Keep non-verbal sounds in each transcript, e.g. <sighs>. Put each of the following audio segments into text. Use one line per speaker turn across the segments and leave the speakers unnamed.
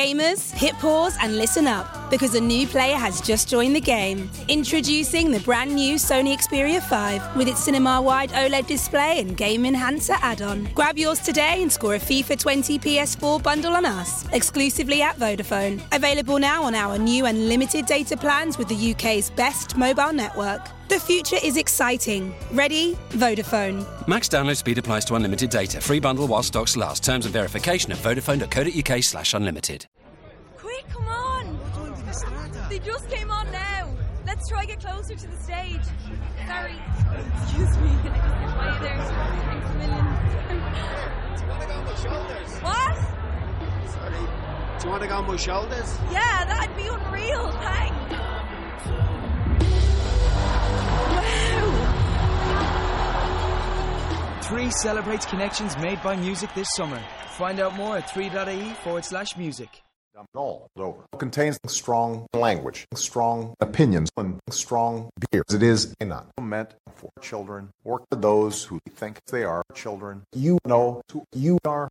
Gamers, hit pause and listen up because a new player has just joined the game. Introducing the brand new Sony Xperia 5 with its cinema wide OLED E display and game enhancer add on. Grab yours today and score a FIFA 20 PS4 bundle on us, exclusively at Vodafone. Available now on our new unlimited data plans with the UK's best mobile network. The future is exciting. Ready? Vodafone.
Max download speed applies to unlimited data. Free bundle while stocks last. Terms and verification at vodafone.co.uk slash unlimited.
Quick, come on! They just came on now. Let's try get closer to the stage. Sorry. Excuse me. Hi there. Thanks a million.
Do you want to go on my shoulders?
What?
Sorry. Do you want to go on my shoulders?
Yeah, that'd be unreal. Thanks. Wow.
Three celebrates connections made by music this summer. Find out more at 3.ie E forward slash music.
all over. Contains strong language, strong opinions, and strong beers. It is not meant for children or for those who think they are children. You know who you are.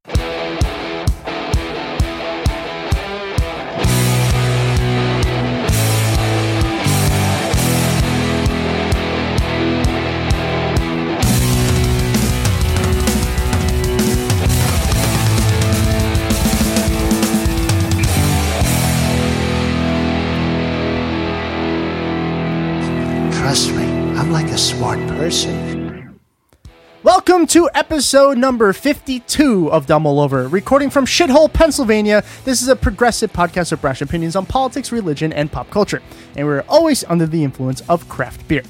Trust me, I'm like a smart person.
Welcome to episode number 52 of Dumb All Over. Recording from Shithole, Pennsylvania, this is a progressive podcast of brash opinions on politics, religion, and pop culture. And we're always under the influence of craft beer.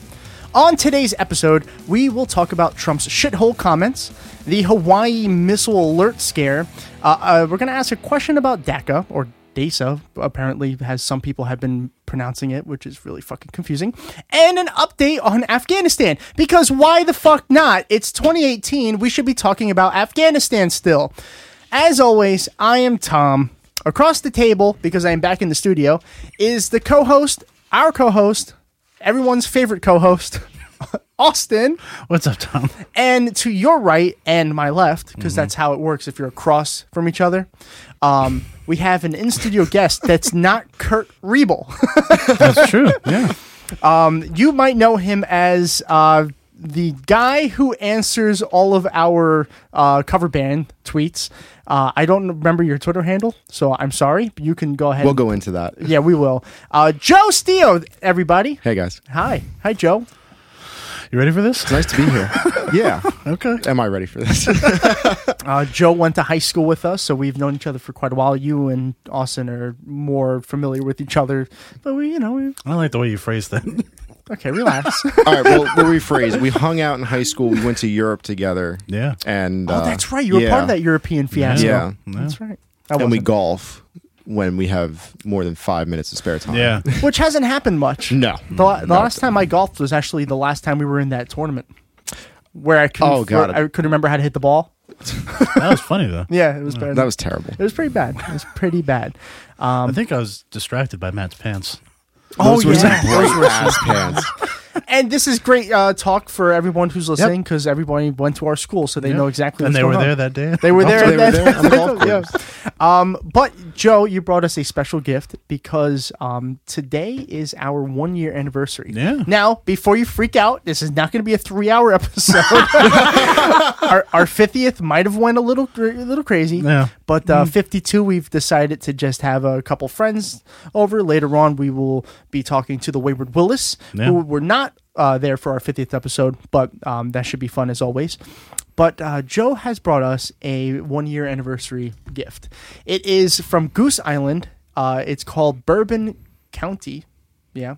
On today's episode, we will talk about Trump's shithole comments, the Hawaii missile alert scare. Uh, uh, we're going to ask a question about DACA, or DASA, apparently, as some people have been pronouncing it, which is really fucking confusing, and an update on Afghanistan. Because why the fuck not? It's 2018. We should be talking about Afghanistan still. As always, I am Tom. Across the table, because I am back in the studio, is the co host, our co host, everyone's favorite co host, <laughs> Austin.
What's up,
<laughs>
Tom?
And to your right and my left, because that's how it works if you're across from each other, um, we have an in studio guest that's not Kurt Riebel. <laughs>
That's true. Yeah.
you might know him as uh, the guy who answers all of our uh, cover band tweets. Uh, I don't remember your Twitter handle, so I'm sorry. But you can go ahead.
We'll go into that.
Yeah, we will. Uh, Joe Steele, everybody.
Hey guys,
Hi. Hi, Joe.
You ready for this?
nice to be
<laughs>
here. yeah.
Okay.
Am I ready for
<laughs>
this?
Uh, Joe went to high school with us, so we've known each other for quite a while. You and Austin are more familiar with each other, but we, you know, we,
I like the way you
<laughs>
phrased that.
okay, relax. Oh,
All right. Well, we'll rephrase. We hung out in high school. We went to Europe together.
Yeah.
And
oh,
uh,
that's right. You were
yeah.
part of that European fiasco.
Yeah.
That's right. I
And we
wasn't.
golf when we have more than five minutes of spare time.
Yeah.
which hasn't happened much.
No.
the, la- the last time I golfed was actually the last time we were in that tournament where I couldn't,
Oh, God.
I couldn't remember how to hit the ball.
That was funny though.
Yeah, it was
<laughs>
bad.
That was terrible.
it was pretty bad. It was pretty bad.
I think I was distracted by Matt's pants.
Oh,
Those were some
yeah.
great ass pants.
And this is great uh, talk for everyone who's listening because everybody went to our school, so they know exactly.
And
what's
they were
going on.
there that day.
They were
They
there.
were
that-
there on the golf course.
Um, But Joe, you brought us a special gift because um, today is our one year anniversary.
Yeah.
Now, before you freak out, this is not going to be a three hour <laughs> episode. our, our 50th might have went a little a little crazy.
Yeah.
But
Mm-hmm.
uh, 52, we've decided to just have a couple friends over. Later on, we will be talking to the Wayward Willis,
Yeah.
who were not uh, there for our 50th episode, but um, that should be fun as always. But uh, Joe has brought us a one year anniversary gift. It is from Goose Island. Uh, it's called Bourbon County. Yeah.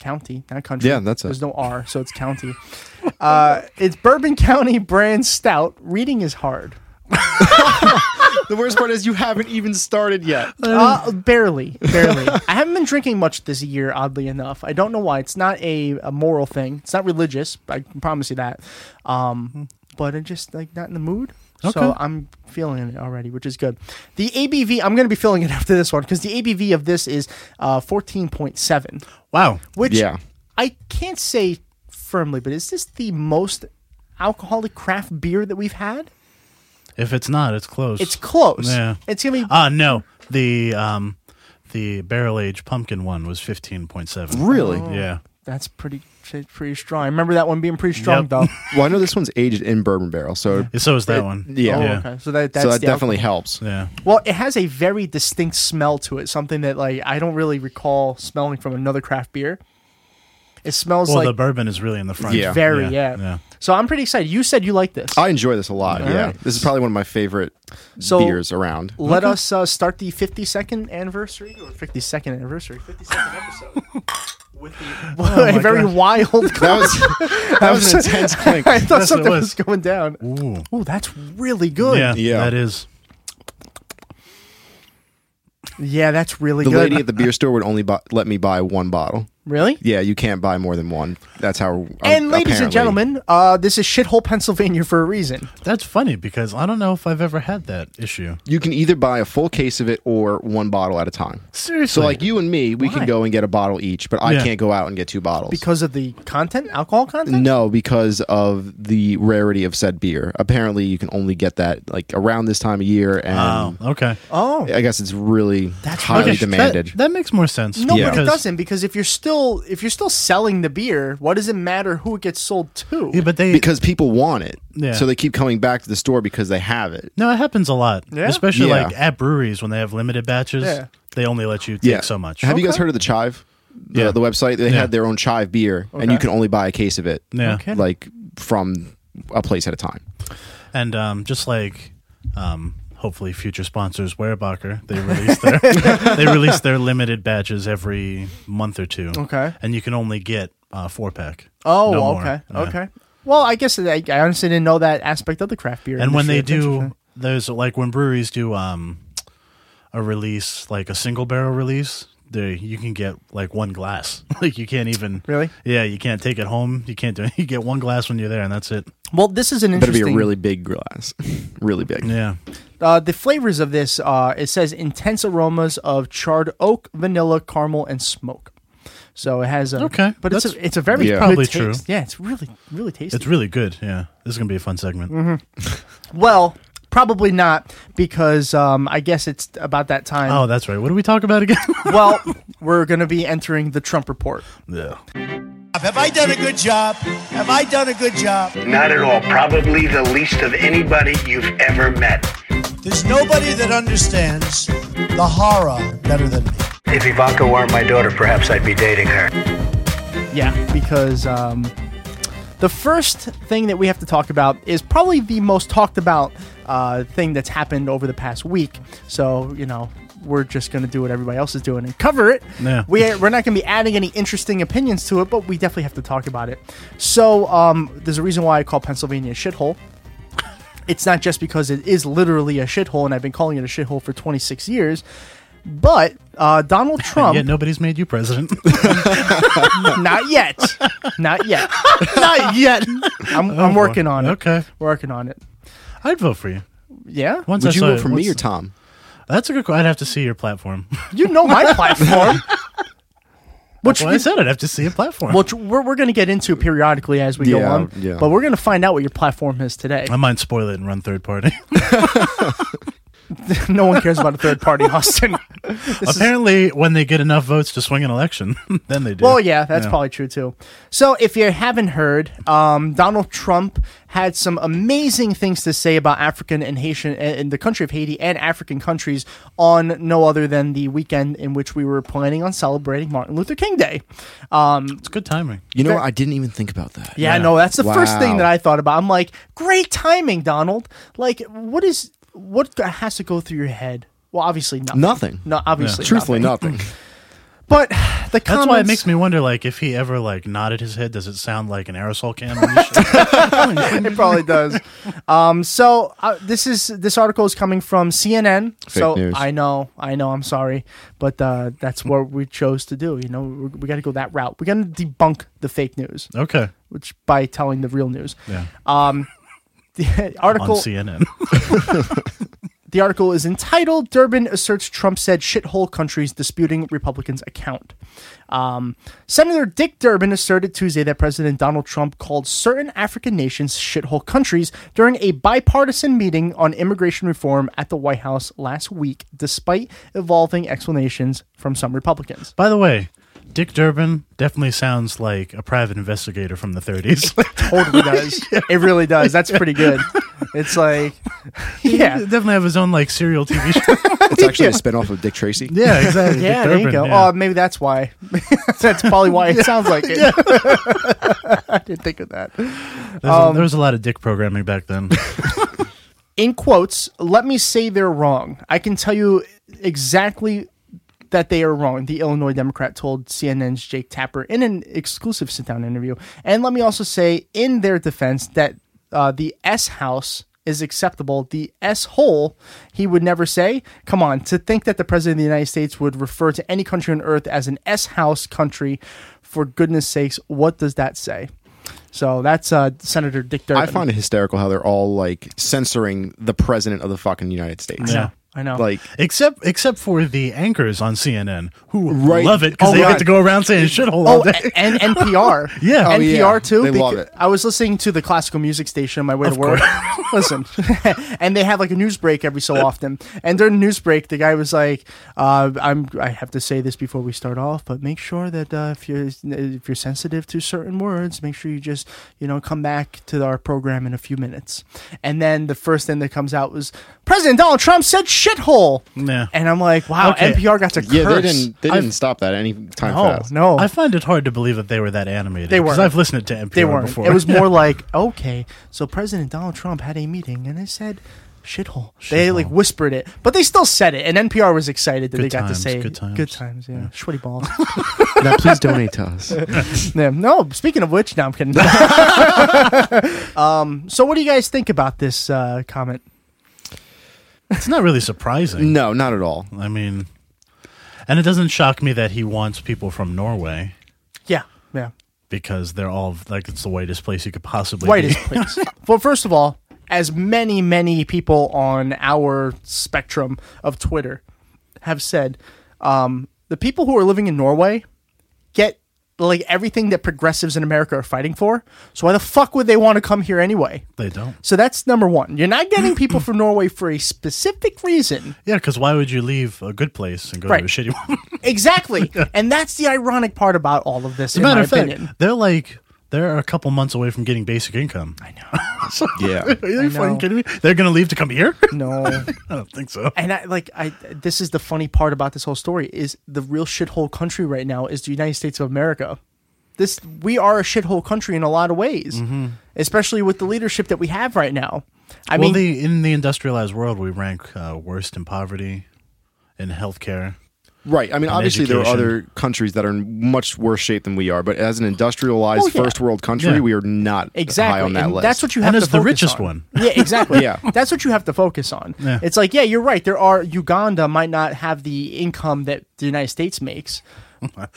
County, not country.
Yeah, that's it.
There's no R, so it's county. <laughs> uh, it's Bourbon County brand stout. Reading is hard.
The worst part is you haven't even started yet.
Uh,
Um,
barely,
<laughs>
barely. I haven't been drinking much this year, oddly enough. I don't know why. It's not a, a moral thing. It's not religious. I can promise you that. Um, but I'm just like not in the mood. So
Hmm. Okay.
I'm feeling it already, which is good. The ABV, I'm going to be feeling it <laughs> after this one because the ABV of this is uh, 14.7,
Wow.
which
Yeah.
I can't say firmly, but is this the most alcoholic craft beer that we've had?
If it's not, it's close.
It's close.
Yeah.
It's going to be.
Ah, no. The um, the barrel aged pumpkin one was fifteen point seven.
Really?
Oh.
Yeah.
That's pretty pretty strong. I remember that one being pretty strong
<laughs>
though.
well, I know this one's aged in bourbon barrel, so
so is that
it-
one.
Yeah.
Oh, okay. So that- that's
that
the
definitely
alcohol.
helps.
Yeah.
Well, it has a very distinct smell to it, something that like I don't really recall smelling from another craft beer. It smells
Well,
like
the bourbon is really in the front.
Yeah.
very yeah.
Yeah, yeah.
<laughs> So I'm pretty excited. You said you like this.
I enjoy this a lot.
All
yeah,
right.
this is probably one of my favorite
So,
beers around.
Let us uh, start the 52nd anniversary or 52nd anniversary, 52nd episode with the,
<laughs> Oh my
a very
gosh.
wild.
<laughs> That was that was an
<laughs>
intense clink.
I thought
Yes, it
something was.
was.
going down.
Ooh.
Oh, that's really good.
Yeah,
Yeah.
That is.
Yeah, that's
<laughs>
really
The
good.
lady at the beer store would only buy, let me buy one bottle.
really?
Yeah, you can't buy more than one. That's how.
And ladies
apparently-
and gentlemen, uh, this is shithole Pennsylvania for a reason.
That's funny because I don't know if I've ever had that issue.
you can either buy a full case of it or one bottle at a time.
Seriously.
So, like you and me, we
Why?
can go and get a bottle each, but I
Yeah.
can't go out and get two bottles
Because of the content, alcohol content?
no, because of the rarity of said beer. Apparently, you can only get that like around this time of year, and
Oh, okay.
Oh.
I guess it's really
That's
highly
Okay,
demanded.
That, that makes more sense.
No, but it
because-
doesn't because if you're still if you're still selling the beer, what does it matter who it gets sold to?
Yeah, but they
because people want it,
Yeah.
so they keep coming back to the store because they have it.
No, it happens a lot.
Yeah?
Especially
Yeah.
like at breweries when they have limited batches,
Yeah.
they only let you take
Yeah,
so much.
Have you guys heard of the Chive? The,
Yeah.
the website they
Yeah.
had their own Chive beer, and
Okay.
you can only buy a case of it.
Yeah. Okay.
like from a place at a time.
and um, just like um, hopefully future sponsors Weyerbacher, they release
<laughs>
their <laughs> they release their limited batches every month or two.
Okay.
And you can only get uh, four pack.
oh,
No more.
okay,
Yeah.
okay. Well, I guess I, I honestly didn't know that aspect of the craft beer.
And when they
industry. That's
do there's like when breweries do um a release like a single barrel release they you can get like one glass <laughs> like you can't even
Really?
yeah you can't take it home you can't do <laughs> you get one glass when you're there and that's it
interesting. Well, this is an
Better be
interesting.
a really big glass, <laughs> really big.
yeah
uh, the flavors of this. Uh, it says intense aromas of charred oak, vanilla, caramel, and smoke. So it has a
Okay,
but it's
that's-
a, it's a very
Yeah.
good
Probably
taste.
true.
Yeah, it's really really tasty.
it's really good yeah this is gonna be a fun segment
Mm-hmm. well, probably not because um, I guess it's about that time.
oh that's right what do we talk about again <laughs>
well, we're going to be entering the Trump report.
yeah
Have I done a good job? Have I done a good job?
Not at all. Probably the least of anybody you've ever met.
There's nobody that understands the horror better than me.
If Ivanka weren't my daughter, perhaps I'd be dating her.
Yeah, because um, the first thing that we have to talk about is probably the most talked about uh, thing that's happened over the past week. So, you know, we're just going to do what everybody else is doing and cover it.
Yeah.
We, we're not going to be adding any interesting opinions to it, but we definitely have to talk about it. So, um, there's a reason why I call Pennsylvania a shithole. It's not just because it is literally a shithole, and I've been calling it a shithole for 26 years. But uh, Donald Trump.
yet nobody's made you president
Not yet. Not yet. Not yet. I'm, <laughs> I'm working on it.
Oh, okay.
Working on it.
i'd vote for you
Yeah.
once I
Would you
saw
vote
it-
for me
once-
or Tom?
that's a good question i'd have to see your platform <laughs>
You know my platform. Which,
well i said i'd have to see a platform
which we're, we're going to get into periodically as we go
Yeah,
on.
yeah.
But we're going to find out what your platform is today.
i might spoil it and run third party
<laughs> no one cares about a third party, Austin. <laughs> This is-
Apparently, when they get enough votes to swing an election, <laughs> then they do.
Well, yeah, that's probably true too. So, if you haven't heard, um, Donald Trump had some amazing things to say about African and Haitian uh, in the country of Haiti and African countries on no other than the weekend in which we were planning on celebrating Martin Luther King Day.
it's good timing.
You know, what? I didn't even think about that.
Yeah, no, that's the first thing
Wow.
that I thought about. I'm like, great timing, Donald. Like, what is what has to go through your head? Well, obviously nothing.
Nothing.
No, obviously.
Truthfully,
nothing.
nothing.
<laughs> But the comments.
That's why it makes me wonder, like, if he ever like nodded his head, does it sound like an aerosol can? on
<laughs>
his shoulder?
it probably does. <laughs> Um, so uh, this is this article is coming from CNN. so
news.
I know, I know, I'm sorry, but uh, that's what we chose to do. You know, we, we got to go that route. We got to debunk the fake news,
okay,
which by telling the real news.
yeah,
Um, the <laughs>
on
article
CNN.
The article is entitled Durbin Asserts Trump Said Shithole Countries Disputing Republicans' Account. Um, Senator Dick Durbin asserted Tuesday that President Donald Trump called certain African nations shithole countries during a bipartisan meeting on immigration reform at the White House last week, despite evolving explanations from some Republicans.
<laughs> By the way, Dick Durbin definitely sounds like a private investigator from the 30s.
totally does. It really does. That's pretty good. It's like, <laughs> yeah,
definitely have his own like serial
<laughs>
TV show.
It's actually a spinoff of Dick Tracy.
Yeah, exactly. Dick
yeah, there you
Durbin,
go.
yeah.
Oh, maybe that's why. <laughs> that's probably why it sounds like it. <laughs> I didn't think of that.
There's a,
Um,
there was a lot of dick programming back then.
in quotes, let me say they're wrong. I can tell you exactly that they are wrong, the Illinois Democrat told CNN's Jake Tapper in an exclusive sit down interview. And let me also say, in their defense, that uh, the S house is acceptable. The S hole, he would never say. Come on, to think that the president of the United States would refer to any country on earth as an S house country, for goodness sakes, what does that say? So that's uh, Senator Dick Durbin.
I find it hysterical how they're all like censoring the president of the fucking United States.
Yeah.
I know.
Like
except except for the anchors on CNN who
Right.
love it because
Oh,
they
God.
get to go around saying shithole all
Oh,
day. <laughs>
and, and NPR.
Yeah. Oh,
NPR
yeah.
too.
They
becau-
love it.
I was listening to the classical music station on my way to work. <laughs> Listen, and they have like a news break every so often. And during the news break, the guy was like, uh, "I'm I have to say this before we start off, but make sure that uh, if you're if you're sensitive to certain words, make sure you just you know come back to our program in a few minutes." And then the first thing that comes out was President Donald Trump said shithole.
Yeah.
And I'm like, wow,
Okay. Oh,
NPR got to curse.
yeah, they didn't they didn't
I've-
stop that any time
No,
fast.
no.
I find it hard to believe that they were that animated.
oh. They
Because
weren't.
I've listened to NPR
They weren't.
before.
It
<laughs>
was more like, okay, so President Donald Trump had a meeting and they said shithole. They like whispered it, but they still said it. And NPR was excited that
Good
they got to
times,
say
good times.
Good times, yeah. Shwitty
<laughs>
balls.
now please donate to us.
yeah, no, speaking of which, now I'm kidding. <laughs> um, so what do you guys think about this uh, comment?
It's not really
<laughs>
surprising.
No, not at all.
I mean, and it doesn't shock me that he wants people from Norway
Yeah, yeah.
because they're all like it's the whitest place you could possibly
Whitest
<laughs> be.
place. well, first of all, as many, many people on our spectrum of Twitter have said, um, the people who are living in Norway get like everything that progressives in America are fighting for. So why the fuck would they want to come here anyway?
They don't.
So that's number one. You're not getting people from Norway for a specific reason.
Yeah, because why would you leave a good place and go
Right.
to a shitty one? <laughs>
Exactly. And that's the ironic part about all of this.
As a
in
matter
my
of fact,
opinion.
they're like they're a couple months away from getting basic income. I <laughs> know.
yeah.
Are you
I know.
fucking kidding me? They're gonna leave to come here? <laughs>
No.
I don't think so.
and I like I this is the funny part about this whole story is the real shithole country right now is the United States of America. This we are a shithole country in a lot of ways,
Mm-hmm.
especially with the leadership that we have right now. I
well,
mean,
the, in the industrialized world, we rank uh, worst in poverty, in healthcare. <laughs>
Right. I mean,
And
obviously there are
education.
other countries that are in much worse shape than we are, but as an industrialized
Oh, yeah.
first world country,
Yeah.
we are not
exactly.
high on that
and
list.
That's what you have
And
to
it's the
focus
richest
on.
one.
<laughs> Yeah, exactly.
Yeah.
That's what you have to focus on.
Yeah.
It's like, yeah, you're right. There are Uganda might not have the income that the United States makes,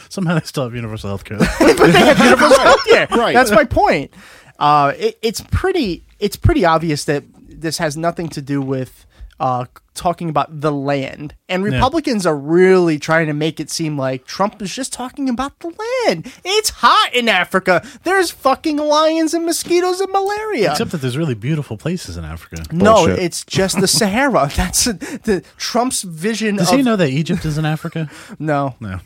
Somehow they still have
<laughs>
universal healthcare.
but they
<laughs>
have universal health care.
Right.
That's my point. Uh, it, it's pretty. It's pretty obvious that this has nothing to do with uh, talking about the land. And Republicans are really trying to make it seem like Trump is just talking about the land. It's hot in Africa. There's fucking lions and mosquitoes and malaria.
Except that there's really beautiful places in Africa.
no,
Bullshit.
it's just
<laughs>
the Sahara. That's the Trump's vision.
Does
of,
he know that Egypt is
<laughs>
in Africa?
No,
No.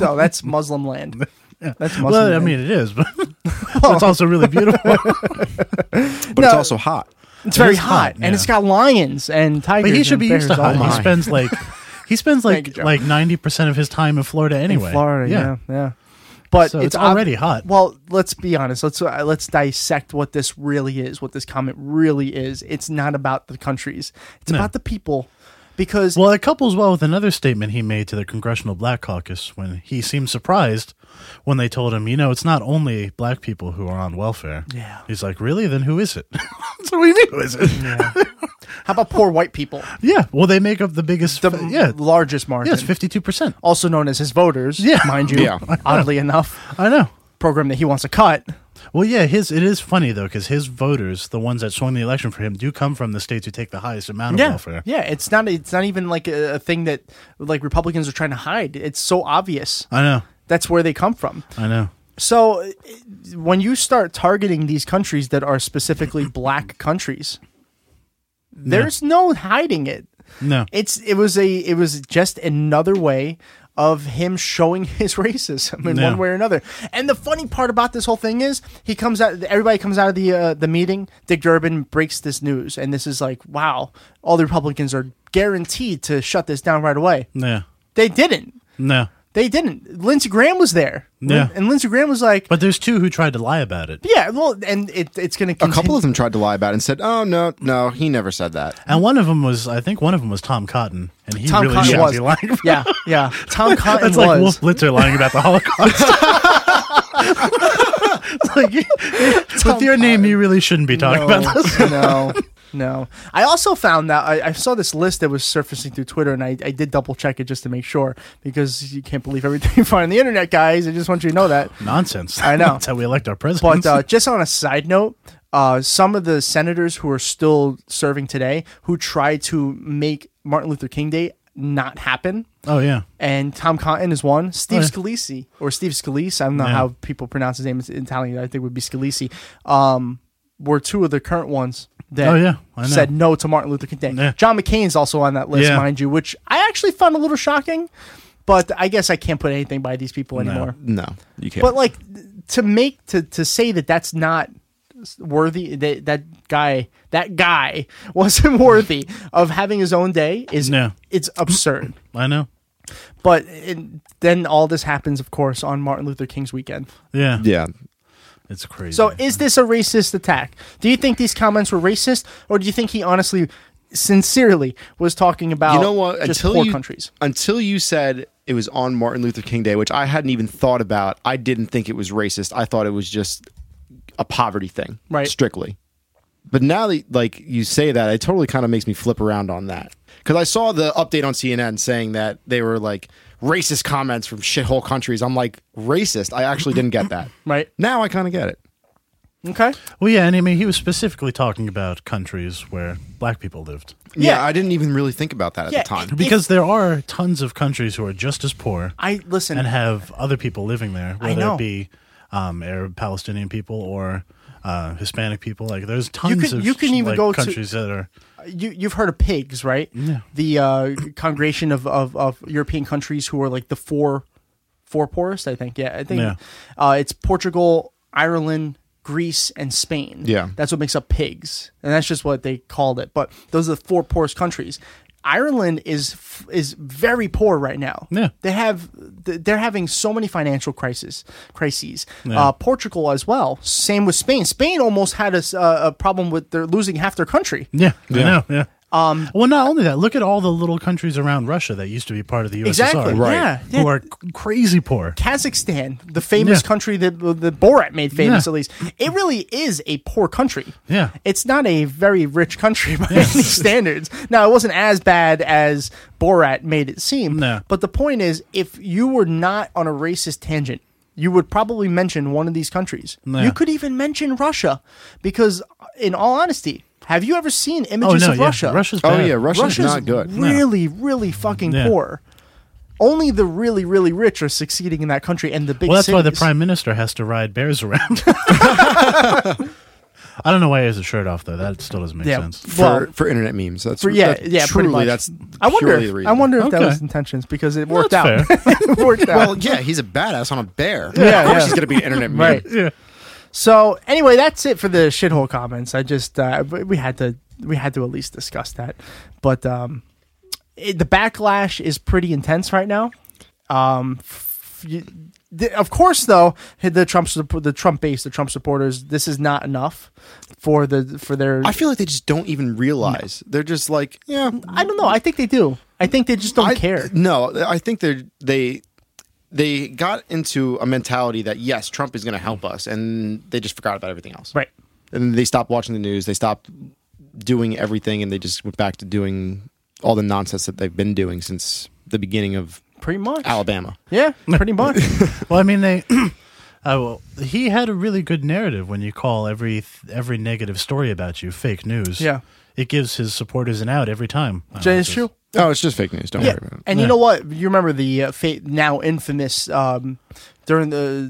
no, that's Muslim land. That's Oh. Muslim.
<laughs> Well, I
land.
mean, it is, but <laughs> it's also really beautiful.
but it's
No.
also hot.
<laughs> It's very
is hot,
hot, and it's
yeah.
got lions and tigers.
But he should be used to hot.
hot.
He spends like he <laughs> spends
you,
like
Joe.
like ninety percent of his time in Florida anyway.
Florida, yeah, yeah. But
So
it's,
it's
ob-
already hot.
Well, let's be honest. Let's uh, let's dissect what this really is. What this comment really is. It's not about the countries. It's about the people. Because
Well, it couples well with another statement he made to the Congressional Black Caucus when he seemed surprised when they told him, you know, it's not only black people who are on welfare.
Yeah.
He's like, really? Then who is it? <laughs> so we mean, who is it? Yeah. <laughs>
how about poor white people?
Well, they make up the biggest.
The
yeah.
largest margin,
Yes, fifty-two percent.
also known as his voters.
Yeah. <laughs>
mind you.
Yeah.
Oddly enough,
I know.
program that he wants to cut.
Well, yeah, his it is funny though because his voters, the ones that swung the election for him, do come from the states who take the highest amount of
yeah,
welfare.
yeah. It's not. It's not even like a, a thing that like Republicans are trying to hide. It's so obvious.
I know.
That's where they come from.
I know.
So uh, when you start targeting these countries that are specifically
<clears throat>
black countries, there's no hiding it.
No.
It's it was a it was just another way of him showing <laughs> his racism in
Yeah.
one way or another. And the funny part about this whole thing is he comes out everybody comes out of the uh, the meeting, Dick Durbin breaks this news and this is like, wow, all the Republicans are guaranteed to shut this down right away.
Yeah.
They didn't.
No.
They didn't. Lindsey Graham was there.
Yeah.
Lin- and Lindsey Graham was like,
but there's two who tried to lie about it.
Yeah, well, and it, it's going to
A couple of them tried to lie about it and said, "Oh no, no, he never said that."
And one of them was, I think, one of them was Tom Cotton, and he
Tom
really
Cotton
shouldn't
was.
be lying.
<laughs> yeah, yeah. Tom Cotton
That's
was.
like Wolf Blitzer lying about the
<laughs>
Holocaust. like, with your name, you really shouldn't be talking
no,
about this.
<laughs> no, no. I also found that I, I saw this list that was surfacing through Twitter, and I, I did double check it just to make sure because you can't believe everything <laughs> you find on the internet, guys. I just want you to know that.
Nonsense.
I know.
That's how we elect our presidents.
But uh, just on a side note, uh, some of the senators who are still serving today who tried to make Martin Luther King Day not happen.
oh yeah.
and Tom Cotton is one. Steve
Oh, yeah.
Scalise or Steve Scalise, I don't know
Yeah.
how people pronounce his name in Italian. I think it would be Scalise. Um, were two of the current ones that
Oh, yeah. I know.
said no to Martin Luther King Day. John McCain's also on that list,
Yeah.
mind you, which I actually found a little shocking. But I guess I can't put anything by these people anymore.
No, you can't.
But like th- to make to to say that that's not s- worthy that that guy that guy <laughs> wasn't worthy of having his own day is
No.
it's absurd.
I know.
But it, then all this happens, of course, on Martin Luther King's weekend.
Yeah.
Yeah.
It's crazy.
So, is this a racist attack? Do you think these comments were racist, or do you think he honestly, sincerely, was talking about
you know what?
just
Until
poor
you
countries?
until you said it was on Martin Luther King Day, which I hadn't even thought about. I didn't think it was racist. I thought it was just a poverty thing,
Right.
Strictly. But now that like you say that, it totally kind of makes me flip around on that because I saw the update on CNN saying that they were like racist comments from shithole countries. I'm like racist. I actually didn't get that.
<laughs> right
now, I kind of get it.
Okay.
Well, yeah, and I mean, he was specifically talking about countries where black people lived.
Yeah, I didn't even really think about that at
Yeah,
the time
because there are tons of countries who are just as poor.
I listen
and have other people living there,
I
whether
know.
it be um, Arab, Palestinian people, or uh, Hispanic people. Like there's
You
tons
can
of
you can even
like,
go
countries
to,
that are
you you've heard of pigs, right? Yeah. The uh, congregation of, of of European countries who are like the four four poorest, I think. Yeah, I think
Yeah.
Uh, it's Portugal, Ireland, Greece, and Spain.
Yeah.
that's what makes up pigs, and that's just what they called it. But those are the four poorest countries. Ireland is f- is very poor right now. Yeah, they have th- they're having so many financial crises crises.
Yeah.
Uh, Portugal as well. Same with Spain. Spain almost had a, s- uh, a problem with they're losing half their country.
yeah,
Yeah.
I know, yeah. Um, well, not only that, look at all the little countries around Russia that used to be part of the USSR,
Exactly, Right. yeah,
Who are c- crazy poor.
Kazakhstan, the famous
Yeah.
country that the Borat made famous,
Yeah.
at least, it really is a poor country.
Yeah.
It's not a very rich country <laughs> by any standards. Now, it wasn't as bad as Borat made it seem. No. But the point is, if you were not on a racist tangent, you would probably mention one of these countries.
Yeah.
You could even mention Russia, because in all honesty, have you ever seen images
no,
of
yeah.
Russia?
Russia's Oh, bad. yeah, Russia's not good. No.
Really, really fucking
Yeah.
poor. Only the really, really rich are succeeding in that country, and the big.
Well, that's why the
cities.
prime minister has to ride bears
<laughs>
around. I don't know why he has a shirt off though. That still doesn't make
Yeah,
sense
for for internet memes. That's
For- yeah,
that's
yeah, pretty
Truly,
much.
that's
I wonder.
purely
If,
the
I
reason.
wonder if that
Okay.
was intentions because it worked
That's
out.
fair.
<laughs> it worked out.
Well, yeah, he's a badass on a bear.
<laughs> Yeah,
of course
yeah.
he's gonna be an internet meme.
Right. Yeah. So anyway, that's it for the shithole comments. I just uh, we we had to we had to at least discuss that, but um, it, the backlash is pretty intense right now. Um, f- you, the, of course, though the Trump sup- the Trump base, the Trump supporters, this is not enough for the for their.
I feel like they just don't even realize. They're just like, yeah.
I don't know. I think they do. I think they just don't care.
No, I think they they they got into a mentality that yes, Trump is going to help us, and they just forgot about everything else.
Right.
And they stopped watching the news. They stopped doing everything, and they just went back to doing all the nonsense that they've been doing since the beginning of
pretty much
Alabama. <laughs>
Yeah, pretty much.
well, I mean, they <clears throat> Oh, well, he had a really good narrative when you call every every negative story about you fake news.
Yeah.
it gives his supporters an out every time.
Jay, it's true.
Oh, it's just fake news. Don't
yeah.
worry about it.
And you know what? You remember the uh, fa- now infamous um, during the,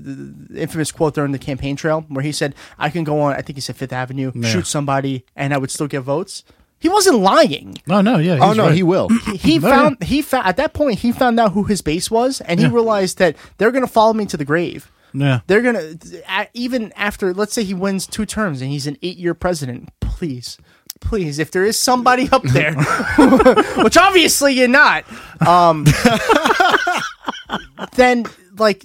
the infamous quote during the campaign trail where he said, "I can go on. I think he said Fifth Avenue,
Yeah.
shoot somebody, and I would still get votes." He wasn't lying.
No, no, yeah.
Oh, he's no, right. he will.
He, he
No,
found he found at that point he found out who his base was, and he realized that they're going to follow me to the grave.
Yeah.
They're gonna a- even after. Let's say he wins two terms and he's an eight-year president. Please, please, if there is somebody up there, <laughs> which obviously you're not, um, <laughs> then like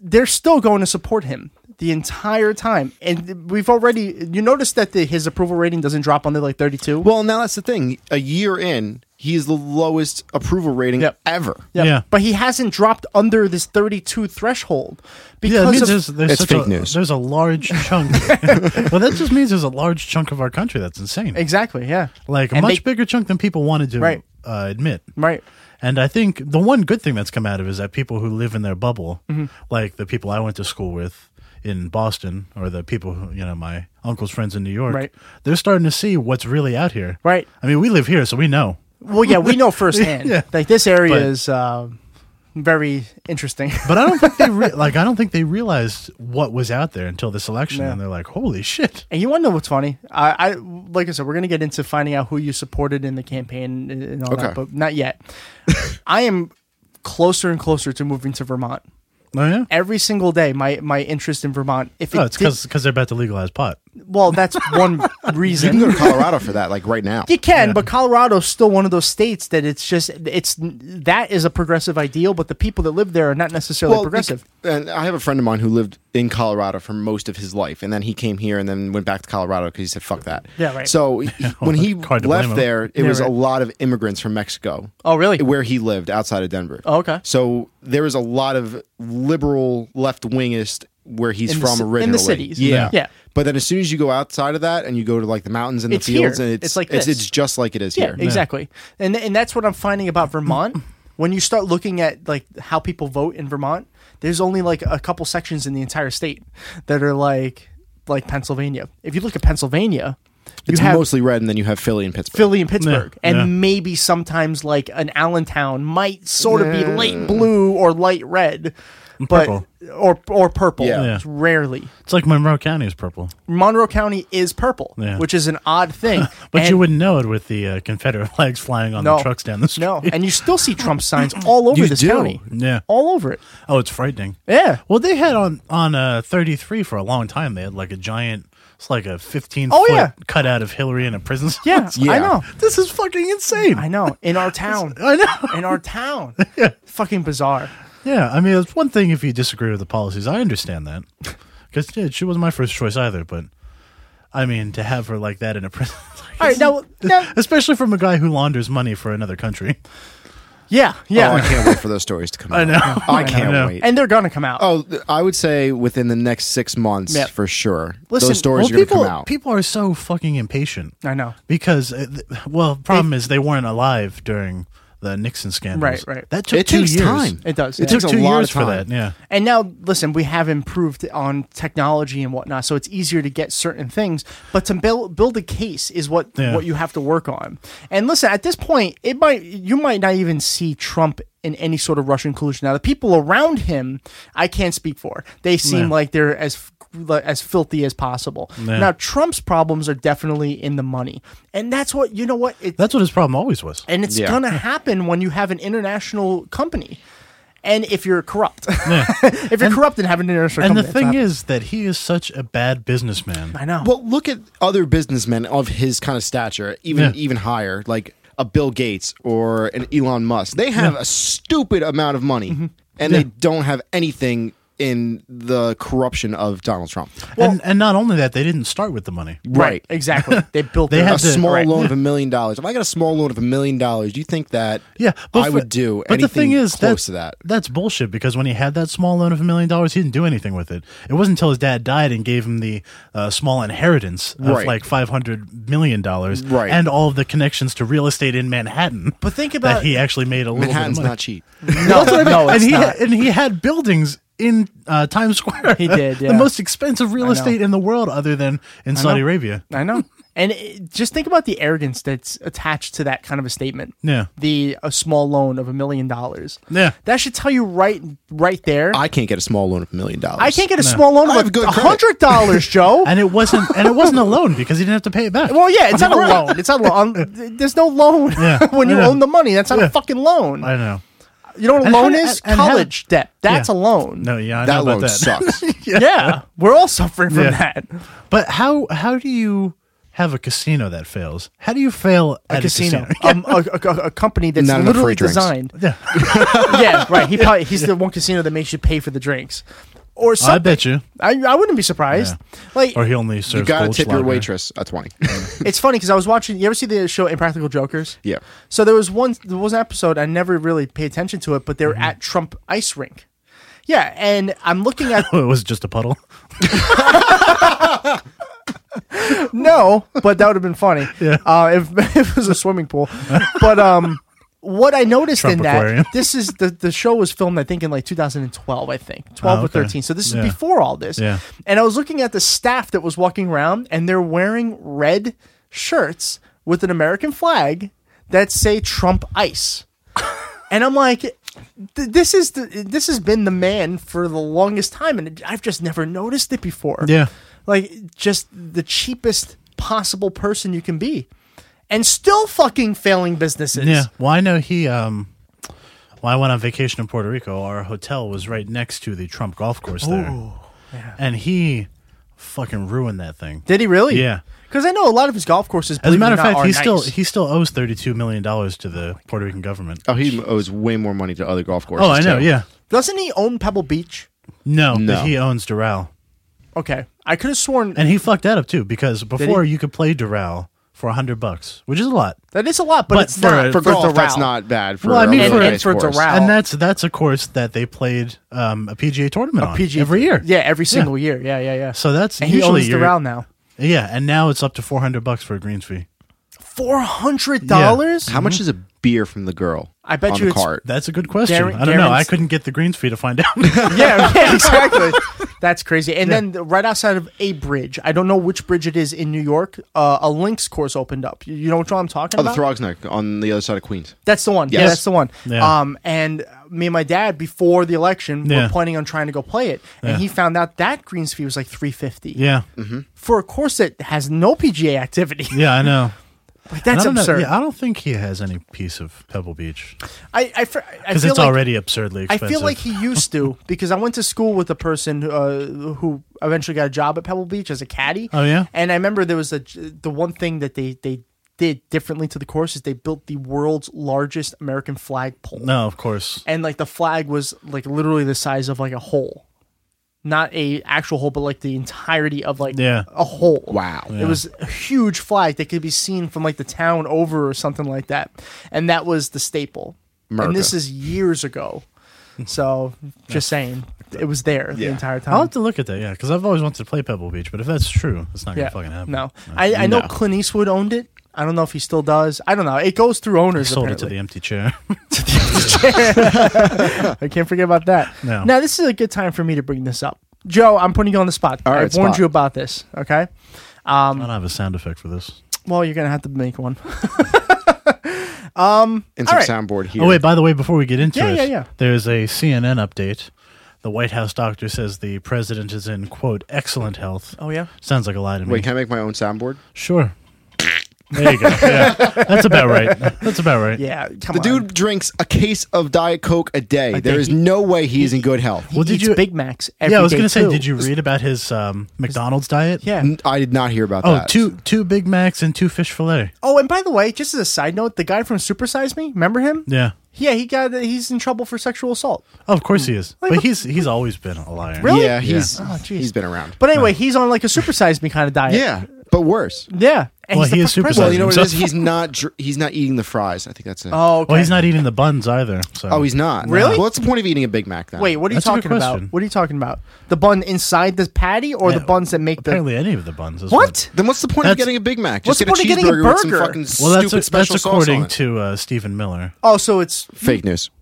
they're still going to support him the entire time. And we've already you notice that the, his approval rating doesn't drop under like 32.
Well, now that's the thing. A year in, he is the lowest approval rating ever.
Yeah.
but he hasn't dropped under this 32 threshold because
yeah, it means
of,
there's, there's such a, There's
<laughs>
a large chunk. well, that just means there's a large chunk of our country that's insane.
Exactly. Yeah.
Like a
And
much
they-
bigger chunk than people wanted to
Right.
uh, admit.
Right.
And I think the one good thing that's come out of it is that people who live in their bubble,
Mm-hmm.
like the people I went to school with in Boston, or the people who you know my uncle's friends in New York,
Right.
they're starting to see what's really out here.
Right.
I mean, we live here, so we know.
Well, yeah,
<laughs>
we know firsthand.
Yeah.
Like this area
But-
is uh, very interesting. <laughs>
But I don't think they re- like. I don't think they realized what was out there until this election, and they're like, "Holy shit!"
And you want to know what's funny? I, I like I said, we're gonna get into finding out who you supported in the campaign and, and all
Okay.
that, but not yet. <laughs> I am closer and closer to moving to Vermont.
Oh yeah.
Every single day, my my interest in Vermont. If
Oh,
it
it's
did-
because they're about to legalize pot.
well, that's
<laughs>
one
You
reason.
can go to Colorado for that, like right now.
You can, but Colorado's still one of those states that it's just it's that is a progressive ideal, but the people that live there are not necessarily progressive.
bec- And I have a friend of mine who lived in Colorado for most of his life, and then he came here and then went back to Colorado because he said, "Fuck that."
Yeah, right. <laughs>
So he- when he
Hard to blame
left
him.
there, it
Yeah,
was
right.
a lot of immigrants from Mexico.
Oh, really?
Where he lived outside of Denver.
Oh, okay.
So there was a lot of liberal left wingist where he's
In the
from
ci- in the
originally.
cities.
Yeah.
Yeah. Yeah.
But then as soon as you go outside of that and you go to like the mountains and
It's
the
here.
fields, and it's,
It's like
it's,
this.
it's just like it is
yeah,
here.
exactly. And and that's what I'm finding about
<clears throat>
Vermont. when you start looking at like how people vote in Vermont, there's only like a couple sections in the entire state that are like like Pennsylvania. If you look at Pennsylvania, you
It's
have
mostly red, and then you have Philly and Pittsburgh.
Philly and Pittsburgh, and
yeah.
maybe sometimes like an Allentown might sort of be
Yeah.
light blue or light red, but
Purple.
or or purple.
Yeah. Yeah.
It's Rarely,
It's like Monroe County is purple,
Monroe County is purple,
Yeah.
which is an odd thing.
<laughs> but you
And-
wouldn't know it with the uh, Confederate flags flying on the trucks down the street.
No, and you still see Trump
<laughs>
signs all over
You
this
do.
county.
Yeah.
All over it.
Oh, it's frightening. <laughs>
Yeah.
Well, they had on on uh, 33 for a long time. They had like a giant, it's like a 15
Oh,
foot
yeah.
cutout of Hillary in a prison.
Yeah,
cell.
I know.
<laughs> This is fucking insane.
I know. In our
<laughs>
town.
I know.
In our
<laughs>
town. Fucking bizarre.
Yeah, I mean, it's one thing if you disagree with the policies. I understand that because she wasn't my first choice either. But I mean, to have her like that in a prison, <laughs>
All right, now, now
especially from a guy who launders money for another country.
yeah, yeah.
Oh, I can't wait for those stories to come out.
<laughs> I know.
I can't
I know.
wait.
And they're gonna come out.
Oh, th- I would say within the next six months
Yeah.
for sure.
Listen,
those stories
well,
are going to
people,
come out.
people are so fucking impatient.
I know.
Because, uh, th- well, problem is they weren't alive during the Nixon scandal.
Right, right.
That took
It
two
takes
years.
time.
It does,
It
yeah.
took
It
two
takes a lot
years
of
for
time.
that. Yeah.
And now, listen, we have improved on technology and whatnot, so it's easier to get certain things. But to build build a case is what
Yeah.
what you have to work on. And listen, at this point, it might you might not even see Trump in any sort of Russian collusion. Now, the people around him, I can't speak for. They seem
Yeah.
like they're as f- like, as filthy as possible.
Yeah.
Now, Trump's problems are definitely in the money, and that's what you know. What it,
That's what his problem always was.
and it's
Yeah.
gonna happen when you have an international company. And if you're corrupt, <laughs> if you're corrupt and have an international
And
company, that's
the thing
what
is that he is such a bad businessman.
I know.
Well, look at other businessmen of his kind of stature, even
Yeah.
even higher, like a Bill Gates or an Elon Musk. They have
Yeah. Mm-hmm.
a stupid amount of money, and
Yeah.
they don't have anything in the corruption of Donald Trump.
and, and not only that, they didn't start with the money.
Right.
exactly.
<laughs>
They built
They
a
had to-
small
right. <laughs>
<laughs>
loan of a million dollars. If I got a small loan of a million dollars, do you think that
Yeah, but
I
for-
would do
But
anything
the thing is,
close
that's,
to that?
That's bullshit because when he had that small loan of a million dollars, he didn't do anything with it. It wasn't until his dad died and gave him the uh, small inheritance of
Right.
like five hundred million dollars,
Right.
and all of the connections to real estate in Manhattan.
But think about-
that he actually made a little bit of
Manhattan's
money.
not cheap.
No,
That's what I mean.
no,
and
it's
he
not.
and he had buildings in uh, Times Square.
He did, yeah.
<laughs> the most expensive
I
real
know.
estate in the world, other than in
I
Saudi
know.
Arabia.
I know. And it, just think about the arrogance that's attached to that kind of a statement.
Yeah.
The a small loan of a million dollars.
Yeah.
That should tell you right right there.
I can't get a small loan of a million dollars.
I can't get a small loan
I have
of
good
a
credit.
hundred
<laughs>
dollars, Joe.
and it wasn't and it wasn't a loan because he didn't have to pay it back.
Well, yeah, it's not a loan. It's not a loan.
<laughs>
Um, There's no loan <laughs>
Yeah,
when you
I know.
own the money. That's not a fucking loan.
I know.
You know what a
And
loan
how-
is?
and how-
College debt. That's
Yeah.
a loan.
No, yeah, I
That
know about
loan
that.
sucks.
yeah.
<laughs>
we're all suffering from
Yeah.
that.
<laughs> But how how do you have a casino that fails? How do you fail
A
at
casino,
a
<laughs> um,
casino?
a, a, a- a company that's
Not enough
literally
free drinks.
designed. <laughs>
<laughs>
Yeah.
yeah, right. He probably he's the one casino that makes you pay for the drinks, or something.
I bet you.
I, I wouldn't be surprised. Like
Or he only
You
serves
gotta tip your
Goldschlager.
waitress a twenty. <laughs>
it's funny because I was watching. You ever see the show Impractical Jokers?
yeah.
So there was one there was an episode I never really paid attention to it, but they were
Mm-hmm.
at Trump Ice Rink. Yeah, and I'm looking at
<laughs> it was just a puddle.
<laughs> no, but that would have been funny.
<laughs> Yeah.
Uh, if, if <laughs> it was a swimming pool, but um, what I noticed
Trump
in that
aquarium.
this is the the show was filmed I think in like 2012 I think 12
Oh, okay.
or 13. So this is
Yeah.
before all this.
Yeah.
And I was looking at the staff that was walking around, and they're wearing red shirts with an American flag that say Trump Ice. and I'm like, th- this is the, this has been the man for the longest time, and it- I've just never noticed it before.
Yeah.
like just the cheapest possible person you can be, and still fucking failing businesses.
Yeah. Well, I know he. Um, when I went on vacation in Puerto Rico, our hotel was right next to the Trump golf course there, and he fucking ruined that thing.
Did he really?
Yeah.
Because I know a lot of his golf courses.
As a
believe it
matter
or
of
not,
fact,
are
he still
nice.
he still owes thirty two million dollars to the Puerto Rican government.
Oh, he owes way more money to other golf courses.
Oh, I know.
too.
Yeah.
doesn't he own Pebble Beach?
No,
No.
but he owns Doral,
Okay, I could have sworn
and he fucked that up too because before you could play Doral for a hundred bucks, which is a lot.
that is a lot, but,
But
it's
for
not
a-
For, golf, that's
Doral.
not bad. For
Well, I mean,
a
for-
really
and
nice
for
course.
Doral.
And that's that's a course that they played um, a PGA tournament on
PGA
every year.
Yeah, every single year. Yeah, yeah, yeah.
So that's
and he
usually
owns
your-
the round now.
Yeah, and now it's up to four hundred bucks for a greens fee.
Four hundred dollars.
How
Mhm.
much is a beer from the girl?
I bet
on
you
the
it's-
card.
That's a good question.
Darren-
I don't know. I
Darren's-
couldn't get the greens fee to find out.
<laughs> yeah, yeah, exactly. That's crazy. And then the- right outside of a bridge, I don't know which bridge it is in New York. Uh, a links course opened up. You, you know which one I'm talking
Oh, the
about?
Throg's Neck on the other side of Queens.
That's the one. Yeah,
Yes.
that's the one.
Yeah.
Um, and me and my dad before the election
Yeah.
were planning on trying to go play it, and
Yeah.
he found out that greens fee was like three fifty.
<laughs> yeah,
for a course that has no PGA activity.
yeah, I know.
like <laughs>
And
that's
I don't know-
absurd.
yeah, I don't think he has any piece of Pebble Beach
I I, fr- I
because
feel
it's
like,
already absurdly
I
expensive.
feel like he used
<laughs>
to because I went to school with a person uh, who eventually got a job at Pebble Beach as a caddy.
Oh, yeah?
and I remember there was a the one thing that they they did differently to the course is they built the world's largest American flag pole.
no, of course.
and like the flag was like literally the size of like a hole, not a actual hole, but like the entirety of like
Yeah.
a hole.
Wow.
It was a huge flag that could be seen from like the town over or something like that. And that was the staple.
America.
And this is
<laughs>
years ago. So just saying, it was there the entire time.
I'll have to look at that. Yeah, because I've always wanted to play Pebble Beach, but if that's true, it's not
yeah.
gonna fucking happen.
No. I, I know
No.
Clint Eastwood owned it. I don't know if he still does. I don't know. It goes through owners.
sold it to
apparently.
the
<laughs>
empty chair. <laughs>
I can't forget about that.
No.
Now this is a good time for me to bring this up. Joe, I'm putting you on the spot.
All
I
right,
warned
spot.
you about this. Okay.
I don't have a sound effect for this.
Well, you're gonna have to make one.
And some
All right.
soundboard here.
Oh wait, by the way, before we get into
Yeah,
it,
yeah, yeah.
there's a CNN update. The White House doctor says the president is in quote excellent health.
Oh yeah.
Sounds like a lie to me.
Wait, can I make my own soundboard?
Sure. There you go. Yeah, that's about right. That's about
<laughs>
right.
Yeah. Come
The
on.
dude drinks a case of Diet Coke a day.
day.
There is no way he's in good health.
He
Well, did
eats
you-
Big Macs? Every
yeah, I was
day,
gonna say,
too.
did you read about his um, McDonald's diet?
Yeah.
N- I did not hear about
Oh,
that.
two two Big Macs and two fish fillet.
Oh, and by the way, just as a side note, the guy from Super Size Me, remember him?
Yeah.
Yeah, he got he's in trouble for sexual assault.
Oh, of course he is.
Hmm. Like,
but
what-
he's he's always been a liar.
Really?
Yeah, he's
Oh, jeez.
he's been around.
But anyway, he's on like a Super Size Me kind of diet.
yeah, but worse.
Yeah. And
Well,
he's the
he is
first
Super
president.
Well, you know what it
himself.
is?
<laughs>
He's not dr- he's not eating the fries. I think that's it.
Oh, okay.
Well, he's not eating the buns either. So.
oh, he's not.
Really?
What's the point of eating a Big Mac then?
Wait, what are you
That's a good
talking about?
question.
What are you talking about? The bun inside the patty or the
Yeah,
buns that make the
apparently any of the buns. Is
What?
Then what's the point of
That's-
getting a Big Mac? Just
what's the
get
point of
a
getting a
cheeseburger with some
burger?
fucking
Well, that's uh,
stupid
that's
special sauce on
according
it.
<laughs> to uh, Stephen Miller.
Oh, so it's
Fake news.
Oh,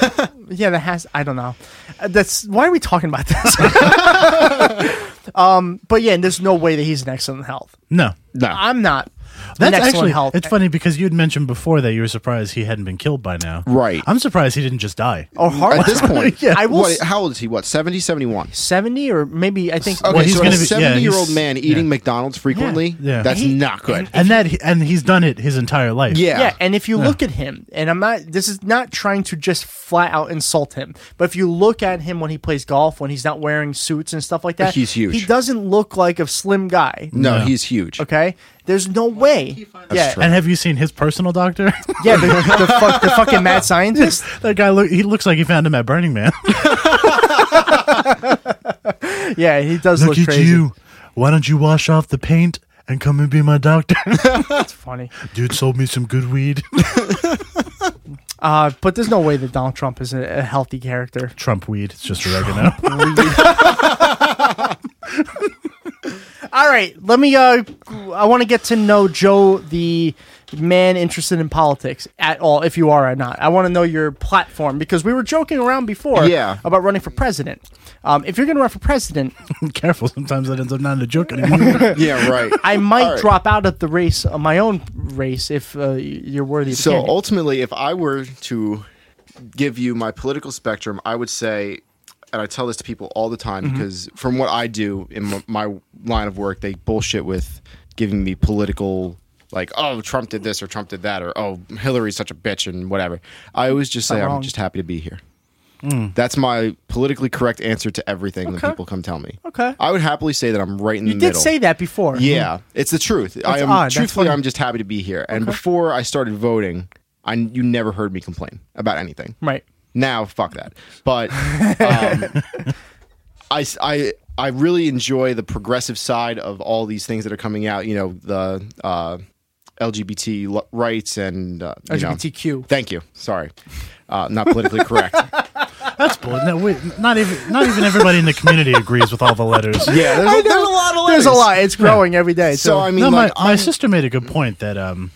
no. Yeah, that has. I don't know. Uh, That's why are we talking about this? <laughs> um, but yeah, there's no way that he's in excellent health.
No,
no,
I'm not. in
That's
excellent
actually
health.
it's funny because you'd mentioned before that you were surprised he hadn't been killed by now.
Right. Oh,
I'm surprised he didn't just die.
Or heart- <laughs>
At this point,
Yeah, I will
what-
s-
how old is he? What, 70, 71?
70 or maybe I think.
Okay, so a 70 year old man eating McDonald's frequently,
Yeah.
that's
He-
not good.
and that and he's done it his entire life.
Yeah, and if you
Yeah.
look at him, and I'm not this is not trying to just flat out insult him, but if you look at him when he plays golf, when he's not wearing suits and stuff like that,
He's huge.
He doesn't look like a slim guy.
No, No. he's huge.
Okay? There's no way. yeah.
and have you seen his personal doctor?
<laughs> Yeah, the, the, fuck, the fucking mad scientist.
that guy look, he looks like he found him at Burning Man.
yeah, he does look,
<laughs> look, at
crazy.
you. Why don't you wash off the paint and come and be my doctor? <laughs>
That's funny.
Dude sold me some good weed. <laughs>
Uh, but there's no way that Donald Trump is a, a healthy character.
Trump weed. It's just oregano.
All right, let me. Uh, I want to get to know Joe, the man interested in politics at all, if you are or not. I want to know your platform because we were joking around before
Yeah.
about running for president. Um, if you're going to run for president,
<laughs> careful. Sometimes that ends up not in a joke anymore. <laughs>
yeah, right.
<laughs>
<laughs>
I might
All right.
drop out of the race, uh, my own race, if uh, you're worthy. Of
So
so,
ultimately, if I were to give you my political spectrum, I would say, and I tell this to people all the time
Mhm.
Mm-hmm.
because from what I do in m- my line of work, they bullshit with giving me political. Like oh Trump did this or Trump did that or oh Hillary's such a bitch and whatever. I always just say
Not
I'm
wrong.
just happy to be here.
Mm.
That's my politically correct answer to everything when people come tell me.
Okay.
I would happily say that I'm right in
you
the
did
middle.
say that before. Mm-hmm.
Yeah, it's the truth. I
Hmm. That's
am
odd. That's
truthfully,
funny.
I'm just happy to be here. And before I started voting, I you never heard me complain about anything.
Right
now, fuck that. But um,
<laughs>
I, s- I- I really enjoy the progressive side of all these things that are coming out. You know, the uh, LGBT lo- rights and uh, you know-
LGBTQ.
thank you. Sorry, uh, not politically
<laughs>
correct.
That's bull. No, wait, not even not even everybody in the community agrees with all the letters.
Yeah, there's,
there's a lot of There's a lot. It's growing every day. So,
no, my, my sister made a good point that um,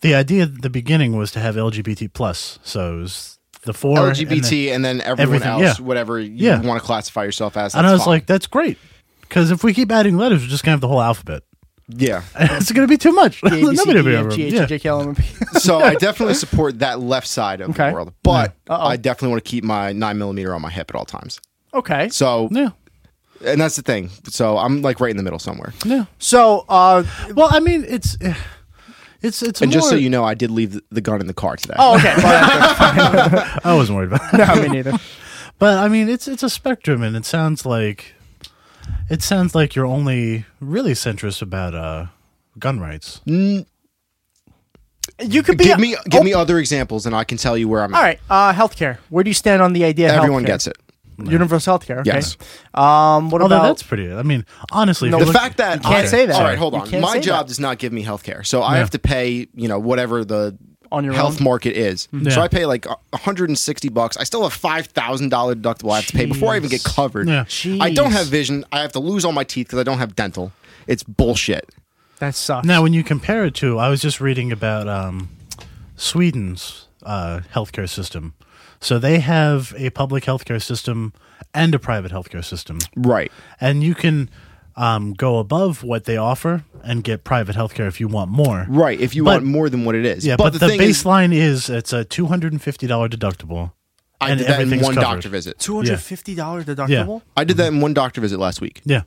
the idea at the beginning was to have LGBT plus, so it was the four and
LGBT and then, everyone
everything,
else,
yeah.
whatever you
Yeah.
want to classify yourself as.
and I
that's
was
fine.
like, that's great because if we keep adding letters, we're just gonna have the whole alphabet. <laughs>
yeah.
it's gonna be too much.
A, B, C,
<laughs> Nobody will
D,
be
E, F,
able to-
G, H,
yeah.
I, J, K, L, M, N, P.
so
<laughs>
I definitely support that left side of
Okay.
the world, but I definitely want to keep my nine millimeter on my hip at all times.
Okay. <coughs>
So
yeah,
and that's the thing. So I'm like right in the middle somewhere.
Yeah.
So, uh,
well, I mean, it's <sighs> it's it's.
and
more,
just so you know, I did leave the- the gun in the car today.
Oh, okay.
<laughs> I wasn't worried about. That.
No,
<coughs>
me neither.
But I mean, it's it's a spectrum, and it sounds like it sounds like you're only really centrist about uh, gun rights.
You could be
give me give
oh,
me other examples, and I can tell you where I'm.
All right, uh, healthcare. Where do you stand on the idea? Of
Everyone
healthcare?
gets it.
Universal healthcare. Okay.
Yes.
Um, what
Although
about
that's pretty. I mean, honestly, if
the
you look-
fact that
you can't
I-
say that.
All right, hold
You
on.
can't
My
say
job does not give me health care, so I
Yeah.
have to pay you know whatever the
On your
health
own? Mm-hmm.
market is.
Mhm.
So
Yeah.
I pay like 160 bucks. I still have five thousand dollar deductible I have to pay before I even get covered.
Yeah.
I don't
Jeez.
have vision. I have to lose all my teeth because I don't have dental. It's bullshit.
that sucks.
Now, when you compare it to, I was just reading about um, Sweden's uh, healthcare system. So they have a public healthcare system and a private healthcare system,
right?
And you can um, go above what they offer and get private healthcare if you want more,
Right. If you
But-
want more than what it is.
Yeah, but, the,
thing is,
baseline is, it's a two hundred and fifty dollar deductible.
I
and
did that in
everything's
one
covered.
doctor visit.
Two hundred fifty dollars
Yeah.
deductible.
I did that in one doctor visit last week.
Yeah,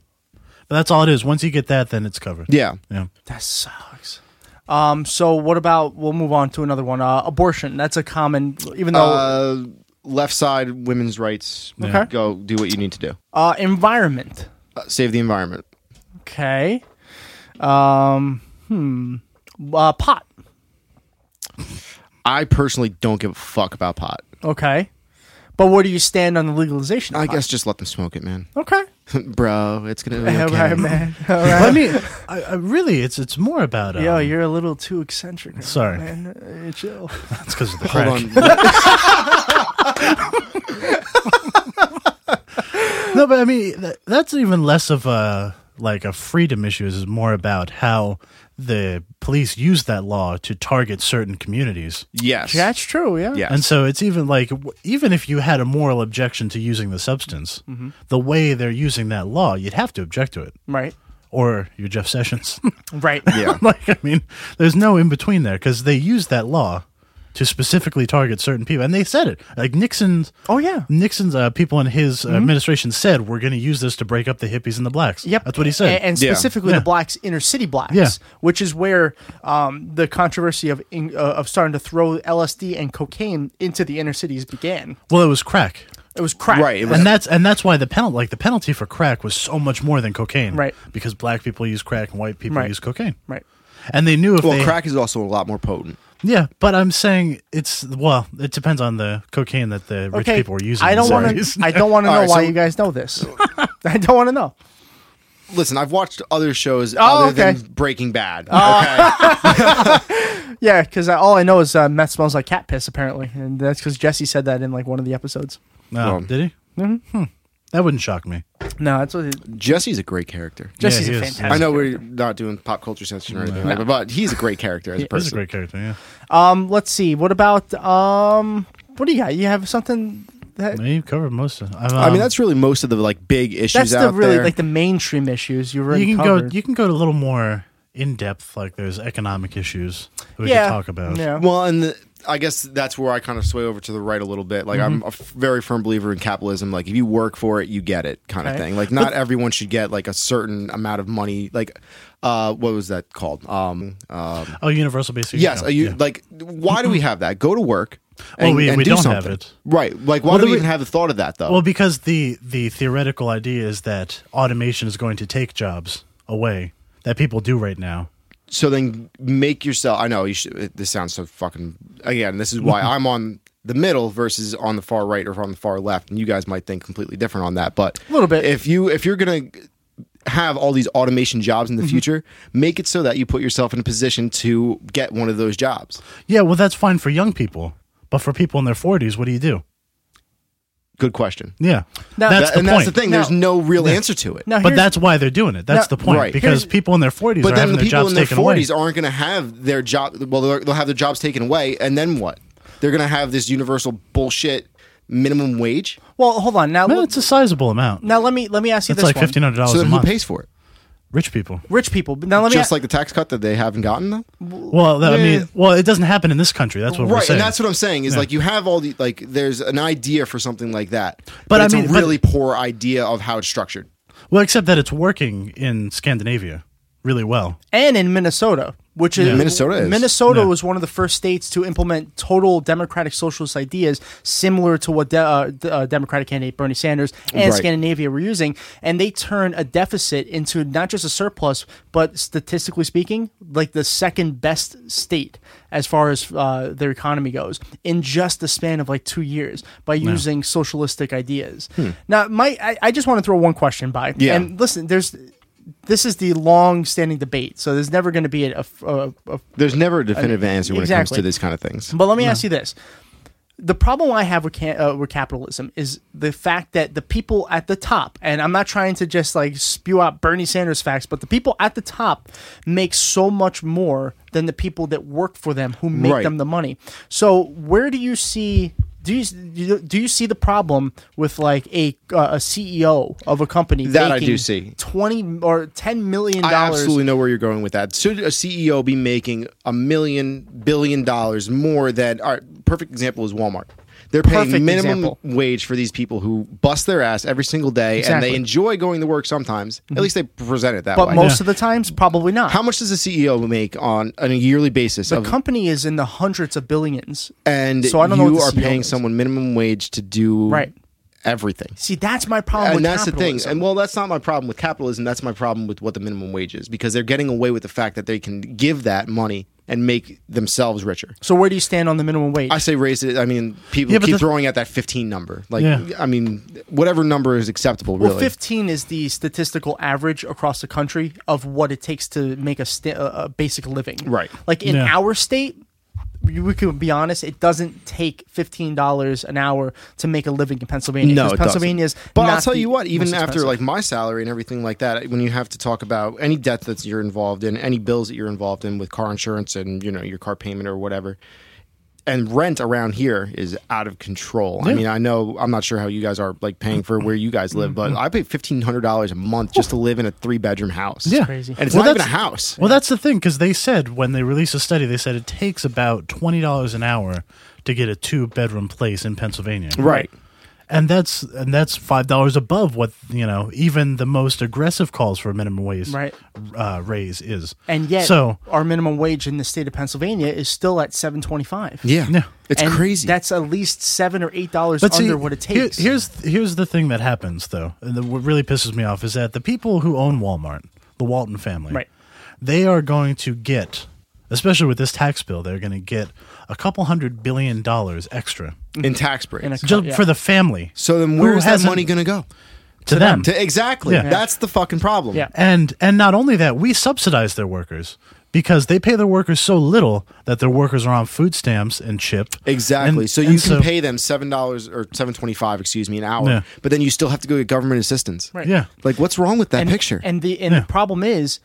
but that's all it is. Once you get that, then it's covered.
Yeah.
<laughs>
yeah.
That sucks. Um, so what about? We'll move on to another one. Uh, abortion. That's a common, even though
Oh.
Uh, left side women's rights.
Okay.
Go do what you need to do.
uh, environment.
Uh, save the environment.
Okay. Um. Hmm. Uh, pot.
I personally don't give a fuck about pot.
Okay. But where do you stand on the legalization? Of
I
pot?
guess just let them smoke it, man. <laughs>
Okay.
Bro, it's
<laughs>
gonna be
All
okay. <laughs>
right, man. All right.
Well, I mean, I, I really, it's it's more about. Um,
Yo, you're a little too eccentric.
Sorry.
Man. Uh, chill.
<laughs> That's because of the crack.
Hold on.
no, but I mean, that, that's even less of a like a freedom issue. Is more about how the police use that law to target certain communities.
<laughs> Yes.
That's true, yeah.
And so it's even like, w- even if you had a moral objection to using the substance,
Mhm.
the way they're using that law, you'd have to object to it.
Right.
Or you're Jeff Sessions. <laughs>
Right.
Yeah. like, I mean, there's no in between there because they use that law to specifically target certain people. And they said it. Like Nixon's.
Oh, yeah.
Nixon's uh, people in his
Mhm.
administration said, we're going to use this to break up the hippies and the blacks. Yep. That's what he
A-
said.
And, specifically the blacks, inner city blacks,
Yeah.
which is where um, the controversy of in, uh, of starting to throw LSD and cocaine into the inner cities began.
Well, it was crack.
It was crack,
and that's and that's why the penalty, like the penalty for crack, was so much more than cocaine, right? Because black people use crack and white people
Right.
use cocaine,
right?
And they knew if
well,
they
crack is also a lot more potent.
yeah. But I'm saying it's well, it depends on the cocaine that the rich
okay,
people were using.
I don't
in the <laughs>
want
70s.
to. I don't want to
<laughs>
know
All right,
why
so-
you guys
<laughs>
know this. <laughs> I don't want to know.
Listen, I've watched other shows
Oh,
other
okay. Oh.
than Breaking Bad.
<laughs> Yeah, because all I know is uh, meth smells like cat piss, apparently, and that's because Jesse said that in like one of the episodes.
No, did he?
Mhm.
mm-hmm.
Hmm. That wouldn't shock me.
No, that's what.
Jesse's a great character.
Jesse's Yeah, he a is. fantastic
I know we're not doing pop culture sensition or anything,
No.
like that, but he's a great character as
He
a
is a
person.
great character. Yeah.
Um, let's see. What about um? What do you got? You have something that
you covered most of. um,
I mean, that's really most of the like big issues
Um, that's the
out
really
there.
like the mainstream issues you already
you can
covered.
go. You can go to a little more in depth. Like there's economic issues that we could talk about.
Well, and the, I guess that's where I kind of sway over to the right a little bit. Like I'm
Mhm.
a f- very firm believer in capitalism. Like if you work for it, you get it, kind
Okay.
of thing. Like not
But-
everyone should get like a certain amount of money. Like, uh, what was that called? Um, um
Oh, universal basic.
yes.
income.
Are you
Yeah.
like? Why do we have that? Go to work.
Well,
and-
we-
and
we
do
don't have
something.
it.
Right. Like, why
Well,
do
the
we
re-
even have the thought of that though?
Well, because the the theoretical idea is that automation is going to take jobs away that people do right now.
so then make yourself i know you should it- this sounds so fucking again this is
<laughs>
why i'm on the middle versus on the far right or on the far left and you guys might think completely different on that but a little bit if you if you're gonna have all these automation jobs
Mm-hmm.
in the future make it so that you put yourself in a position to get one of those jobs
Yeah, well, that's fine for young people, but for people in their forties, what do you do?
good question
Yeah,
Now-
that's
That-
the
and
point.
that's the thing, there's Now- no real answer to it. Now
but
here's-
that's why they're doing it. That's
Now-
the point
Right.
because
Here's-
people in their forties
but
are
then
having
the
their
people
jobs
in their
taken away.
40s aren't going to have their job well they're- they'll have their jobs taken away and then what they're going to have this universal bullshit minimum wage
well, hold on now.
it's a sizable amount.
Now let me let me ask you
That's
this
like
one.
$1,500
so then
a
who
month.
pays for it
Rich people.
Rich people. But Now let me
just
a-
like the tax cut that they haven't gotten though.
Well, that, I
Yeah.
mean, well, it doesn't happen in this country. That's what we're
right,
saying.
and that's what I'm saying is
Yeah.
like you have all the like there's an idea for something like that, but,
I
it's
mean-
a
but-
really poor idea of how it's structured.
well, except that it's working in Scandinavia really well.
and in Minnesota, which is
Yeah. Minnesota is.
Minnesota
Yeah.
was one of the first states to implement total democratic socialist ideas, similar to what de- uh, d- uh, Democratic candidate Bernie Sanders and
Right.
Scandinavia were using, and they turned a deficit into not just a surplus, but statistically speaking, like the second best state as far as uh, their economy goes in just the span of like two years by
Wow.
using socialistic ideas.
Hmm.
Now, my I, I just want to throw one question by.
Yeah.
And listen, there's this is the long-standing debate, so there's never going to be a, a- a-
There's never a definitive
Uh,
answer when it comes
exactly.
to these kind of things.
But let me ask you this: the problem I have with, can, uh, with capitalism is the fact that the people at the top, and I'm not trying to just like spew out Bernie Sanders facts, but the people at the top make so much more than the people that work for them who make
Right.
them the money. So where do you see? Do you do you see the problem with like a uh, a CEO of a company
That I
making
do see.
twenty or ten million
I
dollars?
absolutely know where you're going with that. Should a CEO be making a million billion dollars more than? All right, perfect example is Walmart. They're paying
Perfect
minimum
example.
wage for these people who bust their ass every single day, and
Exactly.
they enjoy going to work sometimes.
Mhm.
At least they present it that
But
way.
most of the times, probably not.
How much does a CEO make on, on a yearly basis?
The
of,
company is in the hundreds of billions,
and
so I don't
you
know. What the
are
CEO
paying
is.
someone minimum wage to do
Right.
everything.
See, that's my problem. with
and that's the
capitalism.
thing. And well, that's not my problem with capitalism. That's my problem with what the minimum wage is because they're getting away with the fact that they can give that money and make themselves richer.
So where do you stand on the minimum wage?
I say raise it. I mean, people
Yeah, but
keep
the-
throwing at that 15 number. Like,
Yeah.
I mean, whatever number is acceptable, really.
Well, 15 is the statistical average across the country of what it takes to make a, sta- a a basic living.
Right.
Like in
Yeah.
our state, you- we could be honest, it doesn't take fifteen dollars an hour to make a living in Pennsylvania.
No, it
'cause
doesn't.
Pennsylvania is.
But I'll
not
tell
the
you what, even
most
after
expensive.
like my salary and everything like that, when you have to talk about any debt that you're involved in, any bills that you're involved in with car insurance and you know your car payment or whatever, and rent around here is out of control. I
Yeah.
mean, I know I'm not sure how you guys are like paying for where you guys live,
Mm-hmm.
but I pay fifteen hundred dollars a month just to live in a three bedroom house.
yeah,
and it's
Well,
not even a
that's-
house.
Well, that's the thing because they said when they released a study, they said it takes about twenty dollars an hour to get a two bedroom place in Pennsylvania.
Right.
And that's and that's five dollars above what you know even the most aggressive calls for a minimum wage
Right.
uh, raise is.
and yet
so
our minimum wage in the state of Pennsylvania is still at seven twenty five.
Yeah. Yeah. It's
crazy. That's at least seven or eight dollars
But
under
see,
what it
here-
takes.
here's here's the thing that happens though, and the, what really pisses me off is that the people who own Walmart, the Walton family,
Right.
they are going to get, especially with this tax bill, they're going to get a couple hundred billion dollars extra
In tax breaks,
just for the family.
So then,
who
where's that
hasn't-
money going to go?
To them.
To, exactly.
Yeah.
That's the fucking problem.
And and not only that, we subsidize their workers because they pay their workers so little that their workers are on food stamps and chip.
Exactly.
And-
so you
and
can pay them seven dollars or seven twenty five, excuse me, an hour.
Yeah.
But then you still have to go get government assistance.
Right. Yeah.
Like what's wrong with that
and,
picture?
And the and the problem is,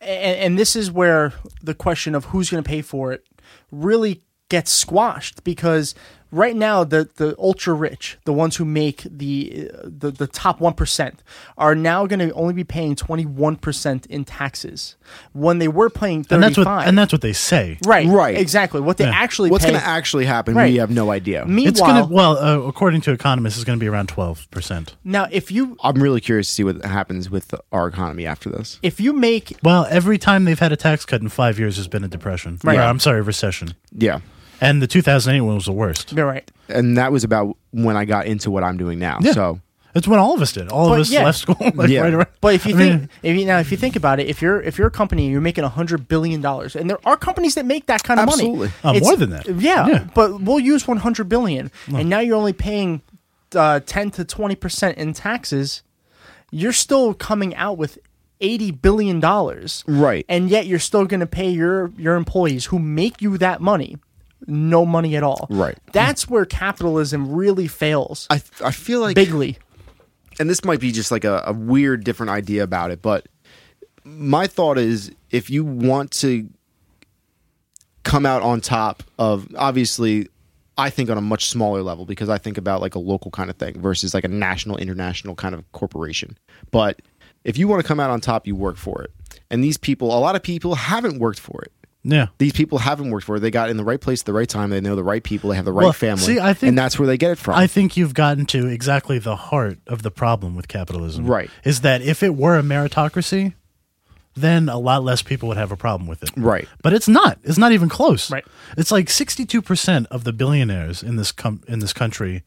and, and this is where the question of who's going to pay for it really gets squashed because right now the the ultra rich, the ones who make the uh, the, the top one percent, are now going to only be paying twenty one percent in taxes when they were paying
And
thirty
that's what
five.
and that's what they say.
Right, right, exactly. What they
Yeah.
actually
What's
pay-
gonna actually
happen,
Right.
we have no idea.
it's
Meanwhile-
gonna well, uh, according to economists, it's going to be around twelve percent.
now if you
I'm really curious to see what happens with the- our economy after this.
if you make
Well, every time they've had a tax cut in five years has been a depression.
Right.
Or, I'm sorry, recession.
Yeah.
And the 2008 one was the worst.
You're right.
And that was about when I got into what I'm doing now. So
It's when all of us did. All
But
of us
yeah.
left school. <laughs> Like
Yeah.
right around.
But if you
I
think
mean,
if you, now if you think about it, if you're if you're a company and you're making hundred billion dollars, and there are companies that make that kind of
Absolutely.
money,
Uh,
It's-
more than that.
Yeah,
Yeah.
but we'll use one hundred billion, and now you're only paying uh, ten to twenty percent in taxes. You're still coming out with eighty billion dollars,
Right.
And yet you're still going to pay your your employees who make you that money no money at all.
Right.
That's where capitalism really fails.
I I feel like
bigly.
and this might be just like a, a weird different idea about it, but my thought is if you want to come out on top of obviously I think on a much smaller level because I think about like a local kind of thing versus like a national international kind of corporation. But if you want to come out on top, you work for it. And these people, a lot of people haven't worked for it.
Yeah.
These people haven't worked for it. They got in the right place at the right time. They know the right people. They have the right
Well,
family.
see, I think-
and that's where they get it from.
I think you've gotten to exactly the heart of the problem with capitalism.
Right.
Is that if it were a meritocracy, then a lot less people would have a problem with it.
Right.
But it's not. It's not even close. Right. It's like 62% of the billionaires in this com- in this country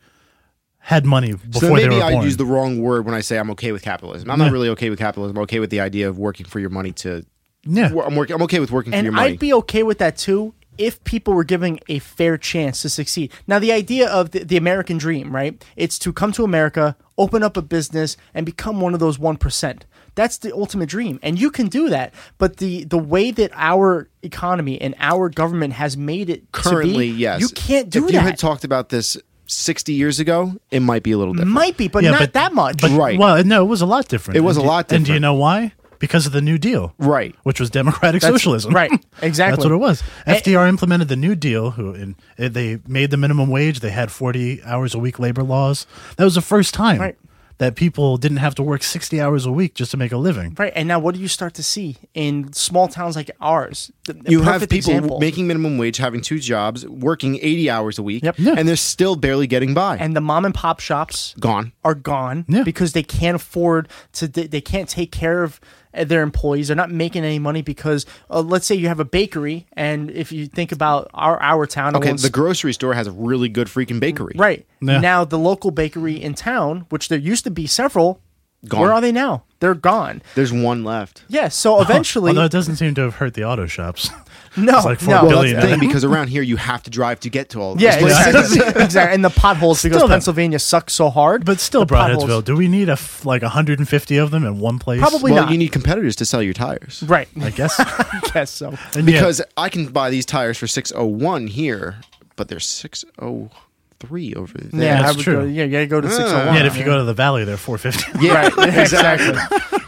had money before
so maybe
they were
I
born.
use the wrong word when I say I'm okay with capitalism. I'm
Yeah.
not really okay with capitalism. I'm okay with the idea of working for your money to.
Yeah.
I'm working. I'm okay with working for
and
your money.
I'd be okay with that too if people were giving a fair chance to succeed. Now, the idea of the, the American dream, right? It's to come to America, open up a business, and become one of those one percent. That's the ultimate dream, and you can do that. But the the way that our economy and our government has made it to be,
Currently, yes.
you can't do
if
that.
you had talked about this 60 years ago, it might be a little different.
Might be, but
Yeah,
not
but-
that much.
But-
Right.
Well, no, it was a lot different.
It was
And
a
do-
lot
And do you
different.
know why? Because of the New Deal.
Right.
Which was democratic
That's-
socialism. <laughs>
right, exactly.
That's what it was.
And-
FDR implemented the New Deal who in, eh, they made the minimum wage, they had 40 hours a week labor laws. That was the first time that people didn't have to work 60 hours a week just to make a living.
Right, and now what do you start to see in small towns like ours? The- the
You have
perfect
people
example.
making minimum wage, having two jobs, working 80 hours a week, and they're still barely getting by.
and the mom and pop shops
Gone.
are gone because they can't afford to they, they can't take care of uh, their employees they're not making any money because uh, let's say you have a bakery and if you think about our our town I
Okay,
won't
the
s-
grocery store has a really good freaking bakery.
right
Yeah.
now the local bakery in town which there used to be several
Gone.
where are they now They're gone.
There's one left.
Yeah,
<laughs>
so Oh, eventually.
Although it doesn't seem to have hurt the auto shops. <laughs>
No,
it's like four
no.
billion.
Well,
Well,
that's the thing
<laughs> now.
because around here you have to drive to get to all. of
yeah,
those places. <laughs>
exactly. <laughs> exactly. And the potholes because
Still though.
Pennsylvania sucks so hard. But
Still, Broadheadsville. Do we need a f- like 150 of them in one place?
Probably
well,
not.
you need competitors to sell your tires.
Right.
I guess.
<laughs> I guess so.
And yet-
Because I can buy these tires for 601 here, but they're 603 over there.
Yeah, I
that's
would
true.
go- yeah, you gotta go to
Ah.
601.
Yet if you
Yeah.
go to the valley, they're 450.
Yeah,
Right, exactly.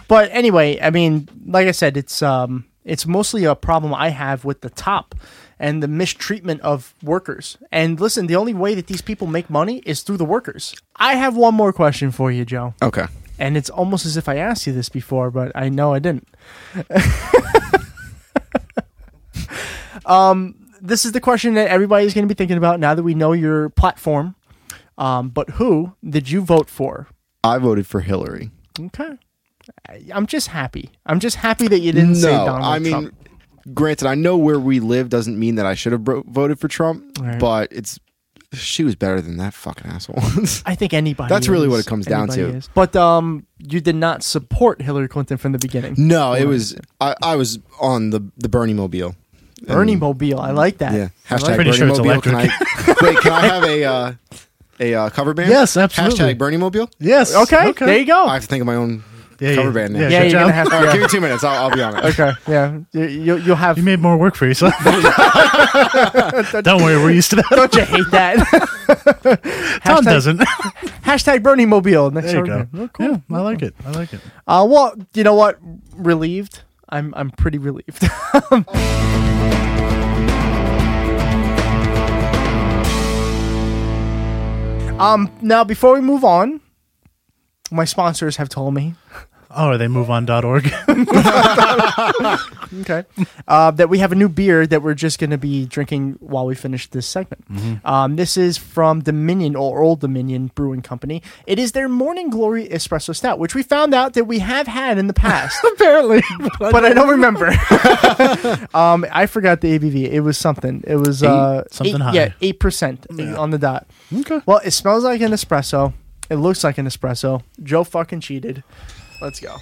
but anyway, I mean, like I said, it's um, it's mostly a problem I have with the top and the mistreatment of workers. And listen, the only way that these people make money is through the workers. I have one more question for you, Joe.
Okay.
And it's almost as if I asked you this before, but I know I didn't. <laughs> um, this is the question that everybody's going to be thinking about now that we know your platform. Um, but who did you vote for?
I voted for Hillary.
Okay. I- I'm just happy. I'm just happy that you didn't
no,
say Donald
I mean,
Trump.
granted, I know where we live doesn't mean that I should have bro- voted for Trump,
Right.
but it's she was better than that fucking
<laughs>
asshole. <laughs>
I think anybody.
That's really
is.
what it comes down
Anybody
to.
is. But um, you did not support Hillary Clinton from the beginning.
no, it was I, I was on the the Bernie mobile.
Bernie
And-
Mobile. I like that.
Mm. Yeah.
I like
Hashtag Bernie
that.
Pretty sure it's
Mobile. Can I, <laughs> wait, can I have a uh, a uh, cover band?
Yes, absolutely.
Hashtag Bernie Mobile.
Yes.
Okay, there you go.
I have to think of my own
Yeah,
cover
yeah.
band. Now.
Yeah,
yeah,
good
you're
job.
gonna have to.
All right, give
yeah.
me two minutes. I'll, I'll be on it.
Okay, yeah, you, you, you'll have.
<laughs> You made more work for yourself. <laughs> Don't worry, we're used to
<laughs>
that.
Don't you hate
<laughs>
that?
Tom
<laughs> hashtag- <laughs>
doesn't. <laughs>
Hashtag Bernie Mobile. Next
There you go.
order. Oh, cool.
Yeah, I like it. I like it.
Uh, well, you know what? Relieved. I'm I'm pretty relieved. <laughs> um. Now, before we move on, my sponsors have told me
Oh, are they
<laughs>
moveon.org?
okay uh, that we have a new beer that we're just going to be drinking while we finish this segment um, this is from dominion or old dominion brewing company it is their morning glory espresso stout which we found out that we have had in the past apparently <laughs> but, i don't remember <laughs> um, i forgot the abv it was something it was uh,
Something
eight-
high.
yeah 8% on the dot
okay.
well it smells like an espresso it looks like an espresso joe fucking cheated let's go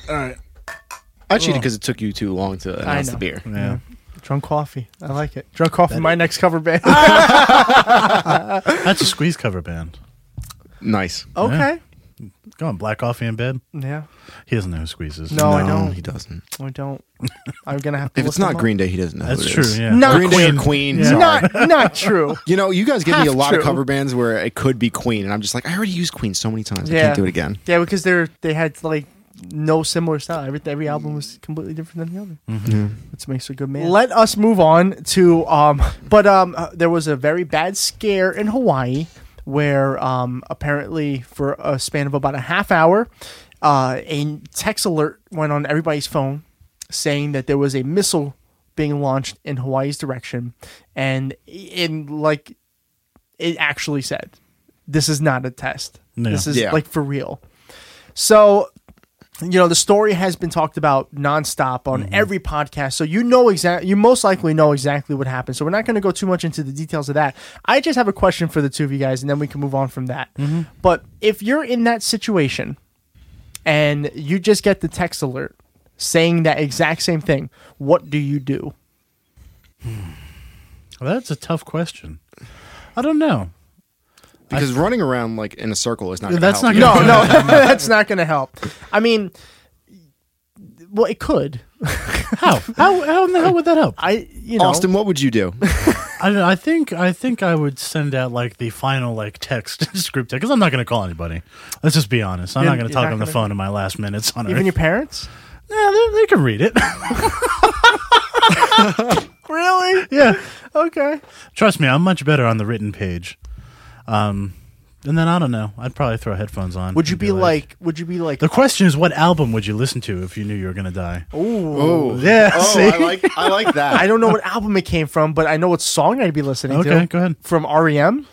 I cheated because it took you too long to announce
know.
the beer.
<laughs> Yeah.
drunk coffee i like it drunk coffee my next cover band
That's a squeeze cover band.
Nice.
Okay.
Go on, black coffee in bed.
Yeah.
He doesn't know who squeezes.
No, I
No,
don't.
he doesn't.
I don't. I'm gonna have to.
If it's
look
not
them up.
Green Day, he doesn't know. who
That's
it
true,
is.
yeah. Not
Green Day or Queen.
Yeah.
sorry.
not not true.
you know, you guys give me
Half
a lot
true.
of cover bands where it could be Queen, and I'm just like, I already used Queen so many times. I
Yeah.
can't do it again.
Yeah, because they're they had like no similar style. Every every album was completely different than the other. Which makes a good man. Mm-hmm. Let us move on to um. But um, uh, there was a very bad scare in Hawaii where um apparently for a span of about a half hour, uh, a text alert went on everybody's phone saying that there was a missile being launched in Hawaii's direction, and in like it actually said, "This is not a test.
Yeah.
This is
Yeah.
like for real." So, you know, the story has been talked about nonstop
Mm-hmm.
on every podcast. So you know exactly, you most likely know exactly what happened. So we're not going to go too much into the details of that. I just have a question for the two of you guys, and then we can move on from that.
Mm-hmm.
But if you're in that situation and you just get the text alert saying that exact same thing, what do you
<laughs>
do?
Well, that's a tough question. I don't know.
Because running around like in a circle is not.
Yeah,
gonna
that's
help.
not
No, no, <laughs> that's not going to help. I mean, well, it could.
How? How, how in the hell would that help?
I, you know,
Austin, what would you do?
I, don't know. I think I think I would send out like the final like text <laughs> just group text because I'm not going to call anybody. Let's just be honest. I'm
You're-
not going to
you're
talk
not
on the
gonna-
phone in my last minutes on
even
Earth.
your parents.
yeah, they, they can read it.
<laughs> Really?
yeah,
Okay.
trust me, I'm much better on the written page. Um, and then I don't know. I'd probably throw headphones on.
Would you
and
be like? Would you be like?
The question is, what album would you listen to if you knew you were going to die?
oh,
Yeah,
Oh,
see?
I like. <laughs> I like that.
I don't know what album it came from, but I know what song I'd be listening to.
Okay, go ahead.
From REM,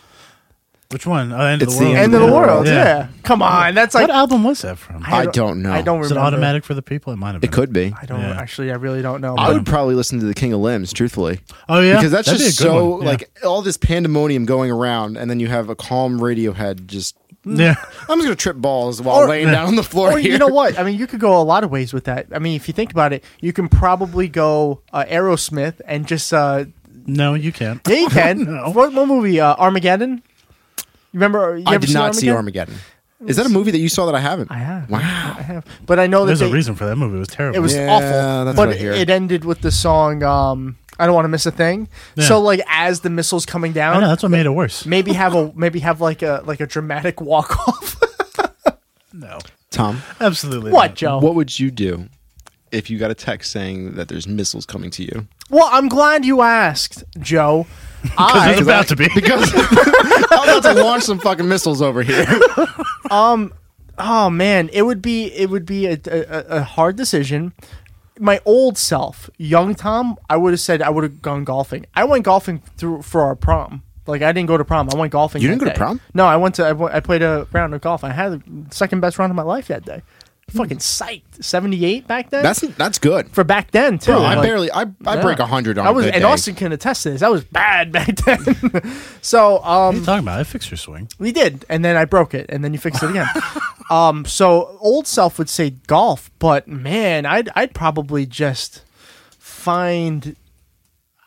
Which one? Oh, End
It's
of
the
the world.
End of the
Yeah.
World. Yeah. Come on, that's like.
what album was that from?
I don't know.
I don't remember.
Is it automatic for the people? It might have been.
It could be.
I don't
Yeah.
actually. I really don't know.
I <laughs> would probably listen to the King of Limbs, truthfully.
Oh yeah,
because that's
That'd be
just
a good
so
one. Yeah.
like all this pandemonium going around, and then you have a calm Radiohead just
Yeah. <laughs>
I'm just gonna trip balls while laying down on the floor
Or
here.
you
<laughs>
know what? I mean, you could go a lot of ways with that. I mean, if you think about it, you can probably go uh, Aerosmith and just. Uh,
no, you can't.
Yeah, you
<laughs>
can. what, what movie? Uh, Armageddon. You remember? You
I
ever
did
seen
not see Armageddon. Is that a movie that you saw that I haven't? I
have.
Wow.
I have, but I know that
There's a
they-
reason for that movie. It was terrible.
It was awful.
that's
but
what I hear.
it ended with the song um, "I Don't Want to Miss a Thing."
Yeah.
So like as the missiles coming down,
I know, that's what made it worse.
Maybe have a maybe have like a like a dramatic <laughs> walk off.
Tom.
Absolutely.
What, not. Joe?
What would you do if you got a text saying that there's missiles coming to
<laughs>
you?
Well, I'm glad you asked, Joe. <laughs> I,
it's about to
be.
Because I'm about to launch some fucking missiles over
<laughs>
here.
um oh man it would be it would be a, a, a hard decision my old self young tom i would have said i would have gone golfing i went golfing through for our prom like i didn't go to prom i went golfing
You
that
didn't go to
day.
prom?
no i went to I went- I played a round of golf i had the second best round of my life that day fucking psyched 78 back then
That's that's good
for back then too
Bro, I
Like-
barely I, I
Yeah.
break hundred on
I was
a good
and
day.
Austin can attest to this. That was bad <laughs> back then. <laughs> so um
talking about? I fixed your swing.
We did, and then I broke it, and then you fixed it
<laughs>
again. um, so old self would say golf, but man, I'd I'd probably just find.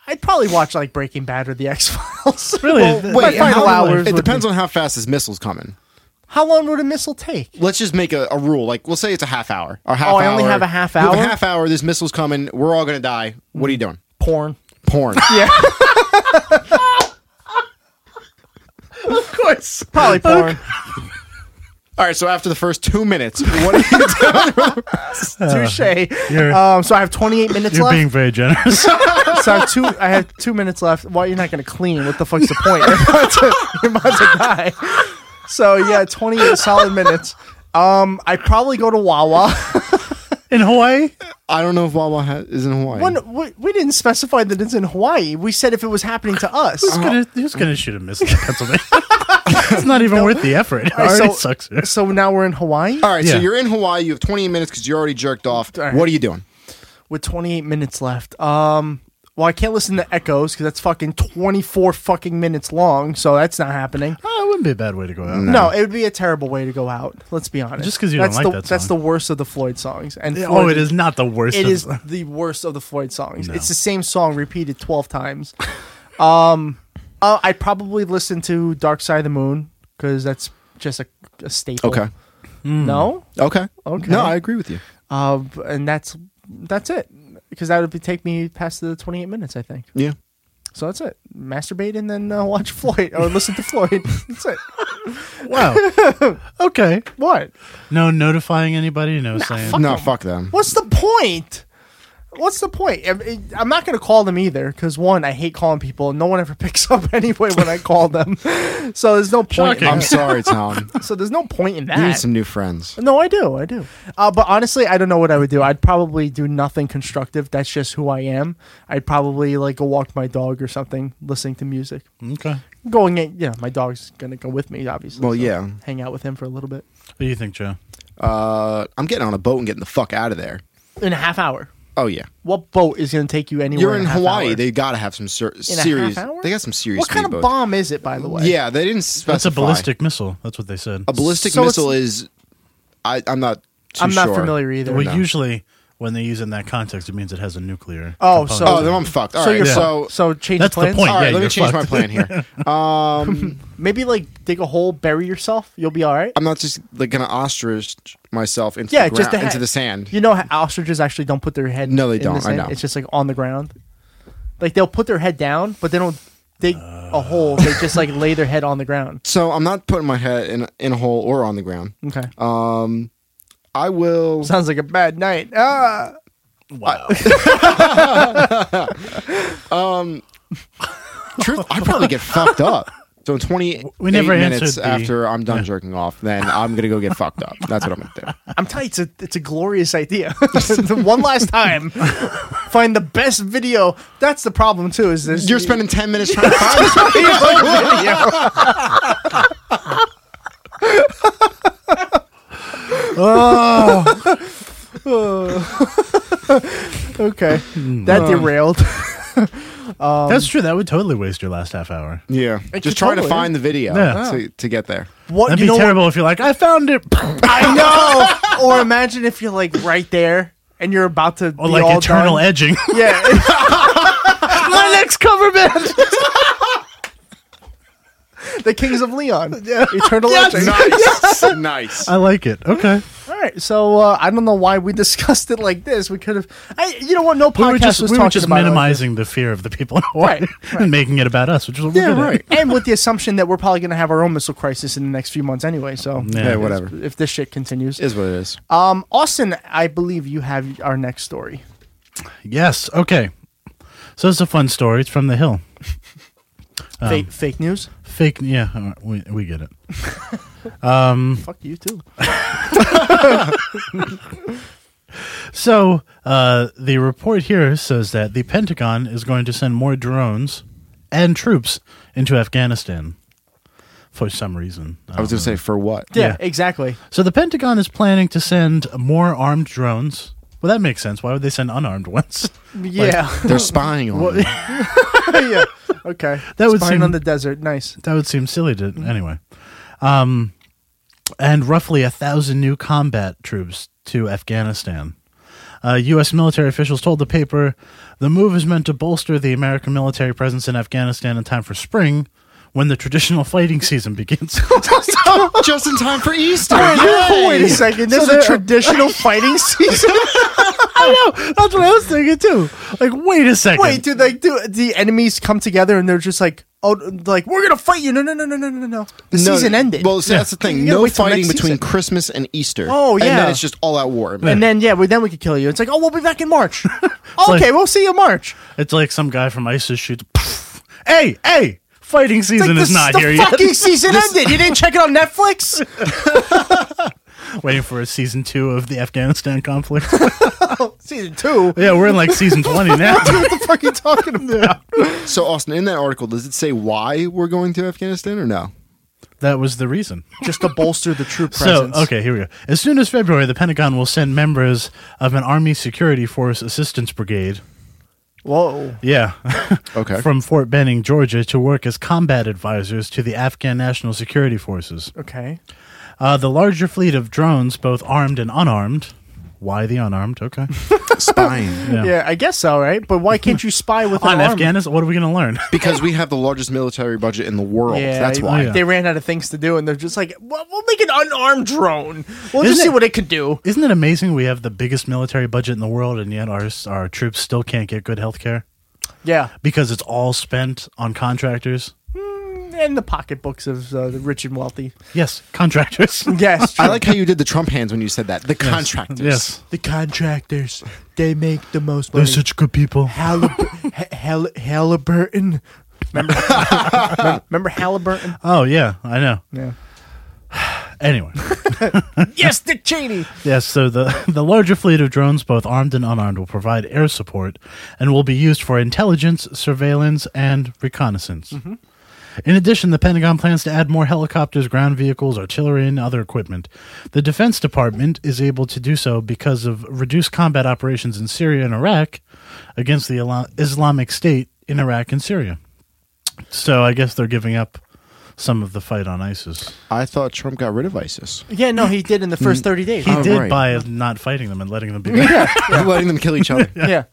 I'd probably watch like Breaking Bad or The X Files.
Really?
Wait,
final
how-
hours.
It
would
depends
be-
on how fast this missile's coming.
<laughs> how long would a missile take.
Let's just make a, a rule. Like, we'll say it's a half hour. Or half
Oh, I only
hour.
have a half
You have
hour?
a half hour. This missile's coming. We're all gonna die. What are you doing?
Porn. <laughs>
Porn.
Yeah.
of
course. Probably porn.
All right. So after the first two minutes, <laughs> what are you doing?
Touche.
you're-
Um, so I have 28 minutes
You're
left.
being very
<laughs>
generous.
so I have two. I have two minutes left. Why you're not going to clean? What the fuck's the point? <laughs> You're about to, you're about to die. So yeah, 28 solid minutes. Um, I probably go to Wawa. <laughs>
in Hawaii?
I don't know if Wawa ha- is in Hawaii.
When, we, we didn't specify that it's in Hawaii. We said if it was happening to us.
<laughs> Who's gonna Who's gonna shoot a missile in Pennsylvania? <laughs> it's not even worth the effort. It
All right,
already
so-
sucks. Here.
So now we're in Hawaii.
All right. So you're in Hawaii. You have 28 minutes because you already jerked off.
All right.
What are you doing?
with 28 minutes left. Um, well, I can't listen to echoes because that's fucking 24 fucking minutes long. So that's not happening.
Oh, it wouldn't be a bad way to go out.
No. it would be a terrible way to go out. Let's be honest.
Just 'cause you don't
that's
like
the,
that
That's
song.
the worst of the Floyd songs. And
Yeah,
Floyd-
oh, it is not the worst
It
of-
is <laughs> the worst of the Floyd songs. It's the same song repeated twelve times. um, uh, I'd probably listen to Dark Side of the Moon because that's just a, a staple.
Okay.
No.
Okay.
Oh. Okay.
No, I agree with you.
Uh, and that's that's it because that would be, take me past the twenty eight minutes. I think.
Yeah.
So that's it. Masturbate and then uh, <laughs> watch Floyd or listen to Floyd. <laughs> That's it.
Wow. okay.
What?
No notifying anybody. No saying.
fuck No, them. fuck them.
What's the point? What's the point? I- I- I'm not going to call them either because one, I hate calling people. and No one ever <laughs> picks up anyway when I call them, <laughs> so there's no point. in
I'm
that.
sorry,
<laughs>
Tom.
So there's no point in
You need
that.
some new friends.
no, I do, I do. Uh, but honestly, I don't know what I would do. I'd probably do nothing constructive. That's just who I am. I'd probably like go walk my dog or something, listening to music.
Okay.
Going, in, you know, my dog's gonna go with me, obviously.
Well,
so
yeah.
hang out with him for a little bit
What do you think, Joe?
Uh, I'm getting on a boat and getting the fuck out of there.
in a half hour.
Oh yeah.
What boat is gonna take you anywhere?
You're
in,
in
a half
Hawaii.
hour?
They gotta have some ser-
half
serious.
hour?
They got some serious.
What kind of
speedboats.
bomb is it, by the way?
Yeah, they didn't specify.
That's a ballistic missile. That's what they said.
A ballistic
So
missile
it's-
is. I, I'm not. Too
I'm not
sure.
familiar either.
Well,
No.
usually when they use it in that context, it means it has a nuclear.
Oh, so
Oh, then I'm fucked. All
so
right,
you're
so-
fu- so change
That's the
plans.
point.
All right, let
Yeah,
me
you're
change my
fucked.
plan here. Um,
Maybe like dig a hole, bury yourself. You'll be all right.
I'm not just like gonna ostrich myself into
yeah,
the
just
ground,
the head.
into the sand.
You know, how ostriches actually don't put their head.
No, they
in the
don't, I
sand?
know.
It's just like on the ground. Like they'll put their head down, but they don't dig a hole. They just like lay their head on the ground.
So I'm not putting my head in in a hole or on the ground.
Okay,
Um, I will.
sounds like a bad night. Ah,
Wow.
Um, truth, I probably get fucked up. So in 28
We never answered
minutes
the-
after I'm done jerking off, then I'm gonna go get fucked up. That's what I'm gonna do.
<laughs> I'm telling you, it's a it's a glorious <laughs> idea. One last time, find the best video. That's the problem too. Is this
You're spending 10 minutes trying to find Hmm.
okay, that derailed. <laughs> Um,
That's true. That would totally waste your last half hour.
Yeah.
It
Just
could
try to
totally-
find the video
Yeah.
to, to get there.
<laughs> What-
That'd
you know
be
what-
terrible if you're like, I
<laughs>
found it.
I know. <laughs> or imagine if you're like right there and you're about to
Or like eternal edging. <laughs>
Yeah. <laughs> My next cover band. the Kings of <laughs> Leon. Eternal
Yes.
Edging.
Nice. nice.
I like it. Okay.
All right, so uh, I don't know why we <laughs> discussed it like this. We could have, I, you know what? No podcast
We were just,
was
we were
talking
just
about it like
minimizing the fear of the people in Hawaii
Right,
<laughs> and making it about us, which is what we're
Yeah,
good
right.
at.
and with the assumption that we're probably going to have our own missile crisis in the next few months anyway. So
Yeah, whatever.
If this shit continues,
Is what it is.
um, Austin, I believe you have our next story.
Yes. Okay. So it's a fun story. It's from the Hill. Um,
fake, fake news.
Fake. Yeah, all right, we we get it. um,
Fuck you too.
so uh, the report here says that the Pentagon is going to send more drones and troops into Afghanistan for some reason. Uh,
I was going to say, for what?
Yeah, exactly. <laughs>
So the Pentagon is planning to send more armed drones. Well, that makes sense. Why would they send unarmed <laughs> ones? Like,
Yeah.
They're spying on
What-
them.
yeah. Okay.
That would
Spying
seem-
on the desert. Nice.
that would seem silly to anyway. Um, and roughly a thousand new combat troops to Afghanistan. Uh, U.S. military officials told the paper the move is meant to bolster the American military presence in Afghanistan in time for spring, when the traditional fighting season begins. <laughs>
<laughs> Just in time for Easter.
Wait, <laughs> wait
Yay!
a second. This
So
is
they're-
a
<laughs>
traditional fighting season.
I know. That's what I was thinking too. Like, wait a
<laughs>
second.
Wait, do like do the enemies come together and they're just like, oh, like we're gonna fight you? No, no, no, no, no, no, no.
No,
The season ended.
Well, see, that's the
You
thing.
gotta
No
wait till
fighting
next
between
season.
Christmas and Easter.
Oh,
And then
yeah.
it's just all out war.
And then yeah, well, then we could kill you. It's like, oh, we'll be back in
<laughs>
March. okay,
like-
we'll see you in March.
It's like some guy from ISIS shoots. Poof. Hey, hey! Fighting season
like,
is
this-
not
the
here yet. <laughs>
fucking season ended. You didn't check it on Netflix.
Waiting for a season two of the Afghanistan conflict.
season two.
yeah, we're in like season twenty now.
what the fuck are you <laughs> talking about?
So, Austin, in that article, does it say why we're going to Afghanistan or no?
That was the reason.
<laughs> Just to bolster the troop
So,
presence.
okay, here we go. As soon as February, the Pentagon will send members of an Army Security Force Assistance Brigade,
Whoa.
yeah,
Okay.
<laughs> from Fort Benning, Georgia, to work as combat advisors to the Afghan National Security Forces.
Okay.
Uh, the larger fleet of drones, both armed and unarmed. Why the unarmed? Okay.
spying.
Yeah.
Yeah. I guess so, right? But why can't you spy with an
<laughs> On
arm?
Afghanistan, what are we going to learn? <laughs>
Because we have the largest military budget in the world.
Yeah,
That's
I-
why.
yeah.
They ran out of things to do, and they're just like, "Well, we'll make an unarmed drone. We'll
Isn't
just see
it-
what it could do."
Isn't it amazing we have the biggest military budget in the world and yet our, our troops still can't get good health care?
Yeah,
Because it's all spent on contractors.
and the pocketbooks of uh, the rich and wealthy.
<laughs> Yes, contractors.
Yes,
I like how you did the Trump hands when you said that. The contractors.
yes.
the contractors. They make the most
They're such good people.
Hallib- Ha- Hall- Halliburton. <laughs> Remember, remember Halliburton?
Oh yeah, I know.
Yeah.
<sighs> Anyway,
Yes, Dick Cheney.
yes. So the <laughs> the larger fleet of drones, both armed and unarmed, will provide air support and will be used for intelligence, surveillance, and reconnaissance. In addition, the Pentagon plans to add more helicopters, ground vehicles, artillery, and other equipment. The Defense Department is able to do so because of reduced combat operations in Syria and Iraq against the Ila- Islamic State in Iraq and Syria. So I guess they're giving up some of the fight on ISIS.
I thought Trump got rid of ISIS.
Yeah, no, he did in the first thirty days.
He
Oh,
did
right.
by not fighting them and letting them be. gone.
<laughs> Letting them kill
<laughs>
each other.
yeah.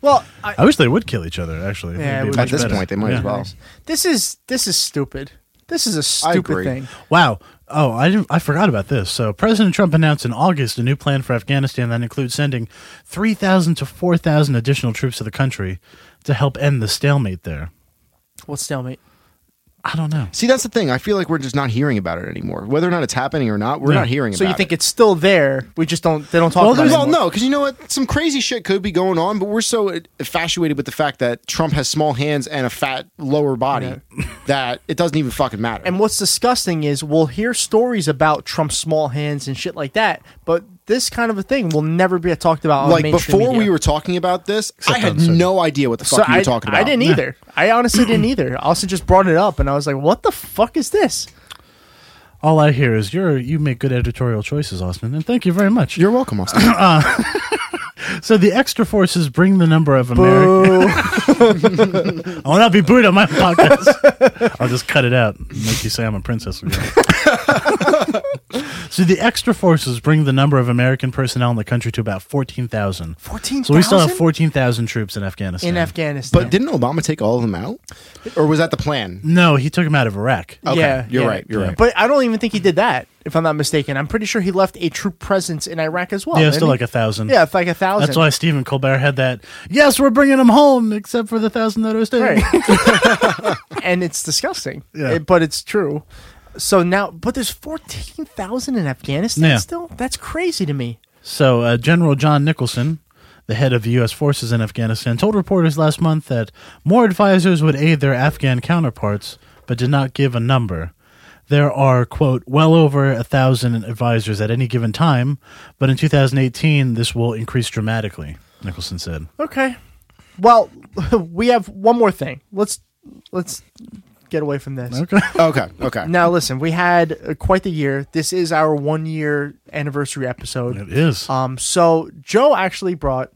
Well, I,
I wish they would kill each other. Actually,
Yeah,
It'd be
it would
much
At this
better.
point, they might
Yeah.
as well.
this is this is stupid. This is a
I
stupid
agree.
thing.
Wow. Oh, I didn't, I forgot about this. So President Trump announced in August a new plan for Afghanistan that includes sending three thousand to four thousand additional troops to the country to help end the stalemate there.
What's stalemate?
I don't know.
See, that's the thing. I feel like we're just not hearing about it anymore. Whether or not it's happening or not, we're
Yeah.
not hearing
So
about
you think
it.
it's still there? We just don't. They don't talk
Well,
about
there's
it.
Well,
anymore.
no, because you know what? Some crazy shit could be going on, but we're so infatuated with the fact that Trump has small hands and a fat lower body <laughs> that it doesn't even fucking matter.
And what's disgusting is we'll hear stories about Trump's small hands and shit like that, but this kind of a thing will never be talked about. On
like
mainstream
before
media.
we were talking about this, I had
on social-
no idea what the
So
fuck you
I,
were talking about. <laughs>
I didn't e- either. I honestly didn't either. Austin just brought it up, and I was like, "What the fuck is this?"
All I hear
<laughs>
is you're you make good editorial choices, Austin, and thank you very much.
You're welcome, Austin.
So the extra forces bring the number of Americans. I will not Oh, be booed on my podcast. <laughs> I'll just cut it out and make you say I'm a
<laughs>
princess again. so the extra forces bring the number of American personnel in the country to about 14,000.
14,000?
So we still have 14,000 troops in
<laughs>
Afghanistan.
In Afghanistan.
But didn't Obama take all of them out? Or was that the plan?
No, he took him out of Iraq.
yeah, yeah.
But
But I don't even think he did that, if I'm not mistaken. I'm pretty sure he left a troop presence in Iraq as well.
yeah,
didn't
still
he?
like a thousand.
Yeah, it's like a thousand.
That's why Stephen Colbert had that. Yes, we're bringing them home, except for the thousand that are staying.
and it's disgusting.
Yeah.
Uh, but it's true. So now, but there's fourteen thousand in Afghanistan
Yeah.
still. That's crazy to me.
So, uh, General John Nicholson, the head of the U.S. forces in Afghanistan, told reporters last month that more advisors would aid their Afghan counterparts, but did not give a number. There are, quote, well over a thousand advisors at any given time, but in 2018, this will increase dramatically, Nicholson said.
Okay. Well, <laughs> we have one more thing. Let's let's get away from this.
<laughs> Okay.
Okay. Okay.
Now listen, we had uh, quite the year. This is our one year anniversary episode. It
is.
Um. So Joe actually brought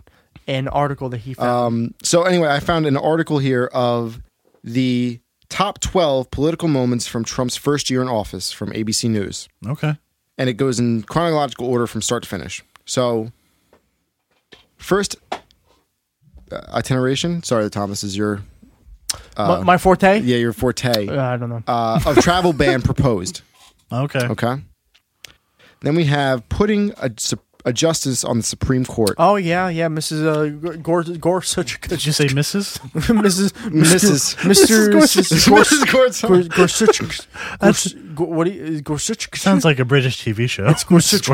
an article that he found.
Um, so anyway, I found an article here of the top 12 political moments from Trump's first year in office from ABC News.
Okay.
And it goes in chronological order from start to finish. So first uh, itineration, sorry Tom, this is your
My- my forte?
Yeah, your forte.
<laughs> Uh, I don't know.
Uh, of travel ban
<laughs>
proposed.
Okay.
Okay. Then we have putting a, su- a justice on the Supreme Court.
Oh yeah, yeah, Mrs. Uh, Gors- Gorsuch. <laughs> Did
you say Mrs.
<laughs> Mrs.
Mrs.
Mr.
Mrs. Gorsuch. Mrs.
Gors-
Gorsuch.
Gorsuch. Gors- Gor- What do you- is Gorsuch?
<laughs> Sounds like a British TV show. It's <laughs>
Gorsuch.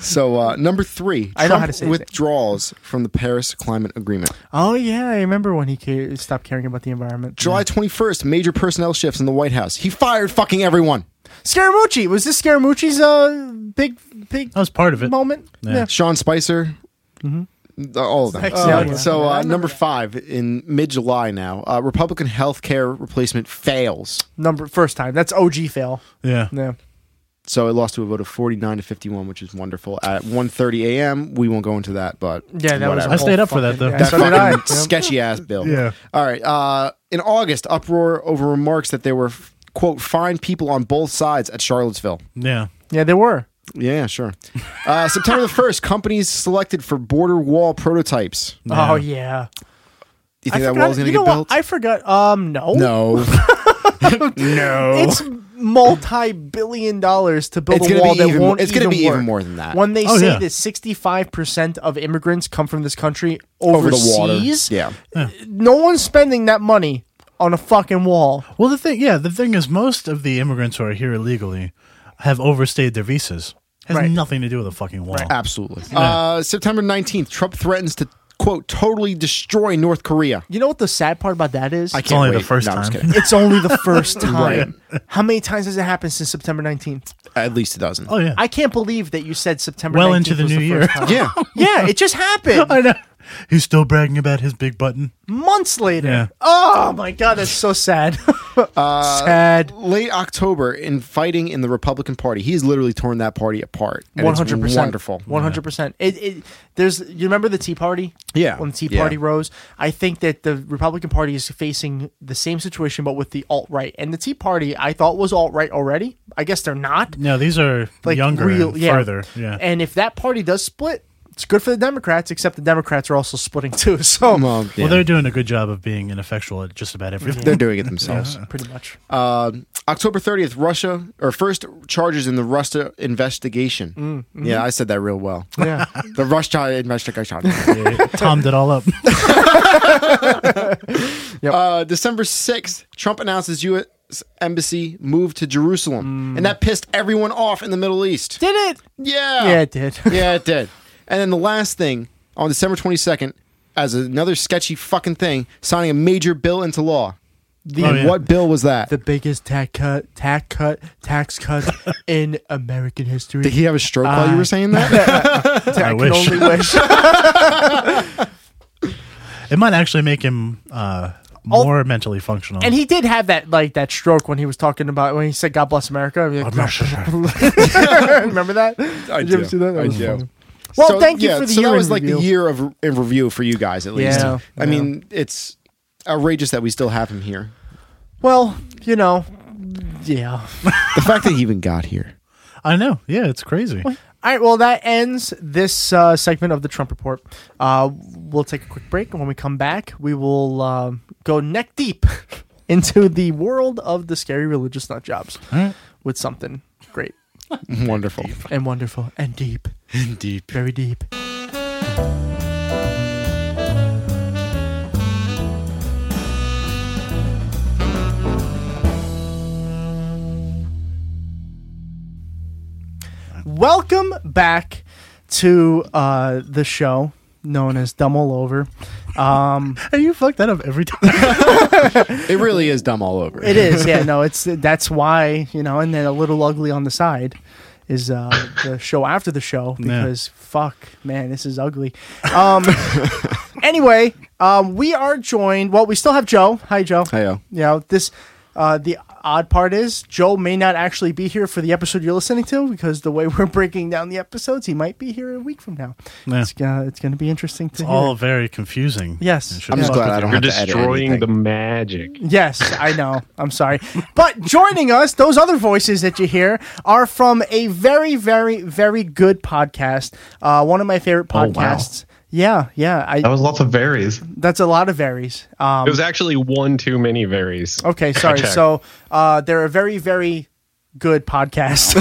So uh, number three,
I know
Trump
how to say his name.
withdraws from the Paris Climate Agreement.
Oh yeah, I remember when he ca- stopped caring about the environment.
July twenty first, major personnel shifts in the White House. He fired fucking everyone.
Scaramucci was this Scaramucci's uh big big
that was part of it
moment. Yeah. Mm-hmm.
Sean Spicer. Uh, All of them.
Next
Uh,
down.
so
I
uh,
remember
number five in mid July now, uh, Republican health care replacement fails.
Number first time. That's OG fail.
Yeah.
Yeah.
So it lost to a vote of forty nine to fifty one, which is wonderful. At 1.30 a.m., we won't go into that, but
Yeah, that was
whatever.
a I stayed whole up for that, fucking- though. yeah, so did I.
fucking
Yep.
sketchy ass bill.
Yeah.
All right. Uh, in August, uproar over remarks that there were quote fine people on both sides at Charlottesville.
Yeah.
Yeah, there were.
Yeah, sure. Uh, September the first, companies selected for border wall prototypes.
Oh yeah.
You think
I
that
forgot-
wall's gonna
you know
get
what?
built?
I forgot. Um, no.
No.
<laughs>
no.
It's multi-billion dollars to build
It's
a
gonna
wall
be
that
even-
won't.
it's gonna
even
be even
work.
more than that.
When they
Oh,
say
yeah.
that sixty-five percent of immigrants come from this country
Over the
overseas,
water. Yeah.
no one's spending that money on a fucking wall.
Well, the thing, yeah, the thing is, most of the immigrants who are here illegally have overstayed their visas. Has nothing to do with a fucking wall.
Absolutely.
Yeah.
Uh, September 19th, Trump threatens to, quote, totally destroy North Korea.
You know what the sad part about that is?
I It's can't only the wait. first No, I'm just time. kidding.
<laughs> It's only the first time. How many times has it happened since September nineteenth?
At least a dozen.
Oh,
I can't believe that you said September.
Well
19th
into the
was
new
the
year.
first
<laughs>
time. <laughs> yeah, it just happened.
I know. He's still bragging about his big button.
Months later.
Yeah.
Oh my god, that's so sad. <laughs>
Uh,
Sad.
Late October, in fighting in the Republican Party, he's literally torn that party apart. and
One
it's
hundred percent.
Wonderful.
One hundred percent. It. it- There's. You remember the Tea Party?
Yeah.
When the Tea
Yeah.
Party rose, I think that the Republican Party is facing the same situation, but with the alt right. And the Tea Party, I thought was alt right already. I guess they're not.
No, these are younger and further. Yeah.
And if that party does split, it's good for the Democrats. Except the Democrats are also splitting too. <laughs> So.
Well, they're doing a good job of being ineffectual at just about everything.
They're doing it
<laughs>
themselves.
Yeah.
Pretty much.
Uh, October 30th, Russia, or first charges in the Russia investigation.
Mm, mhm.
Yeah, I said that real well.
mm-hmm. Yeah.
<laughs> the Russia investigation.
<laughs>
Tommed it all up.
Uh, December 6th, Trump announces U.S. Embassy moved to Jerusalem. And that pissed everyone off in the Middle East.
Mm. Did it?
Yeah.
Yeah, it did.
<laughs> yeah, it did. And then the last thing, on December 22nd, as another sketchy fucking thing, signing a major bill into law.
The-
and
Oh, yeah.
what bill was that?
The biggest tax cut, tax cut,
<laughs>
tax cut in American history.
Did he have a stroke while you were saying that?
<laughs> I, can
wish. <laughs>
only wish. <laughs>
It might actually make him uh,
all-
more mentally functional.
And he did have that like that stroke when he was talking about when he said "God bless America." He was <laughs> like, Remember that?
I
Did you ever
do.
see that? That
I
was
do.
funny. Well, thank you for the
so
year
that
in
was like
review.
the year of in review for you guys, at least.
Yeah,
I mean, it's outrageous that we still have him here.
Well, you know, yeah.
The fact that he even got here.
I know. Yeah, it's crazy.
All right, well, that ends this uh, segment of the Trump Report. Uh, we'll take a quick break, and when we come back, we will uh, go neck deep <laughs> into the world of the scary religious nut jobs with something great
<laughs> Wonderful.
and wonderful and deep.
And deep.
Very deep. Welcome back to uh, the show known as Dumb All Over. Um,
and you fuck that up every <laughs> time.
It really is dumb all over. <laughs>
It is,
<laughs>
yeah. No, it's that's why you know. And then a little ugly on the side is uh, the show after the show
Yeah.
because fuck, man, this is ugly.
<laughs>
Um, anyway, um, we are joined. Well, we still have Joe. Hi, Joe.
Heyo.
You know this. Uh, the odd part is Joe may not actually be here for the episode you're listening to because the way <laughs> we're breaking down the episodes, he might be here a week from now.
Yeah.
It's gonna it's gonna be interesting to hear.
All very confusing.
Yes.
It should
I'm just
fuck
glad
with
I
you.
don't have to edit Destroying anything.
the magic.
Yes, I know. I'm sorry. But joining us, those other voices that you hear are from a very, very, very good podcast. Uh, one of my favorite
Oh, wow.
podcasts. Yeah, yeah. I,
That was lots of varies.
that's a lot of varies. Um,
it was actually one too many varies.
okay, sorry.
checked.
So uh, they're a very, very good podcast.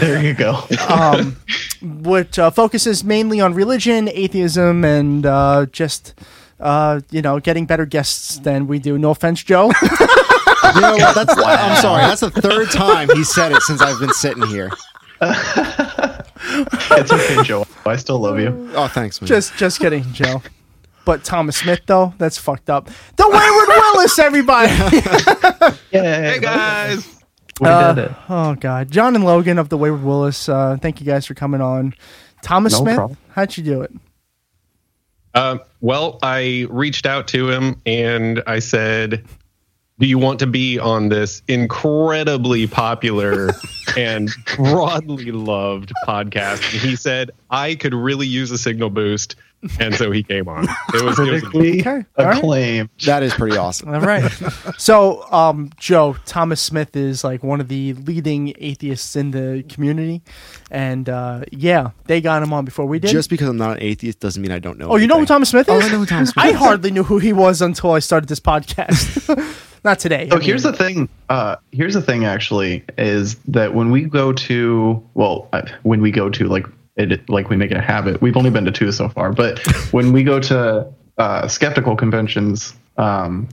<laughs> there you go.
um, which uh, focuses mainly on religion, atheism, and uh, just uh, you know getting better guests than we do. No offense, Joe.
You know what? That's, I'm sorry. That's the third time he said it since I've been sitting here.
it's okay, Joe. I still love you.
Oh, thanks, man.
just just kidding, Joe. But Thomas Smith though, that's fucked up. The Wayward <laughs>
<laughs>
Willis, everybody.
hey guys. We
Uh,
did it.
Oh god, John and Logan of the Wayward Willis. Uh, thank you guys for coming on. Thomas
No
Smith,
problem.
how'd you do it?
Um, well, I reached out to him and I said, "Do you want to be on this incredibly <laughs> popular and broadly loved podcast?" And he said, "I could really use a signal boost," and so he came on. It was, it was <laughs>
acclaimed. That is pretty awesome.
All right. so, um, Joe, Thomas Smith is like one of the leading atheists in the community, and uh, yeah, they got him on before we did.
Just because I'm not an atheist doesn't mean I don't know.
oh, you know who Thomas Smith is?
Oh, I know who
<laughs>
Thomas Smith
I
is.
hardly knew who he was until I started this podcast. <laughs> Not today.
So
I mean-
here's the thing. Uh, here's the thing. Actually, is that when we go to well, I- when we go to like it, like we make it a habit. We've only been to two so
<laughs>
far, but when we go to uh, skeptical conventions, um,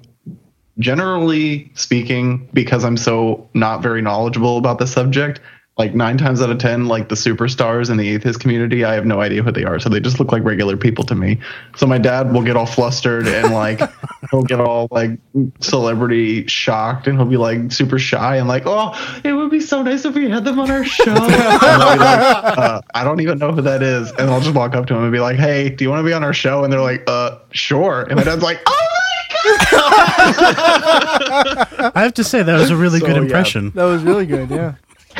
generally speaking, because I'm so not very knowledgeable about the subject. Like nine times out of ten, like the superstars in the atheist community, I have no idea who they are, so they just look like regular people to me. So my dad will get all flustered and <laughs> like he'll get all like celebrity shocked, and he'll be like super shy and like, oh, it would be so nice if we had them on our show. <laughs> And I'll be like, uh, I don't even know who that is, and I'll just walk up to him and be like, hey, do you want to be on our show? And they're like, uh, sure. And my dad's like, oh.
<laughs> I have to say that was a really
So,
good
yeah.
impression.
That was really good. Yeah.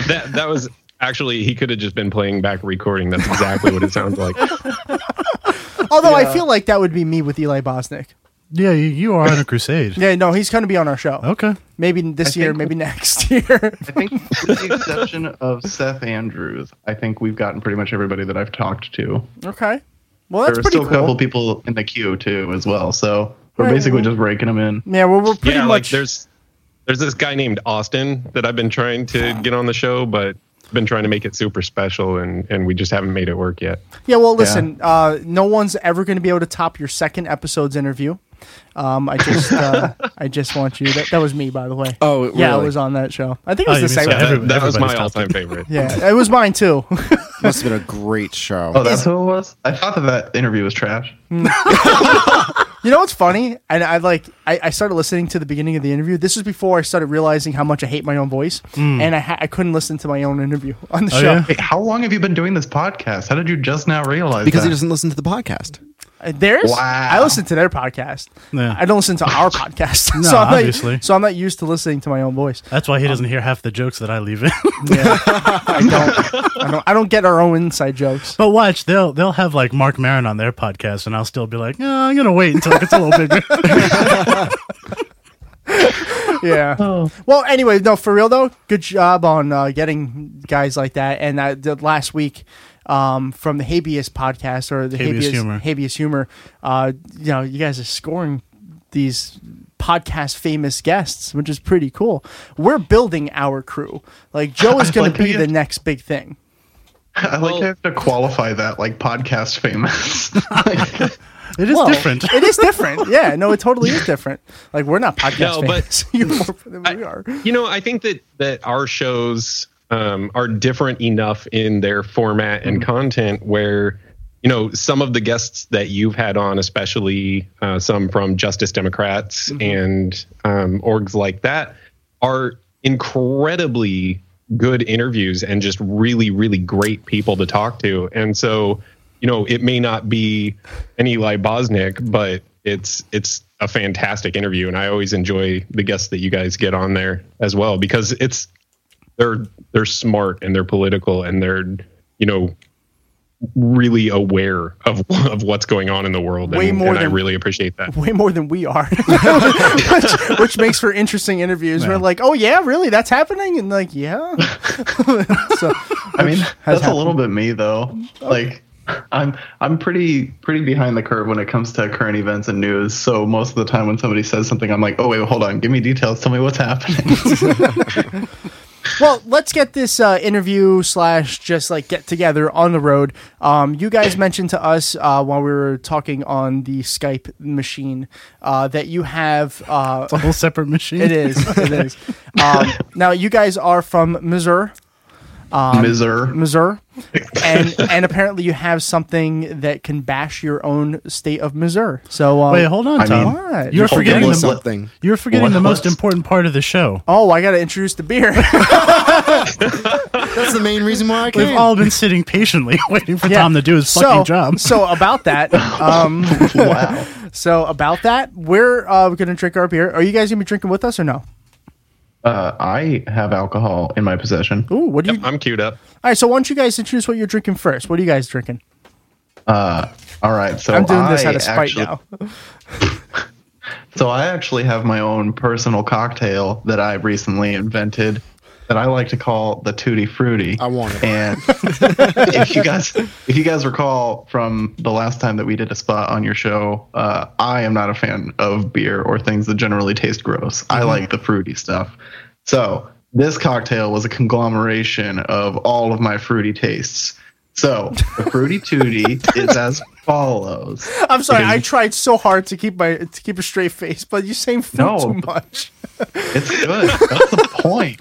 that that was actually he could have just been playing back a recording. That's exactly what it
<laughs>
sounds like.
<laughs> Although I
Yeah.
feel like that would be me with Eli Bosnick.
Yeah, you, you are on a crusade.
Yeah, no, he's going to be on our show.
Okay.
Maybe this
I
year,
think-
maybe next <laughs> year.
I think, with the exception of Seth Andrews, I think we've gotten pretty much everybody that I've talked to.
okay. Well, that's
there are
pretty
still
cool.
a couple people in the queue too, as well. So we're
Right.
basically just breaking them in.
Yeah, well, we're pretty
yeah, like
much.
there's there's this guy named Austin that I've been trying to get on the show, but been trying to make it super special, and and we just haven't made it work yet.
yeah, well, listen, uh, no one's ever going to be able to top your second episode's interview. Um, I
<laughs>
just, uh, I just want you. That, that was me, by the way.
Oh,
yeah, I
really?
was on that show. I think it was
Oh,
the
you mean
same.
so everybody-
That was my
everybody's
all time favorite.
Yeah, it was mine too. <laughs>
Must have been a great show.
Oh, that's who it was. I thought that that interview was trash.
You know what's funny? And I like I, I started listening to the beginning of the interview. This was before I started realizing how much I hate my own voice,
Mm.
and I ha- I couldn't listen to my own interview <laughs> on the
Oh,
show.
yeah? Wait, how long have you been doing this podcast? How did you just now realize?
because he
that?
doesn't listen to the podcast.
Uh, Theirs,
Wow.
I listen to their podcast.
Yeah.
I don't listen to our <laughs> podcast,
No,
so I'm
obviously.
Not, so I'm not used to listening to my own voice.
That's why he doesn't hear half the jokes that
<laughs>
I leave in.
I don't, I don't get our own inside
<laughs>
jokes.
<laughs> But watch, they'll they'll have like Mark Maron on their podcast, and I'll still be like, "Eh, I'm gonna wait until it gets a
<laughs>
little bigger.
yeah. Well, anyway, no, for real though, good job on uh, getting guys like that. And I did last week um, from the Habeas podcast or the
Habeas
Habeas,
Humor.
Habeas humor uh, you know, you guys are scoring these podcast famous guests, which is pretty cool. We're building our crew. Like Joe
<laughs>
is going
Like,
to be the next big thing.
I like to have to qualify that like podcast famous.
It
is
different.
it is
<laughs>
different. Yeah. No, it totally is different. Like we're not podcast
No, but-
famous. <laughs> You're more than we are.
you know, I think that that our shows um, are different enough in their format
Mm-hmm.
and content where you know some of the guests that you've had on, especially uh, some from Justice Democrats and um, orgs like that, are incredibly good interviews and just really, really great people to talk to. And so, you know, it may not be an Eli Bosnick, but it's it's a fantastic interview, and I always enjoy the guests that you guys get on there as well because it's they're they're smart and they're political and they're you know really aware of of what's going on in the world.
Way
and,
more
and I
than-
really appreciate that.
way more than
<laughs>
we are, which, which makes for interesting interviews. We're like, oh yeah, really, that's happening, and like, yeah,
I mean, <laughs> that's
happened.
a little bit me though. Like, I'm I'm pretty pretty behind the curve when it comes to current events and news. So most of the time when somebody says something, I'm like, oh wait, hold on, give me details, tell me what's happening.
well, let's get this uh, interview slash just like get together on the road. Um, you guys mentioned to us uh, while we were talking on the Skype machine uh, that you have uh, it's
a whole separate machine.
It is. It is. Um, now you guys are from Missouri. Um,
Missouri.
Missouri. and and apparently you have something that can bash your own state of Missouri. So um,
Wait, hold on, Tom.
What?
You're forgetting the, You're forgetting the most important part of the show.
Oh, I got to introduce the beer.
That's the main reason why I
We've
came.
all been sitting patiently <laughs> waiting for Tom to do his
<laughs> so,
fucking job.
So
<laughs>
about that, um, <laughs> So about that, we're uh, gonna drink our beer. Are you guys gonna be drinking with us or no?
Uh, I have alcohol in my possession.
Ooh, what do you?
I'm queued up.
All right, so why don't you guys introduce what you're drinking first? What are you guys drinking?
Uh, all right, so
I'm doing this
I
out of spite
actually-
now.
<laughs> So I actually have my own personal cocktail that I recently invented that I like to call the Tutti Frutti. I want it. And if you guys if you guys recall from the last time that we did a spot on your show, uh, I am not a fan of beer or things that generally taste gross.
Mm-hmm.
I like the fruity stuff. So this cocktail was a conglomeration of all of my fruity tastes. So the fruity tootie is as follows.
<laughs> I'm sorry,
It is
I tried so hard to keep my to keep a straight face, but you're saying food
No.
too much.
It's good. That's the point.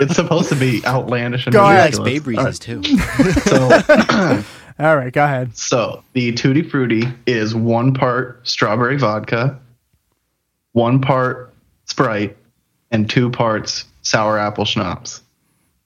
It's supposed to be outlandish and
Go ahead.
ridiculous.
He likes Babe
All
Reese's,
right.
too.
So,
all right, go ahead.
So the tutti frutti is one part strawberry vodka, one part Sprite, and two parts sour apple schnapps.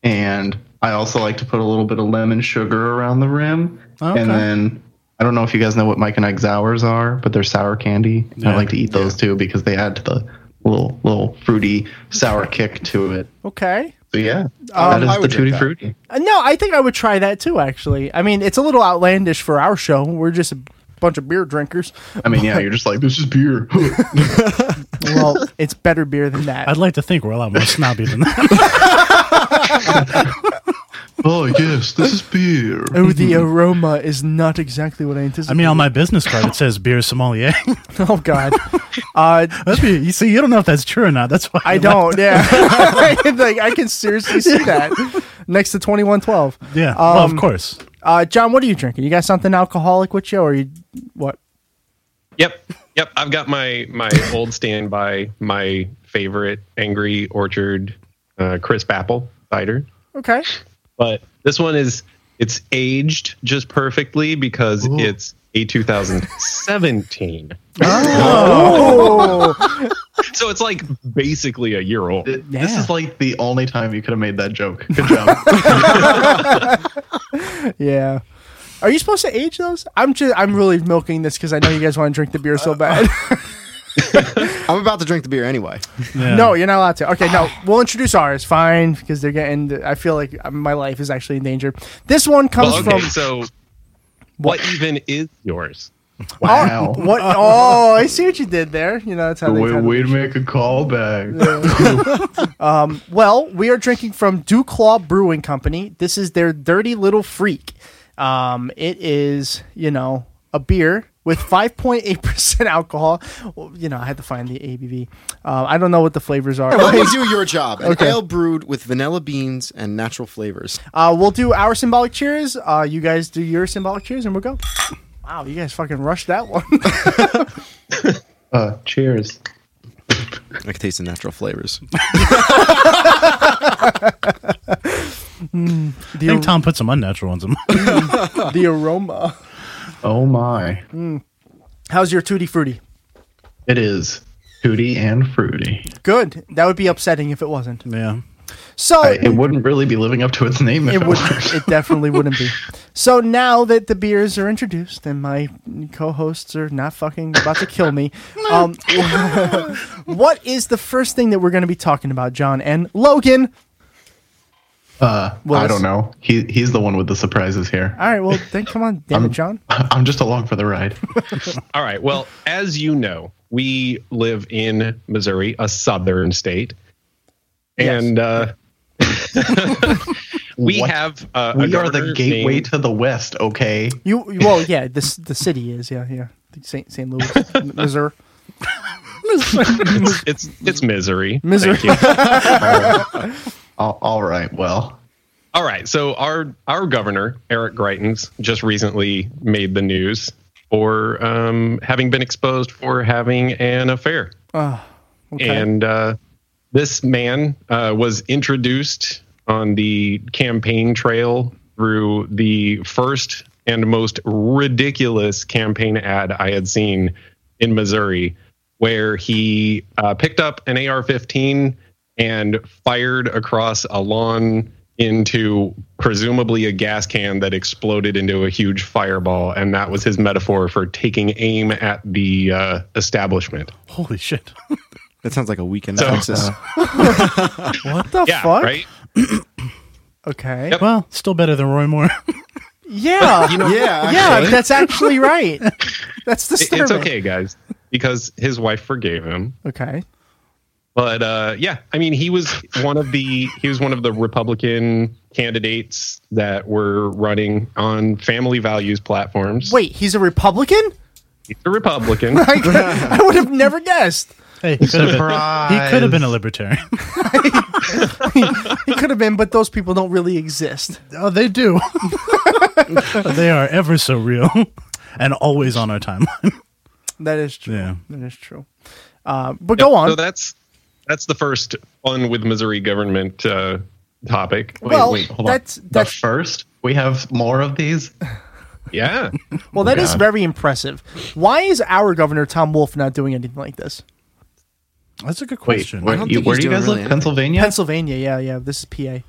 And I also like to put a little bit of lemon sugar around the rim,
Okay.
and then. I don't know if you guys know what Mike and Ike's hours are, but they're sour candy. And I
Yeah.
like to eat those too because they add to the little little fruity sour kick to it.
Okay.
So yeah,
Um,
that
I
is the
would drink
tutti
that.
frutti.
Uh, No, I think I would try that too. Actually, I mean, it's a little outlandish for our show. We're just a bunch of beer drinkers.
I mean, yeah, you're just like this is beer. <laughs>
well, <laughs> it's better beer than that.
I'd like to think we're a lot more snobby than that.
oh yes, this is beer.
Oh, the aroma is not exactly what I
I
anticipated.
mean, on my business card it says beer <laughs> sommelier.
<laughs> oh God, uh,
That's be, eh? you see, you don't know if that's true or not. That's why
I
<laughs> laugh.
don't. Yeah, <laughs> like I can seriously see that next to twenty one twelve.
Yeah, well, of course.
Uh, John, what are you drinking? You got something alcoholic with you, or you what?
Yep, yep. I've got my my old standby, my favorite Angry Orchard uh, crisp apple cider.
Okay.
but this one is it's aged just perfectly because it's a
<laughs>
2017
Oh.
<laughs> so it's like basically a year old
This is like the only
<laughs>
time you could have made that joke. Good job.
yeah. Are you supposed to age those? I'm just I'm really milking this because I know you guys want to drink the beer so bad.
<laughs> I'm about to drink the beer
<laughs>
anyway.
No, you're not allowed to. Okay, no, we'll introduce ours. Fine, because they're getting. I feel like uh, my life is actually in danger. This one comes
Well, okay,
from.
so what even is yours?
Oh, what?
<laughs>
Oh, I see what you did there. You know that's how they. kind of-
make a callback.
um, well, we are drinking from Dewclaw Brewing Company. This is their Dirty Little Freak. Um, it is, you know, a beer with 5.8% alcohol. Well, you know, I had to find the ABV. Uh, I don't know what the
<laughs>
flavors are.
Let me do your job. An
Okay.
ale brewed with vanilla beans and natural flavors.
Uh, we'll do our symbolic cheers. Uh, you guys do your symbolic cheers, and we'll go. Wow, you guys fucking rushed that one.
<laughs>
<laughs>
Uh, cheers.
I can taste the natural flavors.
Mm,
I think Tom put some unnatural ones in.
the aroma.
Oh my.
Mm. How's your tutti frutti?
It is tutti and fruity.
Good. That would be upsetting if it wasn't.
Yeah.
So
I- it wouldn't really be living up to its name. If
Oh, it
it
would
were.
it definitely wouldn't be so now that the beers are introduced and my co-hosts are not fucking about to kill me um, <laughs> what is the first thing that we're going to be talking about john and logan
Uh,
Well,
I
it's-
don't know. He he's the one with the surprises here.
all right well then come on damn it john
<laughs> I'm just along for the ride.
All right. Well, as you know, we live in Missouri, a southern state, and uh, <laughs> we
What?
have uh, a
we are the
governor
gateway
named-
to the west. Okay.
you you-
<laughs>
well yeah this the city is yeah yeah st st louis M- missouri
it's, it's it's misery.
Misery.
Thank you.
All- all right. Well.
All right. So our our governor Eric Greitens just recently made the news for um, having been exposed for having an affair.
oh, okay.
And uh, this man uh, was introduced on the campaign trail through the first and most ridiculous campaign ad I had seen in Missouri, where he uh, picked up an AR 15 and fired across a lawn into presumably a gas can that exploded into a huge fireball. And that was his metaphor for taking aim at the uh, establishment.
Holy shit.
That sounds like a weekend
So-
in Texas.
uh,
what the
Yeah,
fuck
right?
okay
Well, still better than Roy Moore.
<laughs> yeah
You know-
yeah
Yeah,
yeah
actually.
that's
<laughs>
actually right that's
It-
disturbing
it's okay, guys, because his wife forgave him.
okay
But uh, yeah, I mean, he was one of the he was one of the Republican candidates that were running on family values platforms.
wait he's a republican
<laughs>
He's a Republican.
<laughs> I would have never guessed.
Hey, he could have been, he could have been a libertarian.
He could have been, but those people don't really exist.
Oh, they do. <laughs> they are ever so real <laughs> and always on our timeline.
That is true.
Yeah.
That is true. Uh, but go on.
So that's that's the first fun with Missouri government uh, topic.
Wait,
Well,
wait, hold
that's-
on. the first, we have more of these.
Yeah.
well, that is
God.
very impressive. Why is our governor Tom Wolf not doing anything like this?
That's a good
Wait, where, you, where do you guys live? Pennsylvania.
Pennsylvania. Yeah, yeah. This is PA.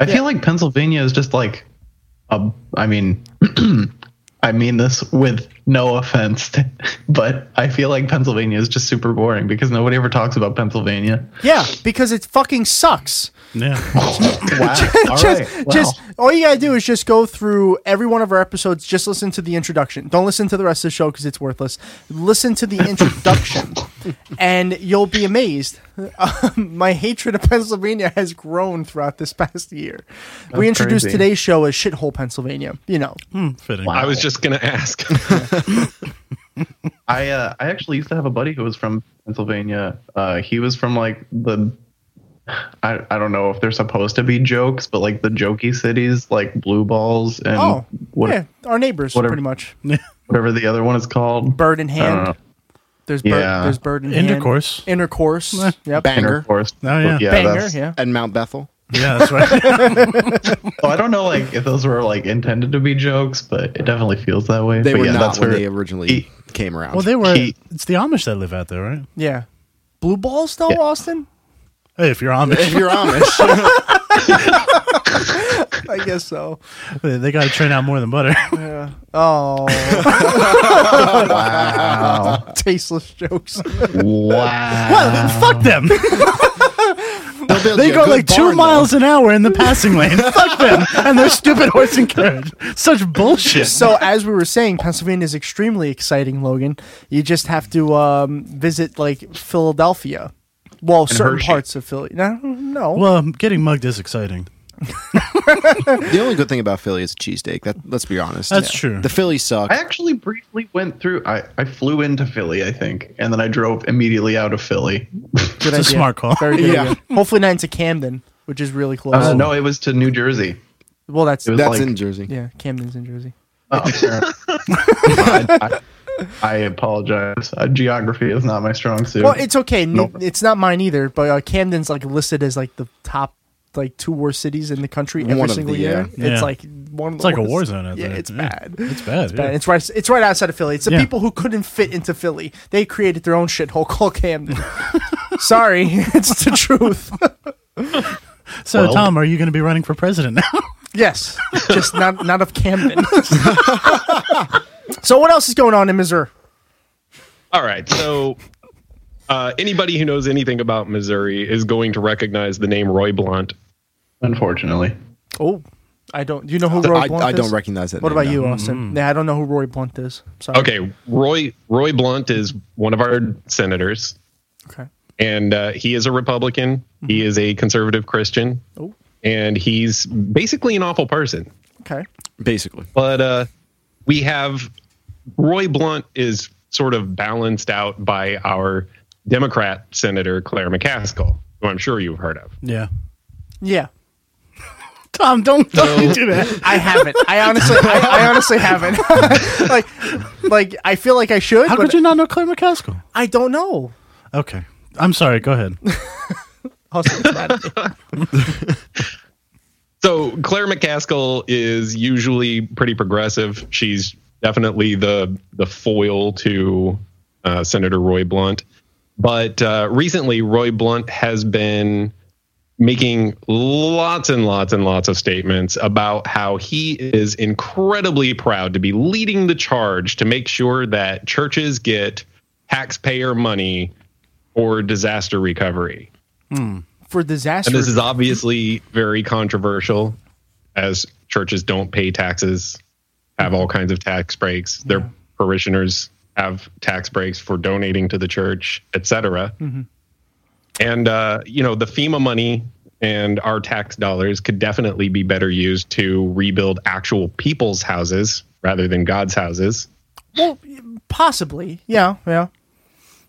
I feel like Pennsylvania is just like, a, I mean, <clears throat> I mean this with no offense, <laughs> to- but I feel like Pennsylvania is just super boring because nobody ever talks about Pennsylvania.
Yeah, because it fucking sucks.
Yeah.
<laughs>
Wow. All
just,
right.
just all you gotta do is just go through every one of our episodes. Just listen to the introduction. Don't listen to the rest of the show because it's worthless. Listen to
<laughs>
the introduction, and you'll be amazed. <laughs> my hatred of Pennsylvania has grown throughout this past year. we
That's
introduced
crazy.
today's show as shithole Pennsylvania. You know,
Fitting.
I was just gonna ask.
I uh, I actually used to have a buddy who was from Pennsylvania. Uh, he was from like the I, I don't know if they're supposed to be jokes, but like the jokey cities like Blue Balls and
oh
what-
yeah, our neighbors
whatever-
pretty much.
whatever the other one is called.
Bird in
I don't
hand.
know.
There's bird,
Yeah.
there's bird in
Intercourse.
hand. intercourse, yep,
Banger.
Intercourse.
Oh, yeah.
But Eh. yeah,
banger,
that's-
yeah.
And Mount Bethel.
Yeah,
<laughs>
that's right.
So I don't know like if those were like intended to be jokes, but it definitely feels that way.
They
But
were
yeah,
not
that's
when
where-
they originally
he-
came around. <laughs>
Well, they were.
He-
it's the Amish that live out there, right?
yeah. Blue balls though, Austin. <laughs>
Hey, if you're Amish.
if you're Amish,
I guess so.
They, they got to churn out more than
<laughs>
butter. <laughs>
Yeah. Oh.
Wow.
<laughs> Tasteless jokes.
Wow. Well, then fuck them.
build
they
you a
go
good
like two
barn,
miles an hour in the passing
<laughs>
lane. fuck them and their stupid horse and carriage. Such bullshit.
So, as we were saying, Pennsylvania is extremely exciting, Logan. You just have to um, visit like Philadelphia. Well,
And
certain
Hershey.
parts of Philly. No, no.
well, getting mugged is exciting.
the only good thing about Philly is cheesesteak. That let's be honest.
That's Yeah. true.
The Phillies suck.
I actually briefly went through. I, I flew into Philly, I think, and then I drove immediately out of Philly. <laughs>
good idea. Very good idea. <laughs> Hopefully, not into Camden, which is really close.
Uh, no, it was to New Jersey.
Well, that's
It was That's like- in
Jersey.
Yeah, Camden's in Jersey.
Oh, <laughs> apparently. I, I, I apologize. Uh, geography is not my strong suit.
Well, it's okay. New-
Nope.
It's not mine either. But uh, Camden's like listed as like the top like two worst cities in the country every
One of
single
the,
year.
yeah. Yeah.
It's like one. Of
It's
the
like a
worst.
war zone out
Yeah,
there.
it's
Yeah.
bad.
It's bad,
It's bad.
yeah.
It's right. It's right outside of Philly. It's the
Yeah.
people who couldn't fit into Philly. They created their own shithole <laughs> called Camden. Sorry, <laughs> it's the truth. <laughs>
So,
Well-
Tom, are you going to be running for president now? <laughs>
yes, just not not of Camden. <laughs> so what else is going on in Missouri?
All right. So, uh, anybody who knows anything about Missouri is going to recognize the name Roy Blunt.
Unfortunately.
Oh, I don't. Do you know who
I-
Roy
I
Blunt is?
don't recognize that
What
name,
about
no.
you, Austin?
Hmm.
Yeah, I don't know who Roy Blunt is.
Oh.
Sorry.
Okay, Roy Roy Blunt is one of our senators.
Okay.
and uh, he is a Republican. He is a conservative Christian,
Oh.
and he's basically an awful person.
Okay.
Basically,
<laughs>
but uh, we have Roy Blunt is sort of balanced out by our Democrat Senator Claire McCaskill, who I'm sure you've heard of.
Yeah.
Yeah.
Tom, <laughs> don't
don't you do
that.
I haven't. <laughs> I honestly, I, I honestly haven't. <laughs> like, like I feel like I should.
How
but
could you not know Claire McCaskill?
I don't know.
Okay. I'm sorry. Go <laughs> ahead.
So Claire McCaskill is usually pretty progressive. She's definitely the the foil to uh, Senator Roy Blunt, but uh, recently Roy Blunt has been making lots and lots and lots of statements about how he is incredibly proud to be leading the charge to make sure that churches get taxpayer money for disaster recovery.
For disaster.
And this is obviously very controversial as churches don't pay taxes, have all kinds of tax breaks. Their parishioners have tax breaks for donating to the church, etc.
Mhm.
And uh, you know, the FEMA money and our tax dollars could definitely be better used to rebuild actual people's houses rather than God's houses.
Well, possibly. Yeah. Yeah.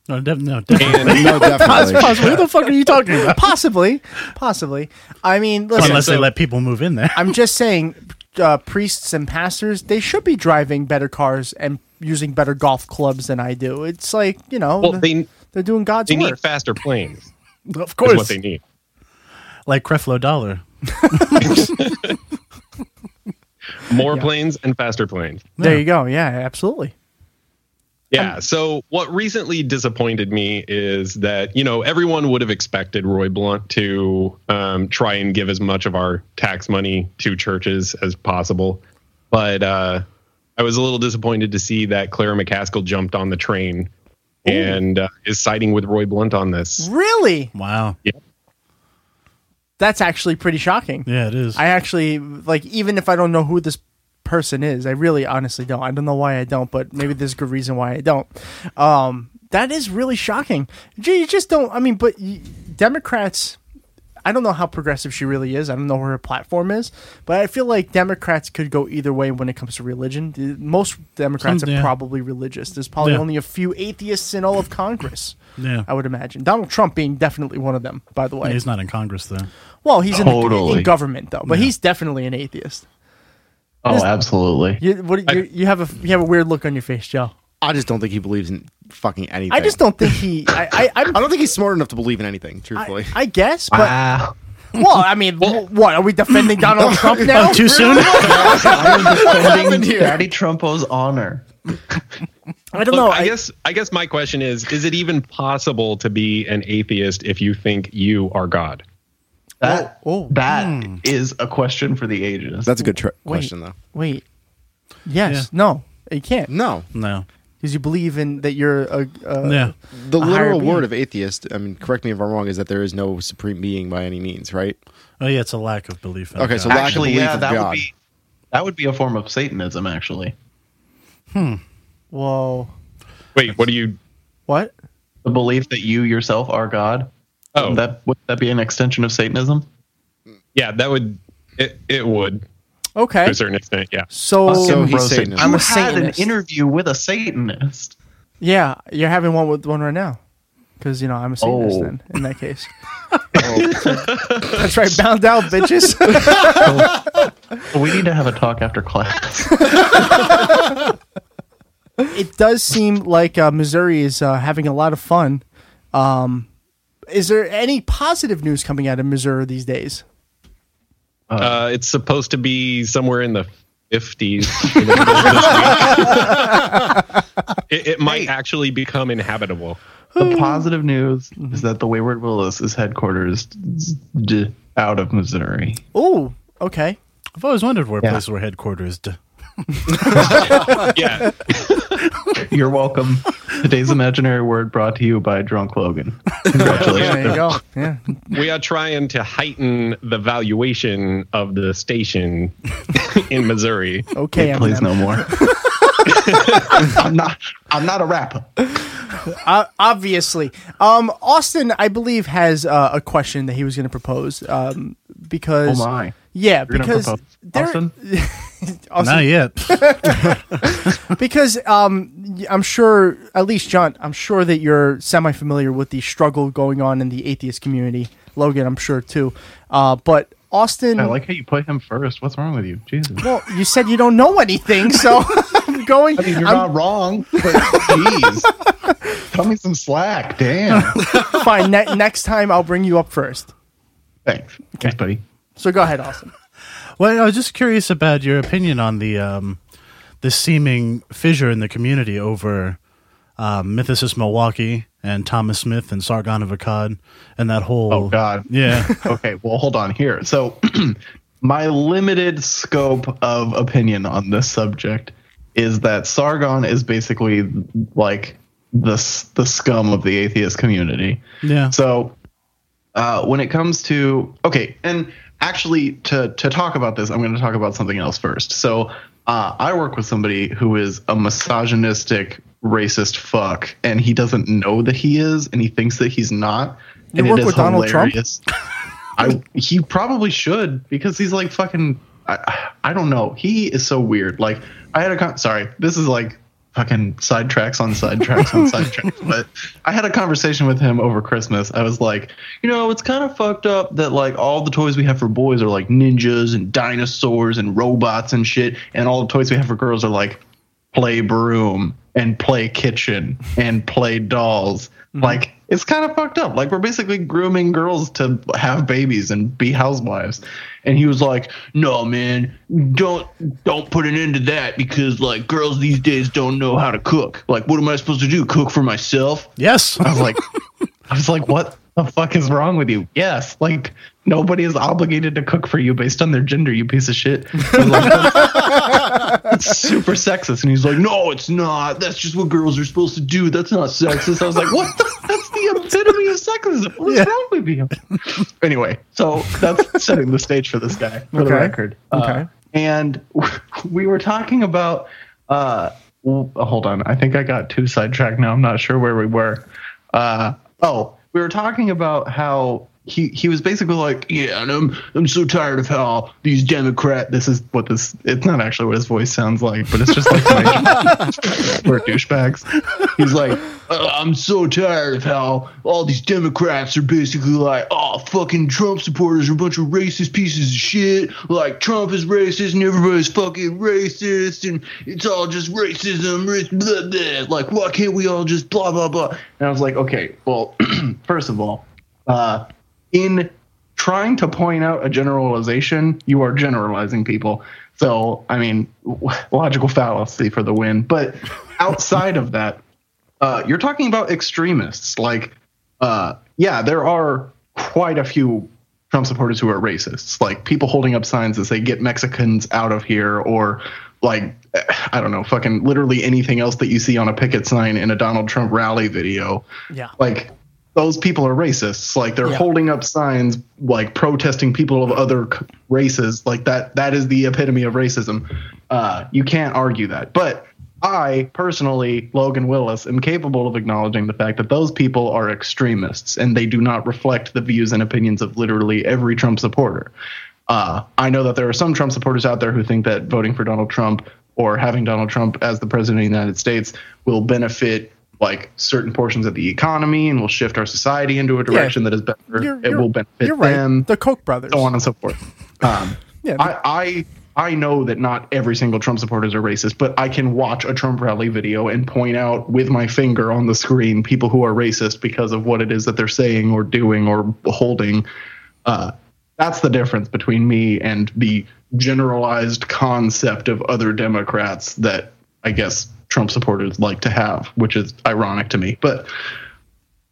No, def- no, definitely.
And- No, definitely.
Poss- possibly. Who the fuck are you talking about?
Possibly. Possibly. I mean, listen.
Unless they let people move in there.
I'm just saying, uh, priests and pastors, they should be driving better cars and using better golf clubs than I do. It's like you know,
Well, they-
they're doing God's
They
work.
need faster planes.
Of
is
course.
what they need.
Like Creflo Dollar.
<laughs> More planes and faster planes.
There you go. Yeah, absolutely.
Yeah.
Um,
so what recently disappointed me is that you know everyone would have expected Roy Blunt to um, try and give as much of our tax money to churches as possible, but uh, I was a little disappointed to see that Clara McCaskill jumped on the train and uh, is siding with Roy Blunt on this.
Really?
Wow.
Yeah.
That's actually pretty shocking.
Yeah, it is.
I actually like even if I don't know who this person is, I really honestly don't. I don't know why I don't, but maybe there's a good reason why I don't. Um, that is really shocking. Gee, You just don't. I mean, but y- Democrats. I don't know how progressive she really is. I don't know where her platform is, but I feel like Democrats could go either way when it comes to religion. The- Most Democrats
Some-
are
yeah.
probably religious. There's probably
Yeah.
only a few atheists in all of Congress.
Yeah.
I would imagine Donald Trump being definitely one of them. By the way,
<laughs> He's not in Congress, though.
well, he's in, the-
Totally.
in government though, but
Yeah.
he's definitely an atheist.
Oh,
This-
absolutely.
You, what, you, you have a you have a weird look on your face, Joe.
I just don't think he believes in fucking anything.
I just don't think he. I I, I'm,
I don't think he's smart enough to believe in anything.
<laughs>
Truthfully,
I guess, but
<laughs>
well, I mean, wh- what are we defending Donald Trump now?
Oh, too soon? I'm defending Daddy Trumpo's honor.
I
Look,
don't know.
I, guess I guess my question is: Is it even possible to be an atheist if you think you are God?
That
oh,
that is a question for the ages.
That's a good tr-
Wait.
question, though.
hmm, Wait. Yes. No. You can't.
No.
No.
Because you believe in that you're a. a
The
a higher
literal
being.
word of atheist, I mean, correct me if I'm wrong, is that there is no supreme being by any means, right?
Oh yeah, it's a lack of belief. In
Okay,
God.
so lack of belief in
that
God.
would be that would be a form of Satanism, actually.
Whoa.
Wait, what do you?
What?
The belief that you yourself are God.
Oh,
that would that be an extension of Satanism?
Yeah, that would it. It would
Okay.
to a certain extent. Yeah.
So- So he's Satanist. I'm
You
a
had an
Satanist.
interview with a Satanist.
Yeah, you're having one with one right now. Because you know I'm a Satanist.
Oh.
Then in that
<laughs>
case. <laughs> That's
Oh.
right. Bound out,
<laughs>
bitches.
we need to have a talk after class.
it does seem like uh, Missouri is uh, having a lot of fun. Um, is there any positive news coming out of Missouri these days?
Uh, it's supposed to be somewhere in the fifties. it, it might actually become inhabitable.
<laughs>
The positive news is that the Wayward Willis is headquarters d- out of Missouri.
Oh, okay.
I've always wondered where
Yeah.
places were headquarters.
yeah.
<laughs> You're welcome. Today's imaginary word brought to you by Drunk Logan. Congratulations.
There you go. Yeah.
We are trying to heighten the valuation of the station in Missouri.
Okay, Wait,
please
<laughs>
no more. I'm not. oh I'm not a rapper.
Uh, obviously, um, Austin, I believe, has uh, a question that he was going to propose um, because.
Oh, my.
Yeah,
You're gonna
because
propose.
there,
Austin?
<laughs> Austin-
Not yet.
<laughs> because um, y- I'm sure, at least John, I'm sure that you're semi familiar with the struggle going on in the atheist community. Logan, I'm sure too. Uh, but Austin,
I like how you put him first. What's wrong with you? Jesus.
well, you said you don't know
<laughs>
anything, so <laughs> I'm going.
I mean, you're
I'm-
not wrong, but jeez, cut me some slack. Damn.
<laughs> Fine. Ne- next time, I'll bring you up first.
Thanks. Thanks, buddy.
So go ahead, Austin.
Well, I was just curious about your opinion on the um, the seeming fissure in the community over um, Mythicist Milwaukee and Thomas Smith and Sargon of Akkad and that whole.
Oh God.
Yeah.
<laughs> okay. Well, hold on here. So, <clears throat> my limited scope of opinion on this subject is that Sargon is basically like the s- the scum of the atheist community.
Yeah.
So, uh, when it comes to okay, and actually to to talk about this, I'm going to talk about something else first. So, uh, I work with somebody who is a misogynistic racist fuck, and he doesn't know that he is, and he thinks that he's not.
You
and
work with Donald Trump?
hilarious. I he probably should because he's like fucking. I, I don't know. He is so weird. Like I had a con- sorry. This is like fucking sidetracks on sidetracks on sidetracks. But I had a conversation with him over Christmas. I was like, you know, it's kind of fucked up that like all the toys we have for boys are like ninjas and dinosaurs and robots and shit, and all the toys we have for girls are like play broom and play kitchen and play dolls. Like it's kind of fucked up. Like we're basically grooming girls to have babies and be housewives. And he was like, "No, man, don't don't put an end to that because like girls these days don't know how to cook. Like what am I supposed to do? Cook for myself?"
Yes.
I was like I was like, "What the fuck is wrong with you?" Yes, like nobody is obligated to cook for you based on their gender, you piece of shit. I was like, it's super sexist. And he's like, no, it's not. That's just what girls are supposed to do. That's not sexist. I was like, what? The? That's the epitome of sexism. What's wrong with you? Anyway, so that's setting the stage for this guy, for
Okay.
the record. Uh,
Okay.
and <laughs> we were talking about. Uh, w- hold on, I think I got too sidetracked now. I'm not sure where we were. Uh, oh, we were talking about how. He, he was basically like, yeah, and I'm I'm so tired of how these Democrat. This is what this. It's not actually what his voice sounds like, but it's just like we're douchebags. He's like, "Uh, I'm so tired of how all these Democrats are basically like, oh, fucking Trump supporters are a bunch of racist pieces of shit. Like, Trump is racist and everybody's fucking racist and it's all just racism, rac- blah, blah. Like, why can't we all just blah, blah, blah? <laughs> And I was like, okay, well, <clears throat> first of all, uh, in trying to point out a generalization, you are generalizing people. So, I mean, <laughs> w- logical fallacy for the win. But outside of that, uh, you're talking about extremists. Like, uh, yeah, there are quite a few Trump supporters who are racists, like people holding up signs that say "Get Mexicans out of here," or like <sighs> I don't know, fucking literally anything else that you see on a picket sign in a Donald Trump rally video.
Yeah.
Like those people are racists. Like they're
Yeah.
holding up signs, like protesting people of other c- races. Like that. That is the epitome of racism. Uh, you can't argue that. But I personally, Logan Willis, am capable of acknowledging the fact that those people are extremists and they do not reflect the views and opinions of literally every Trump supporter. Uh, I know that there are some Trump supporters out there who think that voting for Donald Trump or having Donald Trump as the president of the United States will benefit like certain portions of the economy and will shift our society into a direction that is better.
You're-
it
you're-
will benefit
you're right.
them,
the Koch brothers,
so on and so forth. Um, I, I I know that not every single Trump supporters are racist, but I can watch a Trump rally video and point out with my finger on the screen people who are racist because of what it is that they're saying or doing or holding. Uh, that's the difference between me and the generalized concept of other Democrats that I guess Trump supporters like to have, which is ironic to me. But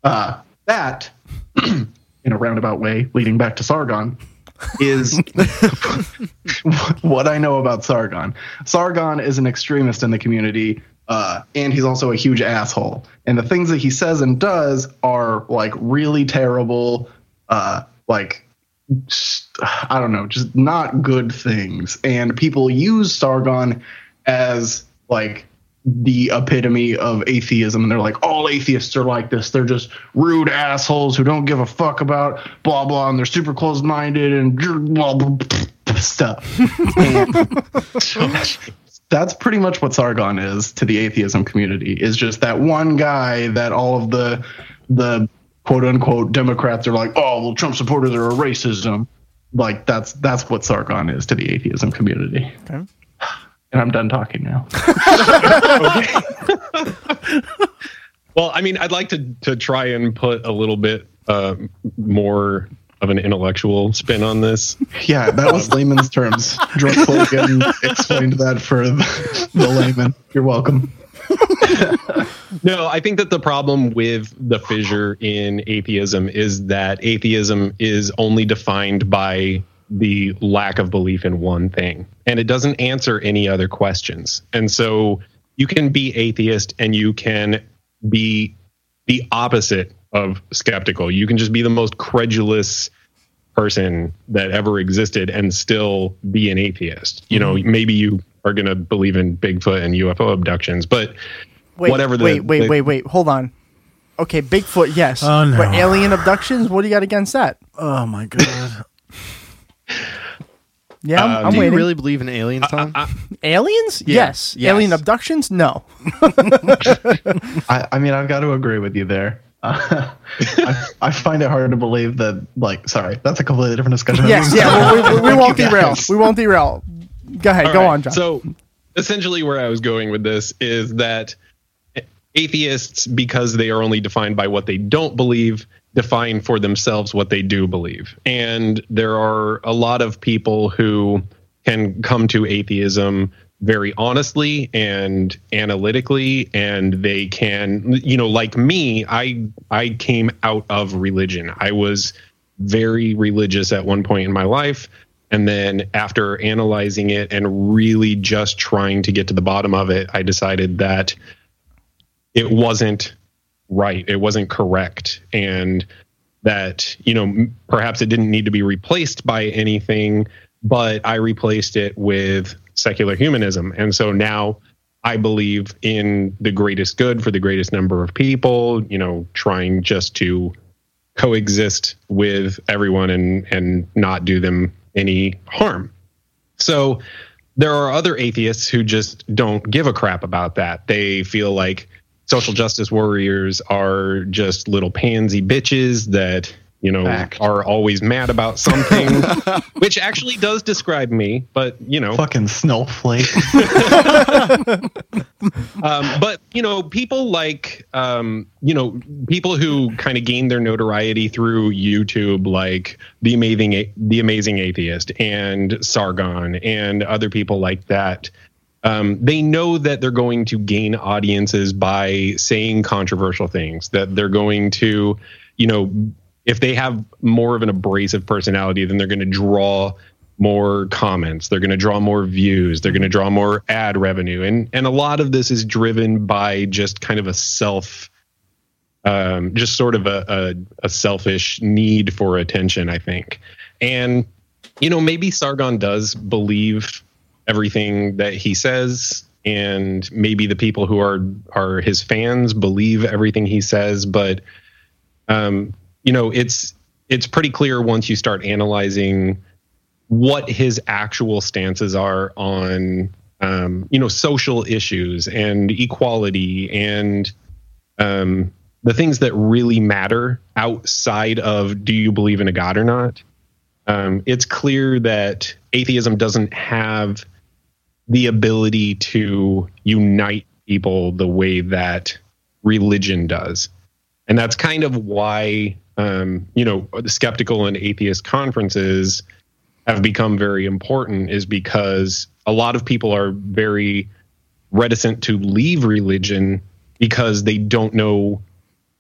uh, that, <clears throat> in a roundabout way, leading back to Sargon, is <laughs> what I know about Sargon. Sargon is an extremist in the community, uh, and he's also a huge asshole. And the things that he says and does are like really terrible, uh, like s- I don't know, just not good things. And people use Sargon as like the epitome of atheism and they're like all atheists are like this they're just rude assholes who don't give a fuck about blah blah and they're super closed-minded and dr- blah, blah, blah, stuff And so that's pretty much what sargon is to the atheism community is just that one guy that all of the the quote unquote democrats are like oh well trump supporters are a racism like that's that's what sargon is to the atheism community
Okay.
and i'm done
<laughs>
talking now
Well, I mean, I'd like to to try and put a little bit uh, more of an intellectual spin on this.
Yeah, that was layman's terms. George Logan explained that for the, the layman. You're welcome.
No, I think that the problem with the fissure in atheism is that atheism is only defined by the lack of belief in one thing, and it doesn't answer any other questions. And so you can be atheist and you can be the opposite of skeptical. You can just be the most credulous person that ever existed and still be an atheist. You know,
Mm-hmm.
maybe you are going to believe in Bigfoot and UFO abductions, but
Wait,
whatever the
wait, wait,
the-
wait, wait. Hold on. Okay, Bigfoot, yes.
Oh, no.
But alien abductions, what do you got against that?
Oh my god.
<laughs> yeah, I'm,
Um,
I'm
do
waiting.
you really believe in aliens, Tom?
aliens?
Yeah,
Yes.
yes.
Alien
<laughs>
abductions? No.
I, I mean, I've got to agree with you there. <laughs> Uh, I, I find it hard to believe that, like, sorry, that's a completely different discussion.
yes, yeah. We, we, we
Thank
won't
you,
derail.
guys.
We won't derail. Go ahead.
All
go
right,
on, John.
So essentially, where I was going with this is that atheists, because they are only defined by what they don't believe, define for themselves what they do believe. And there are a lot of people who can come to atheism very honestly and analytically and they can you know like me i i came out of religion i was very religious at one point in my life and then after analyzing it and really just trying to get to the bottom of it, I decided that it wasn't right. It wasn't correct. And that, you know, m- perhaps it didn't need to be replaced by anything, but I replaced it with secular humanism. And so now I believe in the greatest good for the greatest number of people, you know, trying just to coexist with everyone and and not do them any harm. So there are other atheists who just don't give a crap about that. They feel like social justice warriors are just little pansy bitches that, you know, are always mad about something, which actually does describe me, but, you know,
Fucking snowflake.
um, but you know, people like um, you know people who kind of gain their notoriety through YouTube, like the amazing A- the amazing atheist and Sargon and other people like that. Um, they know that they're going to gain audiences by saying controversial things. That they're going to, you know, if they have more of an abrasive personality, then they're going to draw more comments. They're going to draw more views. They're going to draw more ad revenue. And and a lot of this is driven by just kind of a self, um, just sort of a, a a selfish need for attention. I think, and you know maybe Sargon does believe everything that he says and maybe the people who are are his fans believe everything he says but um you know it's it's pretty clear once you start analyzing what his actual stances are on um you know social issues and equality and um the things that really matter outside of do you believe in a god or not um, it's clear that atheism doesn't have the ability to unite people the way that religion does. And that's kind of why, um, you know, the skeptical and atheist conferences have become very important, is because a lot of people are very reticent to leave religion because they don't know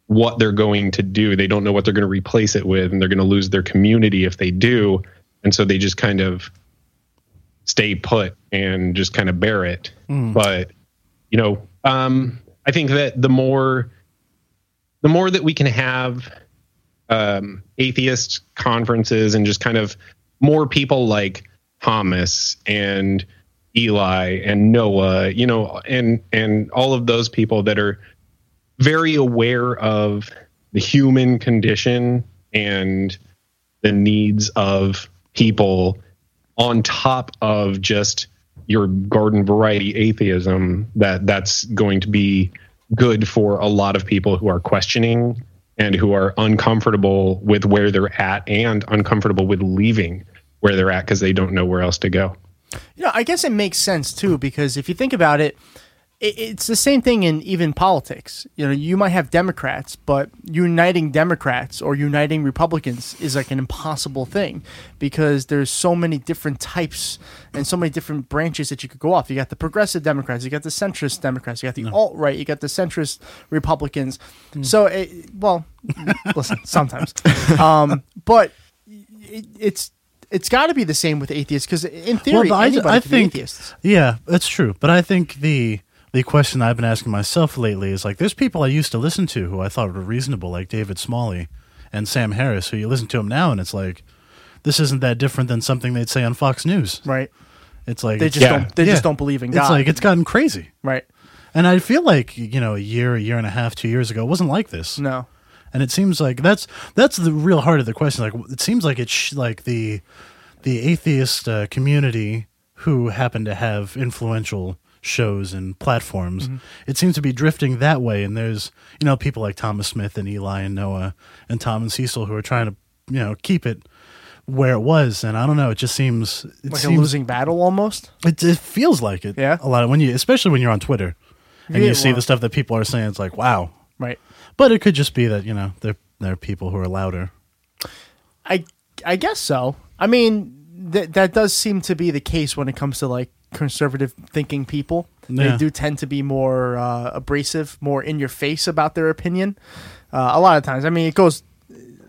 what they're going to do. They don't know what they're going to replace it with, and they're going to lose their community if they do. And so they just kind of stay put and just kind of bear it.
Mm.
But you know, um, I think that the more the more that we can have um, atheist conferences and just kind of more people like Thomas and Eli and Noah, you know, and and all of those people that are very aware of the human condition and the needs of people on top of just your garden variety atheism that that's going to be good for a lot of people who are questioning and who are uncomfortable with where they're at and uncomfortable with leaving where they're at because they don't know where else to go.
You know, I guess it makes sense too because if you think about it, it, it's the same thing in even politics. You know, you might have Democrats, but uniting Democrats or uniting Republicans is like an impossible thing because there's so many different types and so many different branches that you could go off. You got the progressive Democrats, you got the centrist Democrats, you got the alt right, you got the centrist Republicans.
Mm.
So, it, well, <laughs> listen, sometimes, um, but it, it's it's got to be the same with atheists because in theory,
the ide-
anybody could
think,
be atheists.
Yeah, that's true. But I think the the question I've been asking myself lately is like, there's people I used to listen to who I thought were reasonable, like David Smalley and Sam Harris, who you listen to them now, and it's like, this isn't that different than something they'd say on Fox <laughs> News,
right?
It's like
They just don't- they just don't believe in
It's
God.
like it's gotten crazy,
right?
And I feel like you know, a year, a year and a half, two years ago, it wasn't like this.
No.
And it seems like that's that's the real heart of the question. Like it seems like it's sh- like the the atheist uh, community who happen to have influential shows and platforms
Mm-hmm.
Mhm.
it seems to be drifting that way and there's you know people like thomas smith and eli and noah and tom and cecil who are trying to you know keep it where it was and i don't know it just seems it
Like a
seems-
losing battle almost.
it, it feels like it yeah a lot of when you especially when you're on twitter and
Yeah,
you see
well-
the stuff that people are saying it's like wow
Right.
but it could just be that you know there there are people who are louder
I I guess so. I mean, that that does seem to be the case when it comes to like conservative thinking people. They
Yeah.
do tend to be more uh, abrasive, more in your face about their opinion. Uh, a lot of times, I mean, it goes.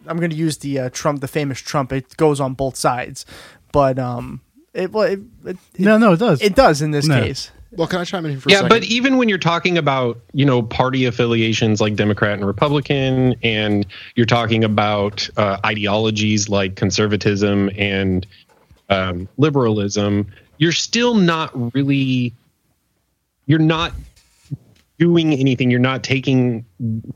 I'm going to use the uh, Trump, the famous Trump. It goes on both sides, but um, it well, it, it
no, no, it does.
It does in this case.
Well, can I chime in here for a
yeah,
second?
but even when you're talking about you know party affiliations like Democrat and Republican, and you're talking about uh, ideologies like conservatism and um, liberalism, you're still not really you're not doing anything. You're not taking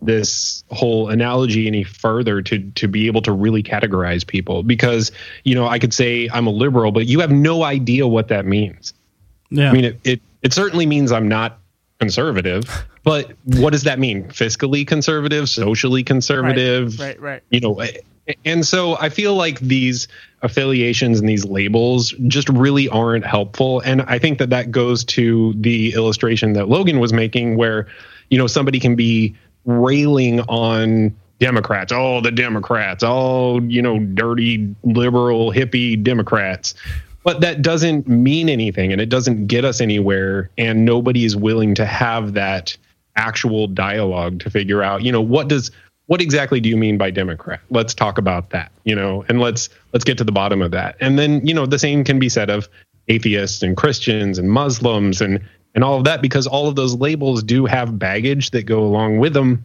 this whole analogy any further to to be able to really categorize people because you know I could say I'm a liberal, but you have no idea what that means.
Yeah.
I mean, it, it, it certainly means I'm not conservative, but what does that mean? Fiscally conservative, socially conservative,
Right, right,
you know, eh, and so I feel like these affiliations and these labels just really aren't helpful. And I think that that goes to the illustration that Logan was making where, you know, somebody can be railing on Democrats, all the Democrats, all, you know, dirty liberal hippie Democrats. But that doesn't mean anything and it doesn't get us anywhere. And nobody is willing to have that actual dialogue to figure out, you know, what does what exactly do you mean by Democrat? Let's talk about that, you know, and let's let's get to the bottom of that. And then, you know, the same can be said of atheists and Christians and Muslims and and all of that because all of those labels do have baggage that go along with them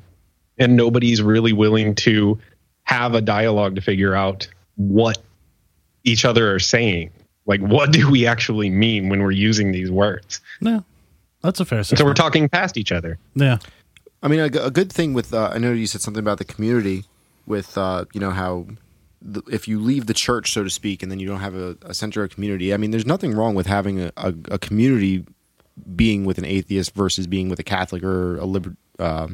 and nobody's really willing to have a dialogue to figure out what each other are saying. Like what do we actually mean when we're using these words?
No, that's a fair.
So we're talking past each other.
Yeah.
I mean, a, g- a good thing with uh, I know you said something about the community with uh, you know how the, if you leave the church, so to speak, and then you don't have a, a center of community. I mean, there's nothing wrong with having a, a, a community being with an atheist versus being with a Catholic or a liber- uh,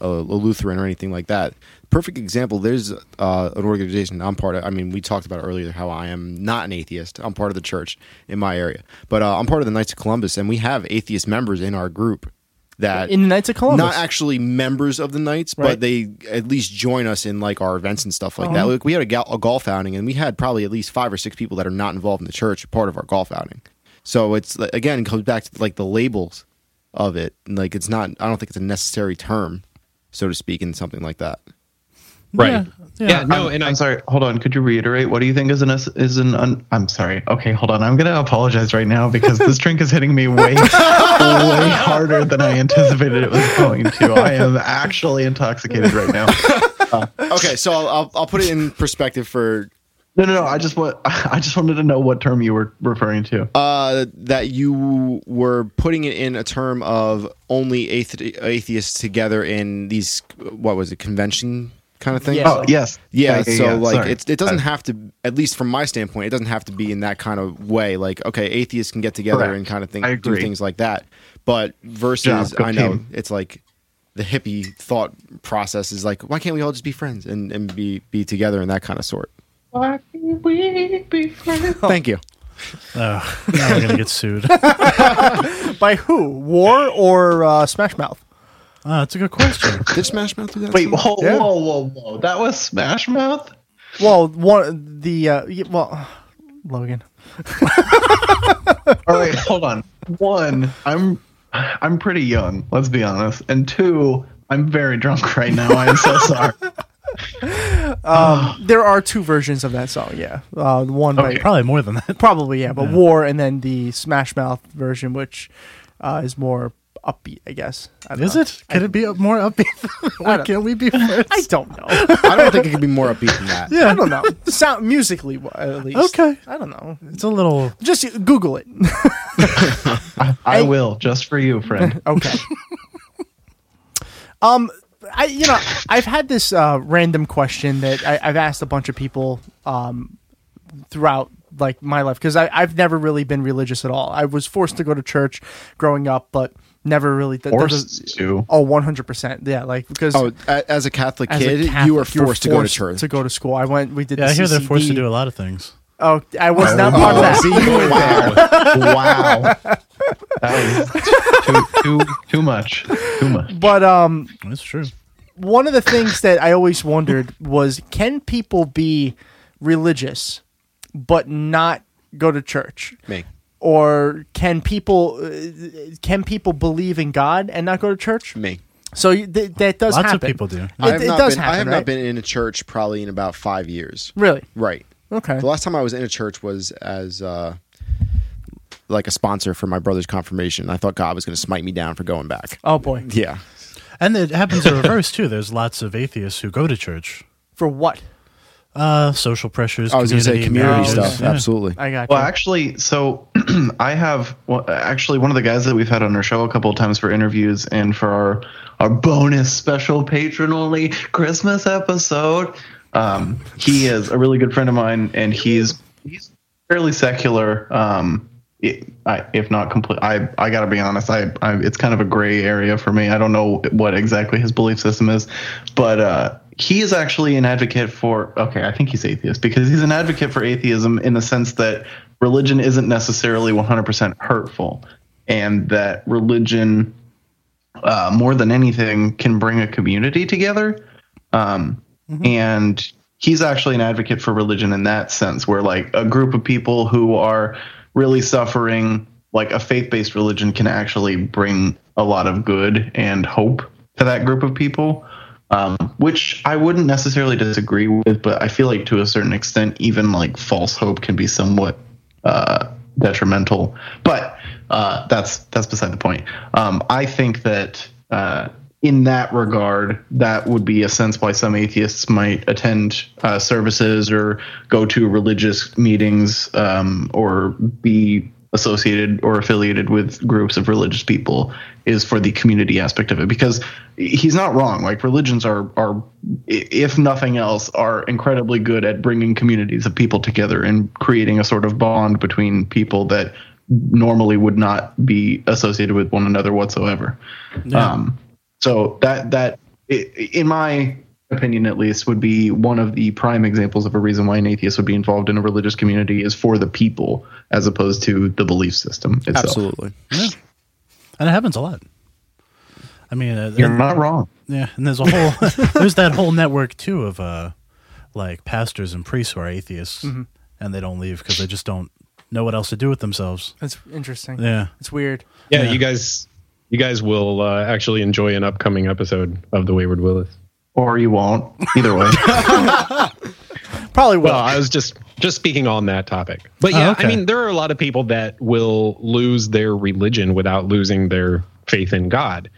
a, a Lutheran or anything like that. Perfect example. There's uh, an organization I'm part of. I mean, we talked about earlier how I am not an atheist. I'm part of the church in my area, but uh, I'm part of the Knights of Columbus, and we have atheist members in our group that
In the Knights of Columbus.
not actually members of the Knights, but
Right.
they at least join us in like our events and stuff like that.
Uh-huh.
Like we had a, gal- a golf outing, and we had probably at least five or six people that are not involved in the church part of our golf outing. So it's like, again it comes back to like the labels of it. And, Like it's not. I don't think it's a necessary term, so to speak, in something like
<laughs>
that.
Right.
Yeah.
no, and I'm sorry. Hold on. Could you reiterate? What do you think is an is an? Un, I'm sorry. Okay, hold on. I'm gonna apologize right now because this drink is hitting me way <laughs> way harder than I anticipated it was going to. I am actually intoxicated right now.
okay, so I'll, I'll I'll put it in perspective for
No, no, no. I just want <laughs> I just wanted to know what term you were referring to.
uh, that you were putting it in a term of only athe- atheists together in these what was it convention kind of things.
Yes. Oh, yes.
yeah.
Yeah, yeah,
so
yeah,
like
sorry.
it it doesn't
I-
have to at least from my standpoint it doesn't have to be in that kind of way. Like okay, atheists can get together
Correct.
and kind of
I
think do
agree.
things like that. But versus
Job, good
I know
team.
it's like the hippie thought process is like why can't we all just be friends and, and be be together and that kind of sort.
Why can we be friends?
<laughs> Thank you.
Oh, now we're gonna get
<laughs>
sued.
By who? War or uh, Smash Mouth?
Uh, that's a good question.
Did Smash Mouth do that?
<laughs> Wait, whoa, whoa, whoa, whoa! That was Smash Mouth.
Well, one the uh, y- well, Logan.
All right, hold on. One, I'm I'm pretty young, let's be honest. And two, I'm very drunk right now. I
<laughs>
am so sorry. Oh,
Um, there are two versions of that song. Yeah, uh, the one by,
Okay. Probably more than that.
Probably yeah, but
Yeah.
War and then the Smash Mouth version, which uh, is more upbeat, I guess. I
Is it? Can it be up more
<laughs>
upbeat? <laughs> Why can't we be friends?
I don't know.
I don't think it can be more upbeat than that.
Yeah, I <laughs> don't know. Sound musically w- at least.
Okay.
I don't know.
It's a little.
Just Google it.
I will, just for
<laughs>
you, friend.
Okay. Um, I you know I've had this uh, random question that I, I've asked a bunch of people um, throughout like my life because I've never really been religious at all. I was forced to go to church growing up, but never really that- that was-
Forced to.
Oh, one hundred percent. Yeah, like because
Oh, a- as a Catholic
as a
kid,
Catholic,
you were forced, to go to church.
to go to school. I went. We did.
Yeah,
the
I hear they're forced to
CCD.
do a lot of things.
Oh, I was not
Oh,
part of that.
see, you were
wow. That was too, too, too much. Too much.
But um,
That's true.
one of the things that I always wondered was can people be religious but not go to church?
Me.
Or can people uh, can people believe in God and not go to church?
Me.
So you- th- that does
Lots of
happen.
people do.
It,
I have,
it
not,
does
been,
happen.
I have
right?
not been in a church probably in about five years.
Really?
Right.
Okay.
The last time I was in a church was as uh, like a sponsor for my brother's confirmation. I thought God was going to smite me down for going back.
Oh boy.
Yeah.
And it happens the reverse too. There's lots of atheists who go to church.
For what?
Uh, social pressures.
I was going to say community
marriages,
stuff.
yeah.
Absolutely.
I got
Well, actually, so <clears throat> I have well, actually one of the guys that we've had on our show a couple of times for interviews and for our our bonus special patron only Christmas episode. Um, he is a really good friend of mine, and he's he's fairly secular. Um, i I, if not complete, I I gotta be honest. I, I it's kind of a gray area for me. I don't know what exactly his belief system is, but uh, he is actually an advocate for. Okay, I think he's atheist because he's an advocate for atheism in the sense that religion isn't necessarily 100% hurtful, and that religion uh, more than anything can bring a community together um, and he's actually an advocate for religion in that sense where like a group of people who are really suffering like a faith-based religion can actually bring a lot of good and hope to that group of people um, which I wouldn't necessarily disagree with, but I feel like to a certain extent, even like false hope can be somewhat uh, detrimental. But uh, that's that's beside the point. Um, I think that uh, in that regard, that would be a sense why some atheists might attend uh, services or go to religious meetings um, or be associated or affiliated with groups of religious people is for the community aspect of it because he's not wrong like religions are are i- if nothing else are incredibly good at bringing communities of people together and creating a sort of bond between people that normally would not be associated with one another whatsoever
Yeah.
um so that that i- in my opinion at least would be one of the prime examples of a reason why an atheist would be involved in a religious community is for the people as opposed to the belief system itself.
Absolutely.
Yeah. And it happens a lot. I mean, uh,
You're
and-
not wrong.
Yeah, and there's a whole <laughs> there's that whole network too of uh like pastors and priests who are atheists
Mhm.
and they don't leave because they just don't know what else to do with themselves.
That's interesting.
Yeah.
It's weird.
Yeah, you guys, you guys will uh, actually enjoy an upcoming episode of the Wayward Willis,
or you won't. Either way,
<laughs>
probably
will. Well, I was just just speaking on that topic, but
Oh,
yeah,
okay.
I mean, there are a lot of people that will lose their religion without losing their faith in God,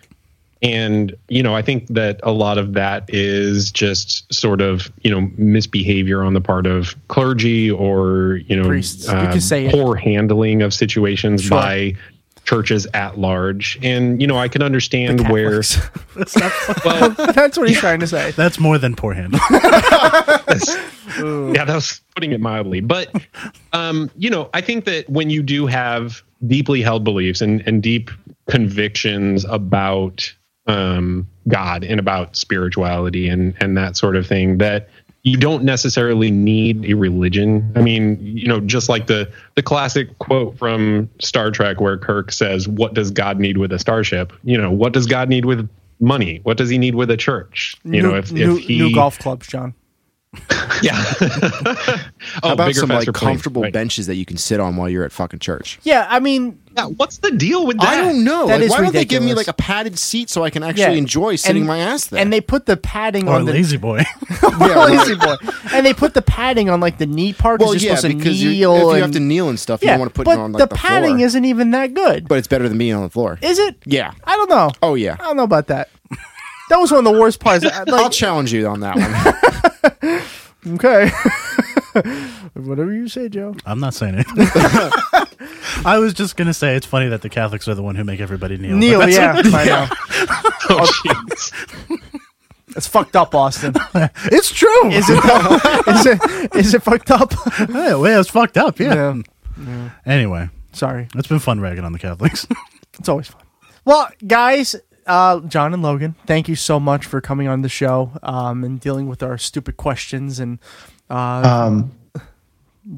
and you know, I think that a lot of that is just sort of you know misbehavior on the part of clergy or you know um,
Priests. You can say it.
poor handling of situations by churches at large and you know i can understand where
<laughs> That's, not, <laughs> that's what he's trying to say.
That's more than poor handle.
yeah, that was putting it mildly. But um, you know, I think that when you do have deeply held beliefs and and deep convictions about um, God and about spirituality and and that sort of thing, that you don't necessarily need a religion. I mean, you know, just like the the classic quote from Star Trek where Kirk says, "What does God need with a starship?" You know, what does God need with money? What does he need with a church? You know, if
new,
if he
new golf clubs, John.
How about
Oh, bigger,
some like
faster planes,
comfortable benches that you can sit on while you're at fucking church?
Yeah, I mean,
yeah, what's the deal with
I don't know.
That
Like,
is
why don't they give me
ridiculous.
like a padded seat so I can actually enjoy
And-
sitting my ass there? <laughs>
And they put the padding
Or
on the
lazy boy.
<laughs> lazy boy. And they put the padding on like the knee part. 'cause
well,
you're
yeah,
supposed to
because you-
kneel.
if you
and-
have to kneel and stuff, you
yeah,
don't want to put
but
it on like
the,
the,
padding
floor.
isn't even that good,
but it's better than being on the floor.
is it?
Yeah.
I don't know.
Oh yeah.
I don't know about that. That was one of the
<laughs>
worst parts. I-
I'll
like,
challenge you on that one.
okay. <laughs> Whatever you say, Joe.
I'm not saying it.
<laughs>
I was just gonna say it's funny that the Catholics are the one who make everybody kneel. but
Kneel,
that's-
yeah, I know.
<laughs>
It's fucked up, <laughs> Austin.
it's true.
Is it? though? <laughs> is it? Is it fucked up? <laughs>
Yeah, well, it's fucked up. Yeah. Anyway,
sorry.
It's been fun ragging on the Catholics.
It's always fun. Well, guys, uh, John and Logan, thank you so much for coming on the show um, and dealing with our stupid questions and. Uh,
<laughs> um,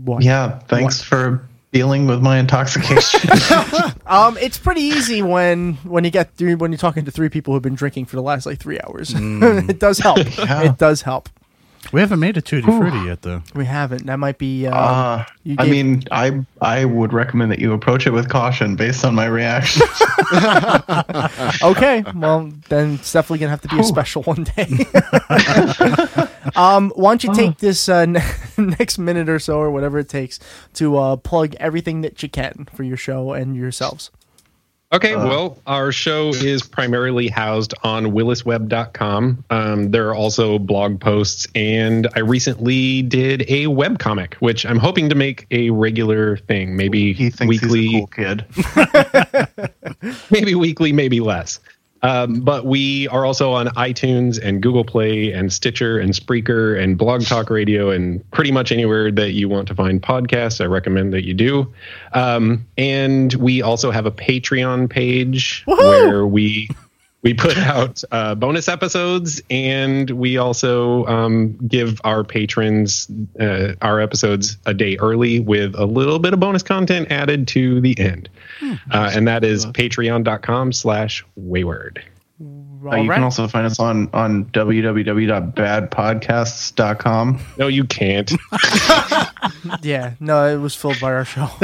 what?
yeah, thanks for dealing with my intoxication.
Um, it's pretty easy when when you get through when you're talking to three people who've been drinking for the last like three hours. <laughs> it does help. It does help.
<laughs> We haven't made a tutti frutti yet, though.
We haven't. That might be. Uh,
Uh,
you
I
gave-
mean, I I would recommend that you approach it with caution based on my
<laughs>
reaction.
okay. Well, then it's definitely gonna have to be a special one <laughs> day. um, why don't you take this uh, <laughs> ne- next minute or so or whatever it takes to uh, plug everything that you can for your show and yourselves.
Okay,
Uh.
well, our show is primarily housed on willisweb.com. Um, there are also blog posts, and I recently did a webcomic, which I'm hoping to make a regular thing, maybe weekly.
kid.
<laughs> maybe weekly, maybe less. Um, but we are also on iTunes and Google Play and Stitcher and Spreaker and Blog Talk Radio and pretty much anywhere that you want to find podcasts. I recommend that you do. Um, and we also have a Patreon page where we we put out uh, bonus episodes and we also um, give our patrons uh, our episodes a day early with a little bit of bonus content added to the end uh, and that is patreon.com slash wayward
Uh, you can also find us on on www.badpodcasts.com.
No, you <laughs> can't.
Yeah. No, it was filled by our show.
I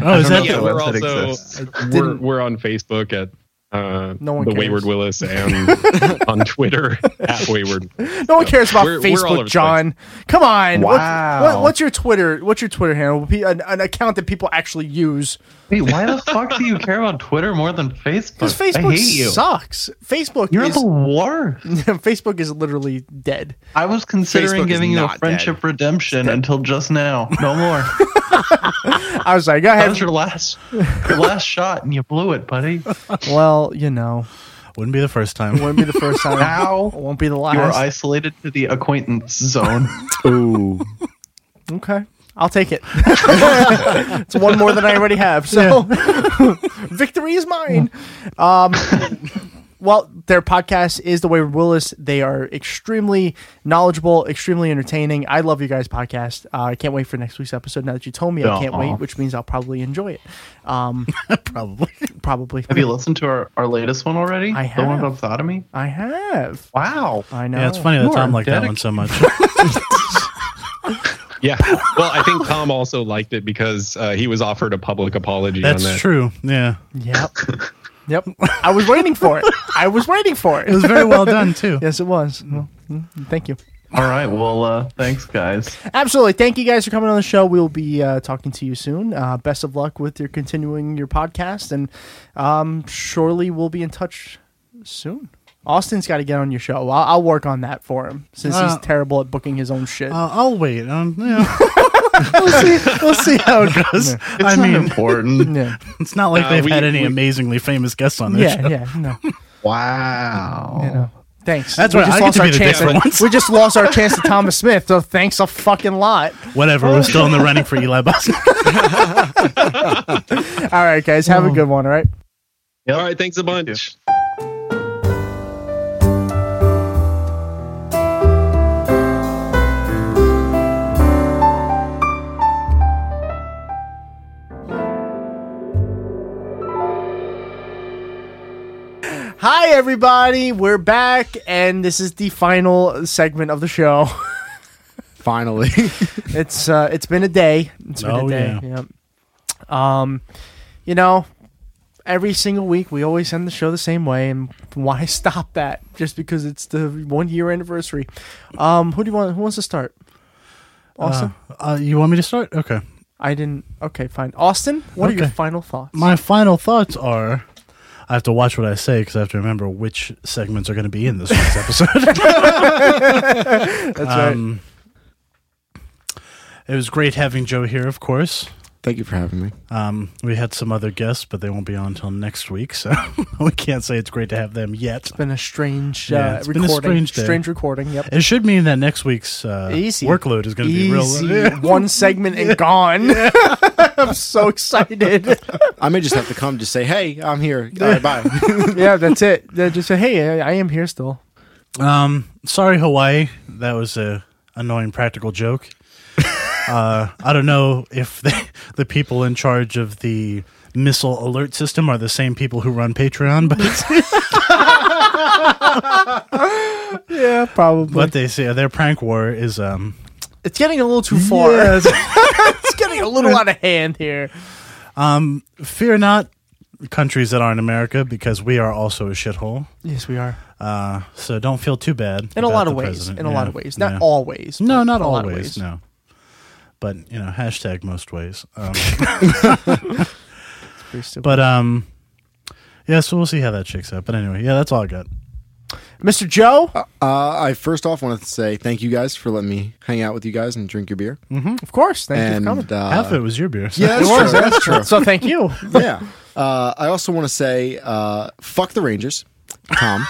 don't know if
yeah,
the
we're
Oh,
website
also uh,
exists.
we're, we're on facebook at uh,
No one
the
cares.
Wayward
<laughs>
Willis and on Twitter at Wayward.
<laughs> No one cares about
We're- we're all over
Facebook,
the
John. Come on. What-
Wow.
what- what's your Twitter? What's your Twitter handle? Pe- An, an account that people actually use.
Wait, why <laughs> the fuck do you care about Twitter more than Facebook?
Because
I
Facebook
hate you.
sucks. Facebook.
You're
is,
the worst.
<laughs> Facebook is literally dead.
I was considering
Facebook is
giving you a
not
friendship redemption until just now. <laughs> No more.
I was like, go ahead.
That was your last, your last shot, and you blew it, <laughs> buddy.
well, you know,
wouldn't be the first time.
Wouldn't be the first
<laughs>
time.
Now
won't be the last.
You are isolated to the acquaintance <laughs> zone.
Ooh.
Okay. I'll take
<laughs>
it. it's one more than I already have. So <laughs> victory is mine. Um, well, their podcast is The Wayward Willis. They are extremely knowledgeable, extremely entertaining. I love you guys' podcast. Uh, I can't wait for next week's episode. Now that you told me, I can't
Aw.
wait, which means I'll probably enjoy it. Um,
uh-huh. <laughs> probably.
Probably.
Have you listened to our, our latest one already? I The one
have.
about sodomy?
I have.
Wow.
I know.
Yeah, it's funny that
You
Tom
are
liked that one
dedicated.
so much.
<laughs>
Yeah. Well, I think Tom also liked it because uh, he was offered a public apology
That's
on that.
true. Yeah.
Yep. <laughs> Yep. I was waiting for it. I was waiting for it.
It was
<laughs>
very well
<laughs>
done, too.
yes, it was. Well, mm, thank you.
All right. Well, uh, thanks, guys.
Absolutely. Thank you guys for coming on the show. We'll be uh, talking to you soon. Uh, best of luck with your continuing your podcast, and um, surely we'll be in touch soon. Austin's got to get on your show. I'll, I'll work on that for him since
Uh,
he's terrible at booking his own shit.
Uh, <laughs> I'll wait. Um,
<laughs>
yeah.
we'll, see, we'll see how it goes.
I mean,
important.
<laughs> it's not like
Uh,
they've
we-
had any
we-
amazingly famous guests on their
yeah,
show.
yeah, no.
Wow.
You know, thanks.
That's
we
right,
just
I get
lost
to
our
be the
chance.
different ones.
we just lost our chance
<laughs>
to Thomas Smith. So thanks a fucking lot.
Whatever. We're still in the running for Eli Boston.
<laughs> All right, guys. Have a good one. All right.
All right. Thanks a bunch.
Hi, everybody. We're back, and this is the final segment of the
<laughs>
show. <laughs>
Finally, <laughs>
it's uh, it's been a day. It's been
Oh,
a day. Yeah. Um, you know, every single week we always end the show the same way, and why <laughs> stop that? Just because it's the one year anniversary. Um, who do you want? Who wants to start? Austin.
Uh, uh, you want me to start? Okay.
I didn't. Okay, fine. Austin, what are your
Okay.
final thoughts?
My final thoughts are I have to watch what I say because I have to remember which segments are going to be in this week's episode.
That's <laughs>
um,
right.
It was great having Joe here, of course.
Thank you for having me.
Um, we had some other guests, but they won't be on until next week, so <laughs> we can't say it's great to have them yet. It's
been a strange
Yeah,
uh,
it's been a
recording.
strange day.
recording. Yep.
It should mean that next week's uh,
Easy.
workload is going to be real. uh,
Easy.
<laughs>
One segment and gone. <laughs> I'm so
<laughs>
excited.
I may just have to come to say, hey, I'm <laughs> here. All right, bye.
yeah, that's it. They just say, "Hey, I I am here
<laughs>
still."
Um, sorry, Hawaii. That was a annoying
<laughs>
practical joke. uh, I don't know if <laughs> the, the people in charge of the missile alert system are the same people who run Patreon, but
yeah, probably.
but they say their prank war is um
it's getting a little too far.
Yes.
it's getting a little out of hand here.
<laughs> um fear not countries that aren't America because we are also a shithole.
Yes, we are.
Uh, so don't feel too bad
In a
about
lot of
the
ways.
president.
In a
Yeah,
lot of ways. Not
yeah.
always.
No,
but
not
a lot of
always.
ways.
No. But you know, hashtag most ways.
<laughs>
Um,
pretty stupid.
but um, yeah. So we'll see how that shakes out. But anyway, yeah, that's all I got.
Mr. Joe?
Uh, I first off want to say thank you guys for letting me hang out with you guys and drink your beer.
Mm-hmm. Of course. Thank
and,
you for coming.
Uh,
Half of it was your beer. so-
Yeah, that's
It was,
true.
that's
That's
true.
true.
So thank you.
yeah. Uh, I also want to say, uh, fuck the Rangers, Tom.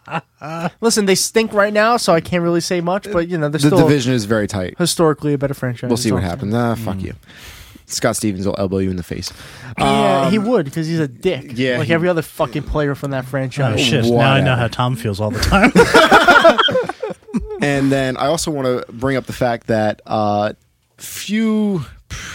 <laughs> Listen, they stink right now, so I can't really say much. But you know, they're
the
still
division is very tight.
historically a better franchise.
We'll see
That's
what
all I'm
happens. Ah, fuck you. Scott Stevens will elbow you in the face.
Yeah,
Um,
he would because he's a dick.
yeah,
like
he-
every other fucking player from that franchise.
<laughs> Oh, shit. Now I know how Tom feels all
<laughs>
the time. <laughs>
and then I also want to bring up the fact that uh, few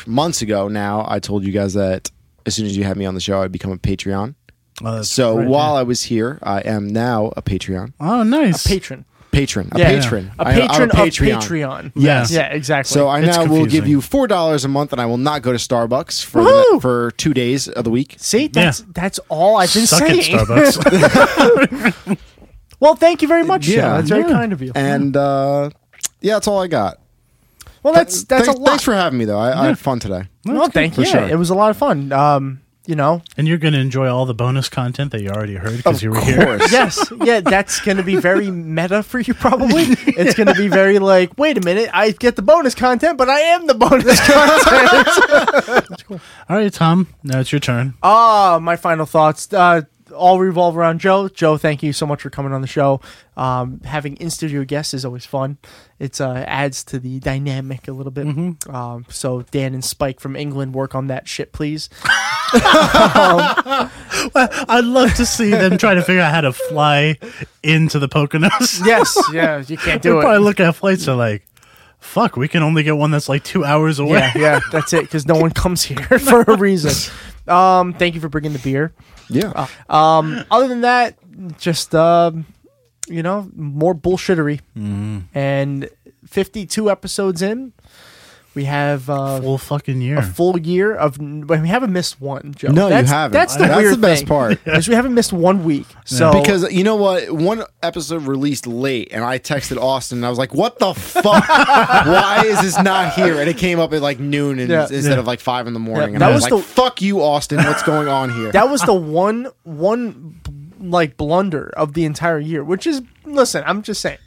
months ago now, I told you guys that as soon as you had me on the show, I'd become a Patreon.
Oh, that's
so
right,
while I was here, I am now a Patreon.
Oh, nice.
A patron.
patron, a
Yeah.
patron,
A
I- I have
patron of Patreon.
Yes,
Yeah, exactly.
So I
It's
now will give
confusing.
you four dollars a month, and I will not go to Starbucks for the, for two days of the week.
See, that's that's all I've been
Suck it,
saying.
Starbucks.
<laughs> well, thank you very much. Sean. that's very kind of you.
And uh, yeah, that's all I got.
well, that's
Th-
that's
thanks,
a lot.
Thanks for having me, though. I, I
Yeah.
had fun today.
no, thank you.
For sure.
It was a lot of fun. Um, you know,
<laughs> And you're going to enjoy all the bonus content that you already heard because you were here.
yes, <laughs> yeah, that's going to be very meta for you. Probably, it's going to be very like, wait a minute, I get the bonus content, but I am the bonus <laughs> content.
All right, Tom. Now it's
<laughs>
your turn.
Ah, my final thoughts. Uh, all revolve around Joe. Joe, thank you so much for coming on the show. Um, having in studio guests is always fun. It uh, adds to the dynamic a little bit. Um, so Dan and Spike from England work on that shit, please. <laughs>
Well, I'd love to see them try to figure out how to fly into the
<laughs>
Poconos.
Yes, yeah, you can't do
They'll
it.
Probably look at flights and like, fuck, we can only get one that's like two hours away.
Yeah, yeah, that's it. Because no one comes here <laughs> for a reason. Um, thank you for bringing the beer.
Yeah.
um, other than that, just um, you know, more bullshittery.
Mm.
And fifty-two episodes in, we have uh,
full fucking year,
a full year of. but We haven't missed one. Joe.
No, you
that's,
haven't.
That's the
That's
weird
the best
thing, <laughs>
part.
is we haven't missed one week. So
because you know what, one episode released late, and I texted Austin, and I was like, "What the
<laughs>
fuck? Why is this not here?" And it came up at like noon and,
Yeah.
instead
Yeah.
of like five in the morning.
Yeah.
And
That
I was,
was
like,
the-
"Fuck you, Austin. What's going on here?"
<laughs> that was the one one like blunder of the entire year, which is listen. I'm just saying,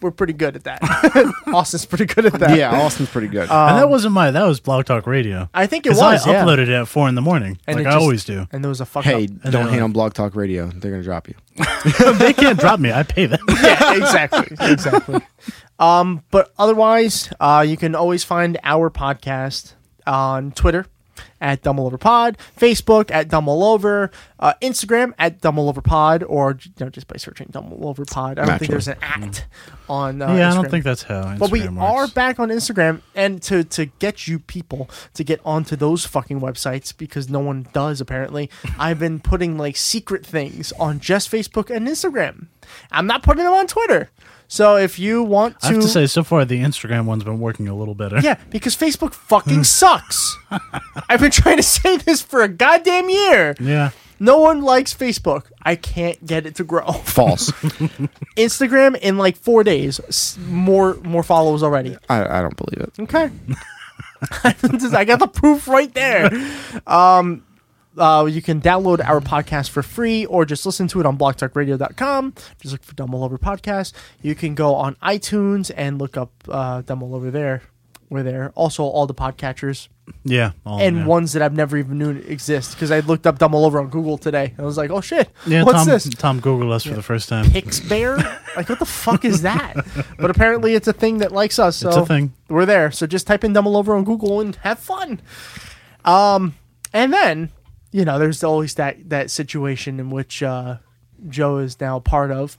we're pretty good at that. <laughs> Austin's pretty good at that.
yeah, Austin's pretty good.
Uh,
and that wasn't my. That was Blog Talk Radio.
um, I think it
'Cause
was,
I
yeah.
uploaded it at four in the morning,
And
like
it
I
just-
always do.
And there was a fuck.
hey,
up.
don't hate on Blog Talk Radio. They're gonna drop you.
they can't drop me. I pay <laughs> them.
<laughs> yeah, exactly, exactly. Um, but otherwise, uh, you can always find our podcast on Twitter at Dumb All Over Pod, Facebook at Dumb All Over, uh, Instagram at Dumb All Over Pod, or you know, just by searching Dumb All Over Pod. I don't think
Naturally.
there's an at on. Uh,
yeah, I
Instagram.
don't think that's how. Instagram
But we
works.
are back on Instagram, and to to get you people to get onto those fucking websites because no one does
<laughs>
apparently. I've been putting like secret things on just Facebook and Instagram. I'm not putting them on Twitter. So if you want to,
I have to say, so far the Instagram one's been working a little better.
<laughs> yeah, because Facebook
<laughs>
fucking sucks. I've been trying to <laughs> say this for a goddamn year.
yeah.
No one likes Facebook. I can't get it to grow.
False.
<laughs> Instagram in like four days, s- more more followers already.
I, I don't believe it.
Okay. <laughs> I got the proof right there. Um, uh, you can download our podcast for free or just listen to it on blogtalkradio.com. Just look for Dumb All Over Podcast. You can go on iTunes and look up uh, Dumb All Over there. We're there. Also, all the podcatchers
Oh, Yeah. all of
and
them.
ones that I've never even knew exist because I looked up Dumb All Over on Google today. I was like, oh shit,
Yeah,
what's
Tom,
this?
Tom Google us for the first time.
Pixbear? like, what the fuck is
<laughs>
that? But apparently, it's a thing that likes us. So
It's a thing.
We're there. So just type in Dumble Over on Google and have fun. Um, and then you know, there's always that that situation in which uh, Joe is now part of.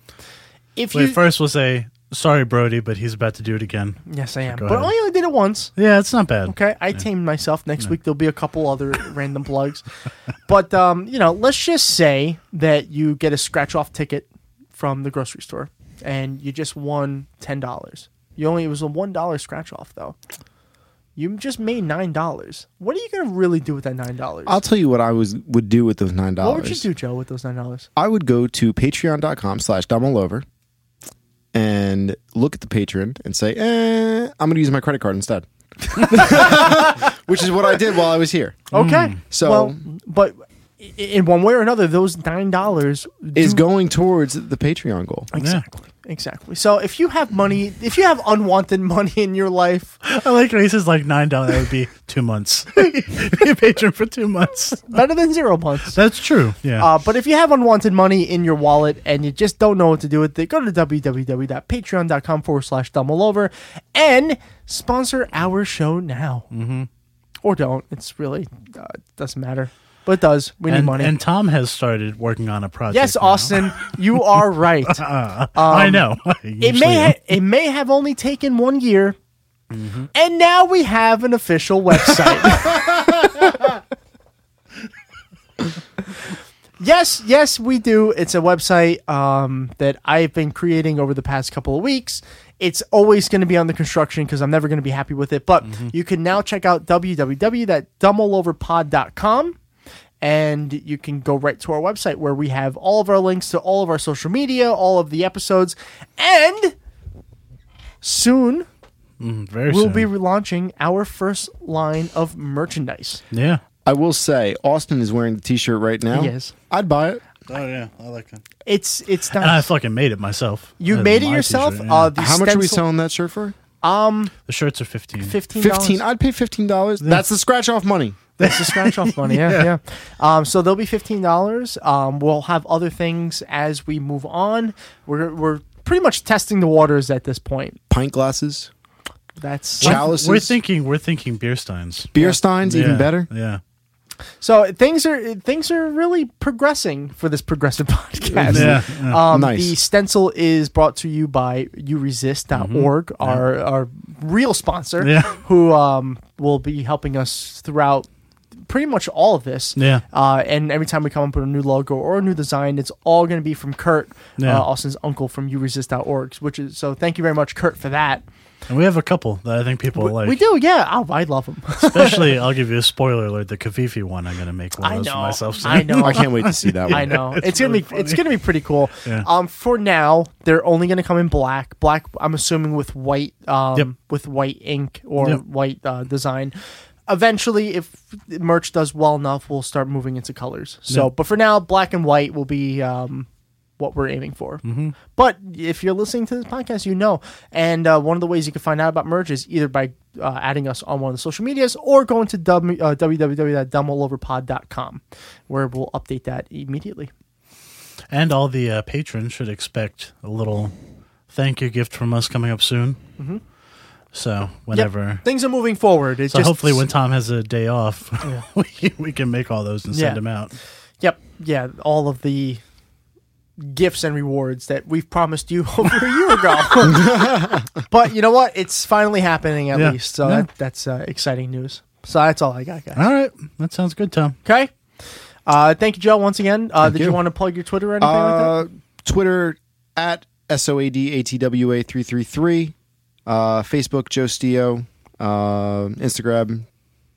If
Wait,
you
first we'll say sorry, Brody, but he's about to do it again.
yes, I am,
Go
but
ahead.
I only did it once.
Yeah, it's not bad.
Okay, I tamed myself. Next week there'll be a couple other <laughs> random plugs, but um, you know, let's just say that you get a scratch off ticket from the grocery store, and you just won ten dollars. You only it was a one dollar scratch off though. You just made nine dollars. What are you gonna really do with that nine dollars?
I'll tell you what I was would do with those nine dollars.
What would you do, Joe, with those nine dollars?
I would go to patreon.com slash dumb all over and look at the patron and say, eh, I'm going to use my credit card instead. <laughs> Which is what I did while I was here.
Okay,
Hmm, So
well, but i- in one way or another, those nine dollars
is going towards the Patreon goal.
Exactly. Exactly. So if you have money, if you have unwanted <laughs> money in your life,
I like races like nine dollars. That would be two months. <laughs> be a patron for two months.
Better than zero months.
That's true. <laughs> Yeah.
Uh, but if you have unwanted money in your wallet and you just don't know what to do with it, go to www.patreon.com forward slash over and sponsor our show now. Mm-hmm. Or don't. It's really, uh, doesn't matter. But it does. We need
and,
money.
And Tom has started working on a project.
yes, Austin, you are right.
<laughs> I
Um,
know. I
it
<laughs> usually
may
am.
ha- it may have only taken one year, and now we have an official website. Yes, yes, we do. It's a website um, that I've been creating over the past couple of weeks. It's always going to be under construction because I'm never going to be happy with it. But you can now check out www.dumbleoverpod.com and you can go right to our website where we have all of our links to all of our social media, all of the episodes, and soon
Mm, very
we'll
soon.
be relaunching our first line of merchandise.
Yeah.
I will say, Austin is wearing the T-shirt right now.
He is.
I'd buy it.
Oh yeah, I like that.
It's it's
And I
not
fucking made it myself.
You
That is
made it
my
yourself?
t-shirt, yeah.
Uh, the How much are we stencil- selling
that shirt for?
um
The shirts are fifteen.
fifteen
Fifteen. I'd pay fifteen dollars. That's the scratch off money.
That's the scratch off <laughs> money. Yeah, yeah. Um, so they'll be fifteen dollars. Um, we'll have other things as we move on. We're we're pretty much testing the waters at this point.
Pint glasses,
That's
chalices,
We're thinking. We're thinking beer steins.
beer steins, even
Yeah,
better.
Yeah.
So things are things are really progressing for this progressive <laughs> podcast.
Yeah, yeah.
Um,
Nice.
The stencil is brought to you by youresist.org, our our real sponsor,
Mm-hmm. Yeah.
who um, will be helping us throughout pretty much all of this.
Yeah.
Uh, and every time we come up with a new logo or a new design, it's all going to be from Kurt,
Yeah.
uh, Austin's uncle from youresist.org, which is so thank you very much, Kurt, for that.
And we have a couple that I think people will like.
we do, yeah. Oh, I love them.
Especially, I'll give you a spoiler alert: the Kafifi one. I'm gonna make one
<laughs> I
of those for
know.
myself. soon.
<laughs>
I know. I
Yeah, <laughs>
know. It's, gonna be
really
it's gonna be pretty cool.
Yeah.
Um, for now, they're only gonna come in black. Black. I'm assuming with white. Um,
Yep.
with white ink or
Yep.
white uh, design. Eventually, if merch does well enough, we'll start moving into colors. So,
Yep.
but for now, black and white will be um, what we're aiming for.
Mhm.
But if you're listening to this podcast, you know. And uh, one of the ways you can find out about merch is either by uh, adding us on one of the social medias or going to w- uh, www.dumballoverpod.com, where we'll update that immediately.
And all the uh, patrons should expect a little thank you gift from us coming up soon.
Mhm.
So
Yep,
whenever.
things are moving forward. It
So
just-
hopefully, when Tom has a day off, <laughs>
Yeah.
we, we can make all those and
Yeah.
send them out.
Yep. Yeah. All of the gifts and rewards that we've promised you <laughs> over a year
<laughs>
ago. but you know what? It's finally happening at
Yeah.
least. So
Yeah.
that, that's uh, exciting news. So that's all I got, guys.
All right, that sounds good, Tom.
Okay. Uh, thank you, Joe, once again. Uh,
Thank
did you.
you.
want to plug your Twitter or anything
Uh,
like
Twitter at S O A D A T W A three three three. Uh Facebook Joe Stio. Uh, Instagram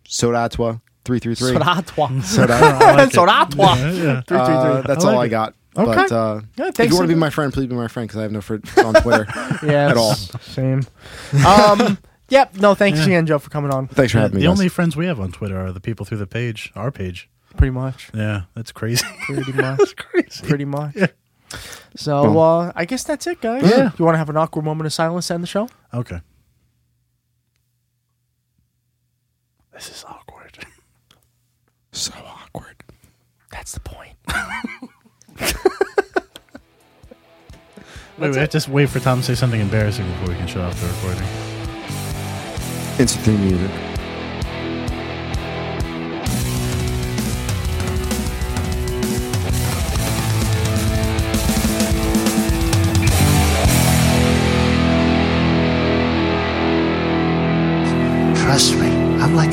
Sodatwa three three Uh, three.
Sodatwa.
<laughs>
<laughs>
Sodatwa.
that? Sodatwa.
Yeah, yeah.
Three, three,
Uh,
three.
that's
I like
all I
it.
got.
Okay.
But uh,
Yeah,
if
thanks
you want
so
to be
much.
my friend, please be my friend because I have no friend on
<laughs>
Twitter
Yeah,
at all.
Same. Um, yep. No, thanks again, Joe, for coming on.
Thanks for
Yeah,
having me.
The
guys.
only friends we have on Twitter are the people through the page, our page.
Pretty
<laughs>
much.
Yeah, that's crazy.
Pretty much. Pretty much. So
Boom.
uh, I guess that's it, guys.
Yeah.
You want to have an awkward moment of silence to end the show?
Okay. This is awkward.
So awkward.
That's the point.
Wait, we have to just wait for Tom to say something embarrassing before we can shut off the recording.
Insert theme music.
Trust me, I'm like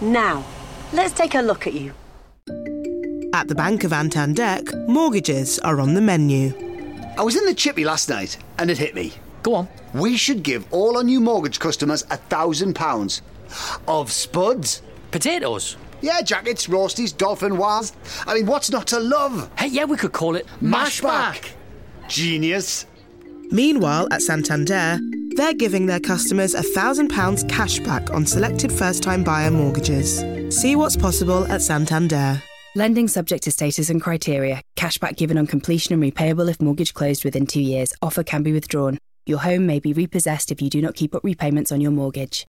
Now, let's take a look at you.
At the Bank of Antandek, mortgages are on the menu.
I was in the chippy last night and it hit me. Go on. We should give all our new mortgage customers a thousand pounds of spuds. Potatoes? Yeah, jackets, roasties, dolphin wars. I mean, what's not to love? Hey, yeah, we could call it Mashback. Genius.
Meanwhile, at Santander, they're giving their customers £1,000 cash back on selected first time buyer mortgages. See what's possible at Santander.
Lending subject to status and criteria. Cashback given on completion and repayable if mortgage closed within two years. Offer can be withdrawn. Your home may be repossessed if you do not keep up repayments on your mortgage.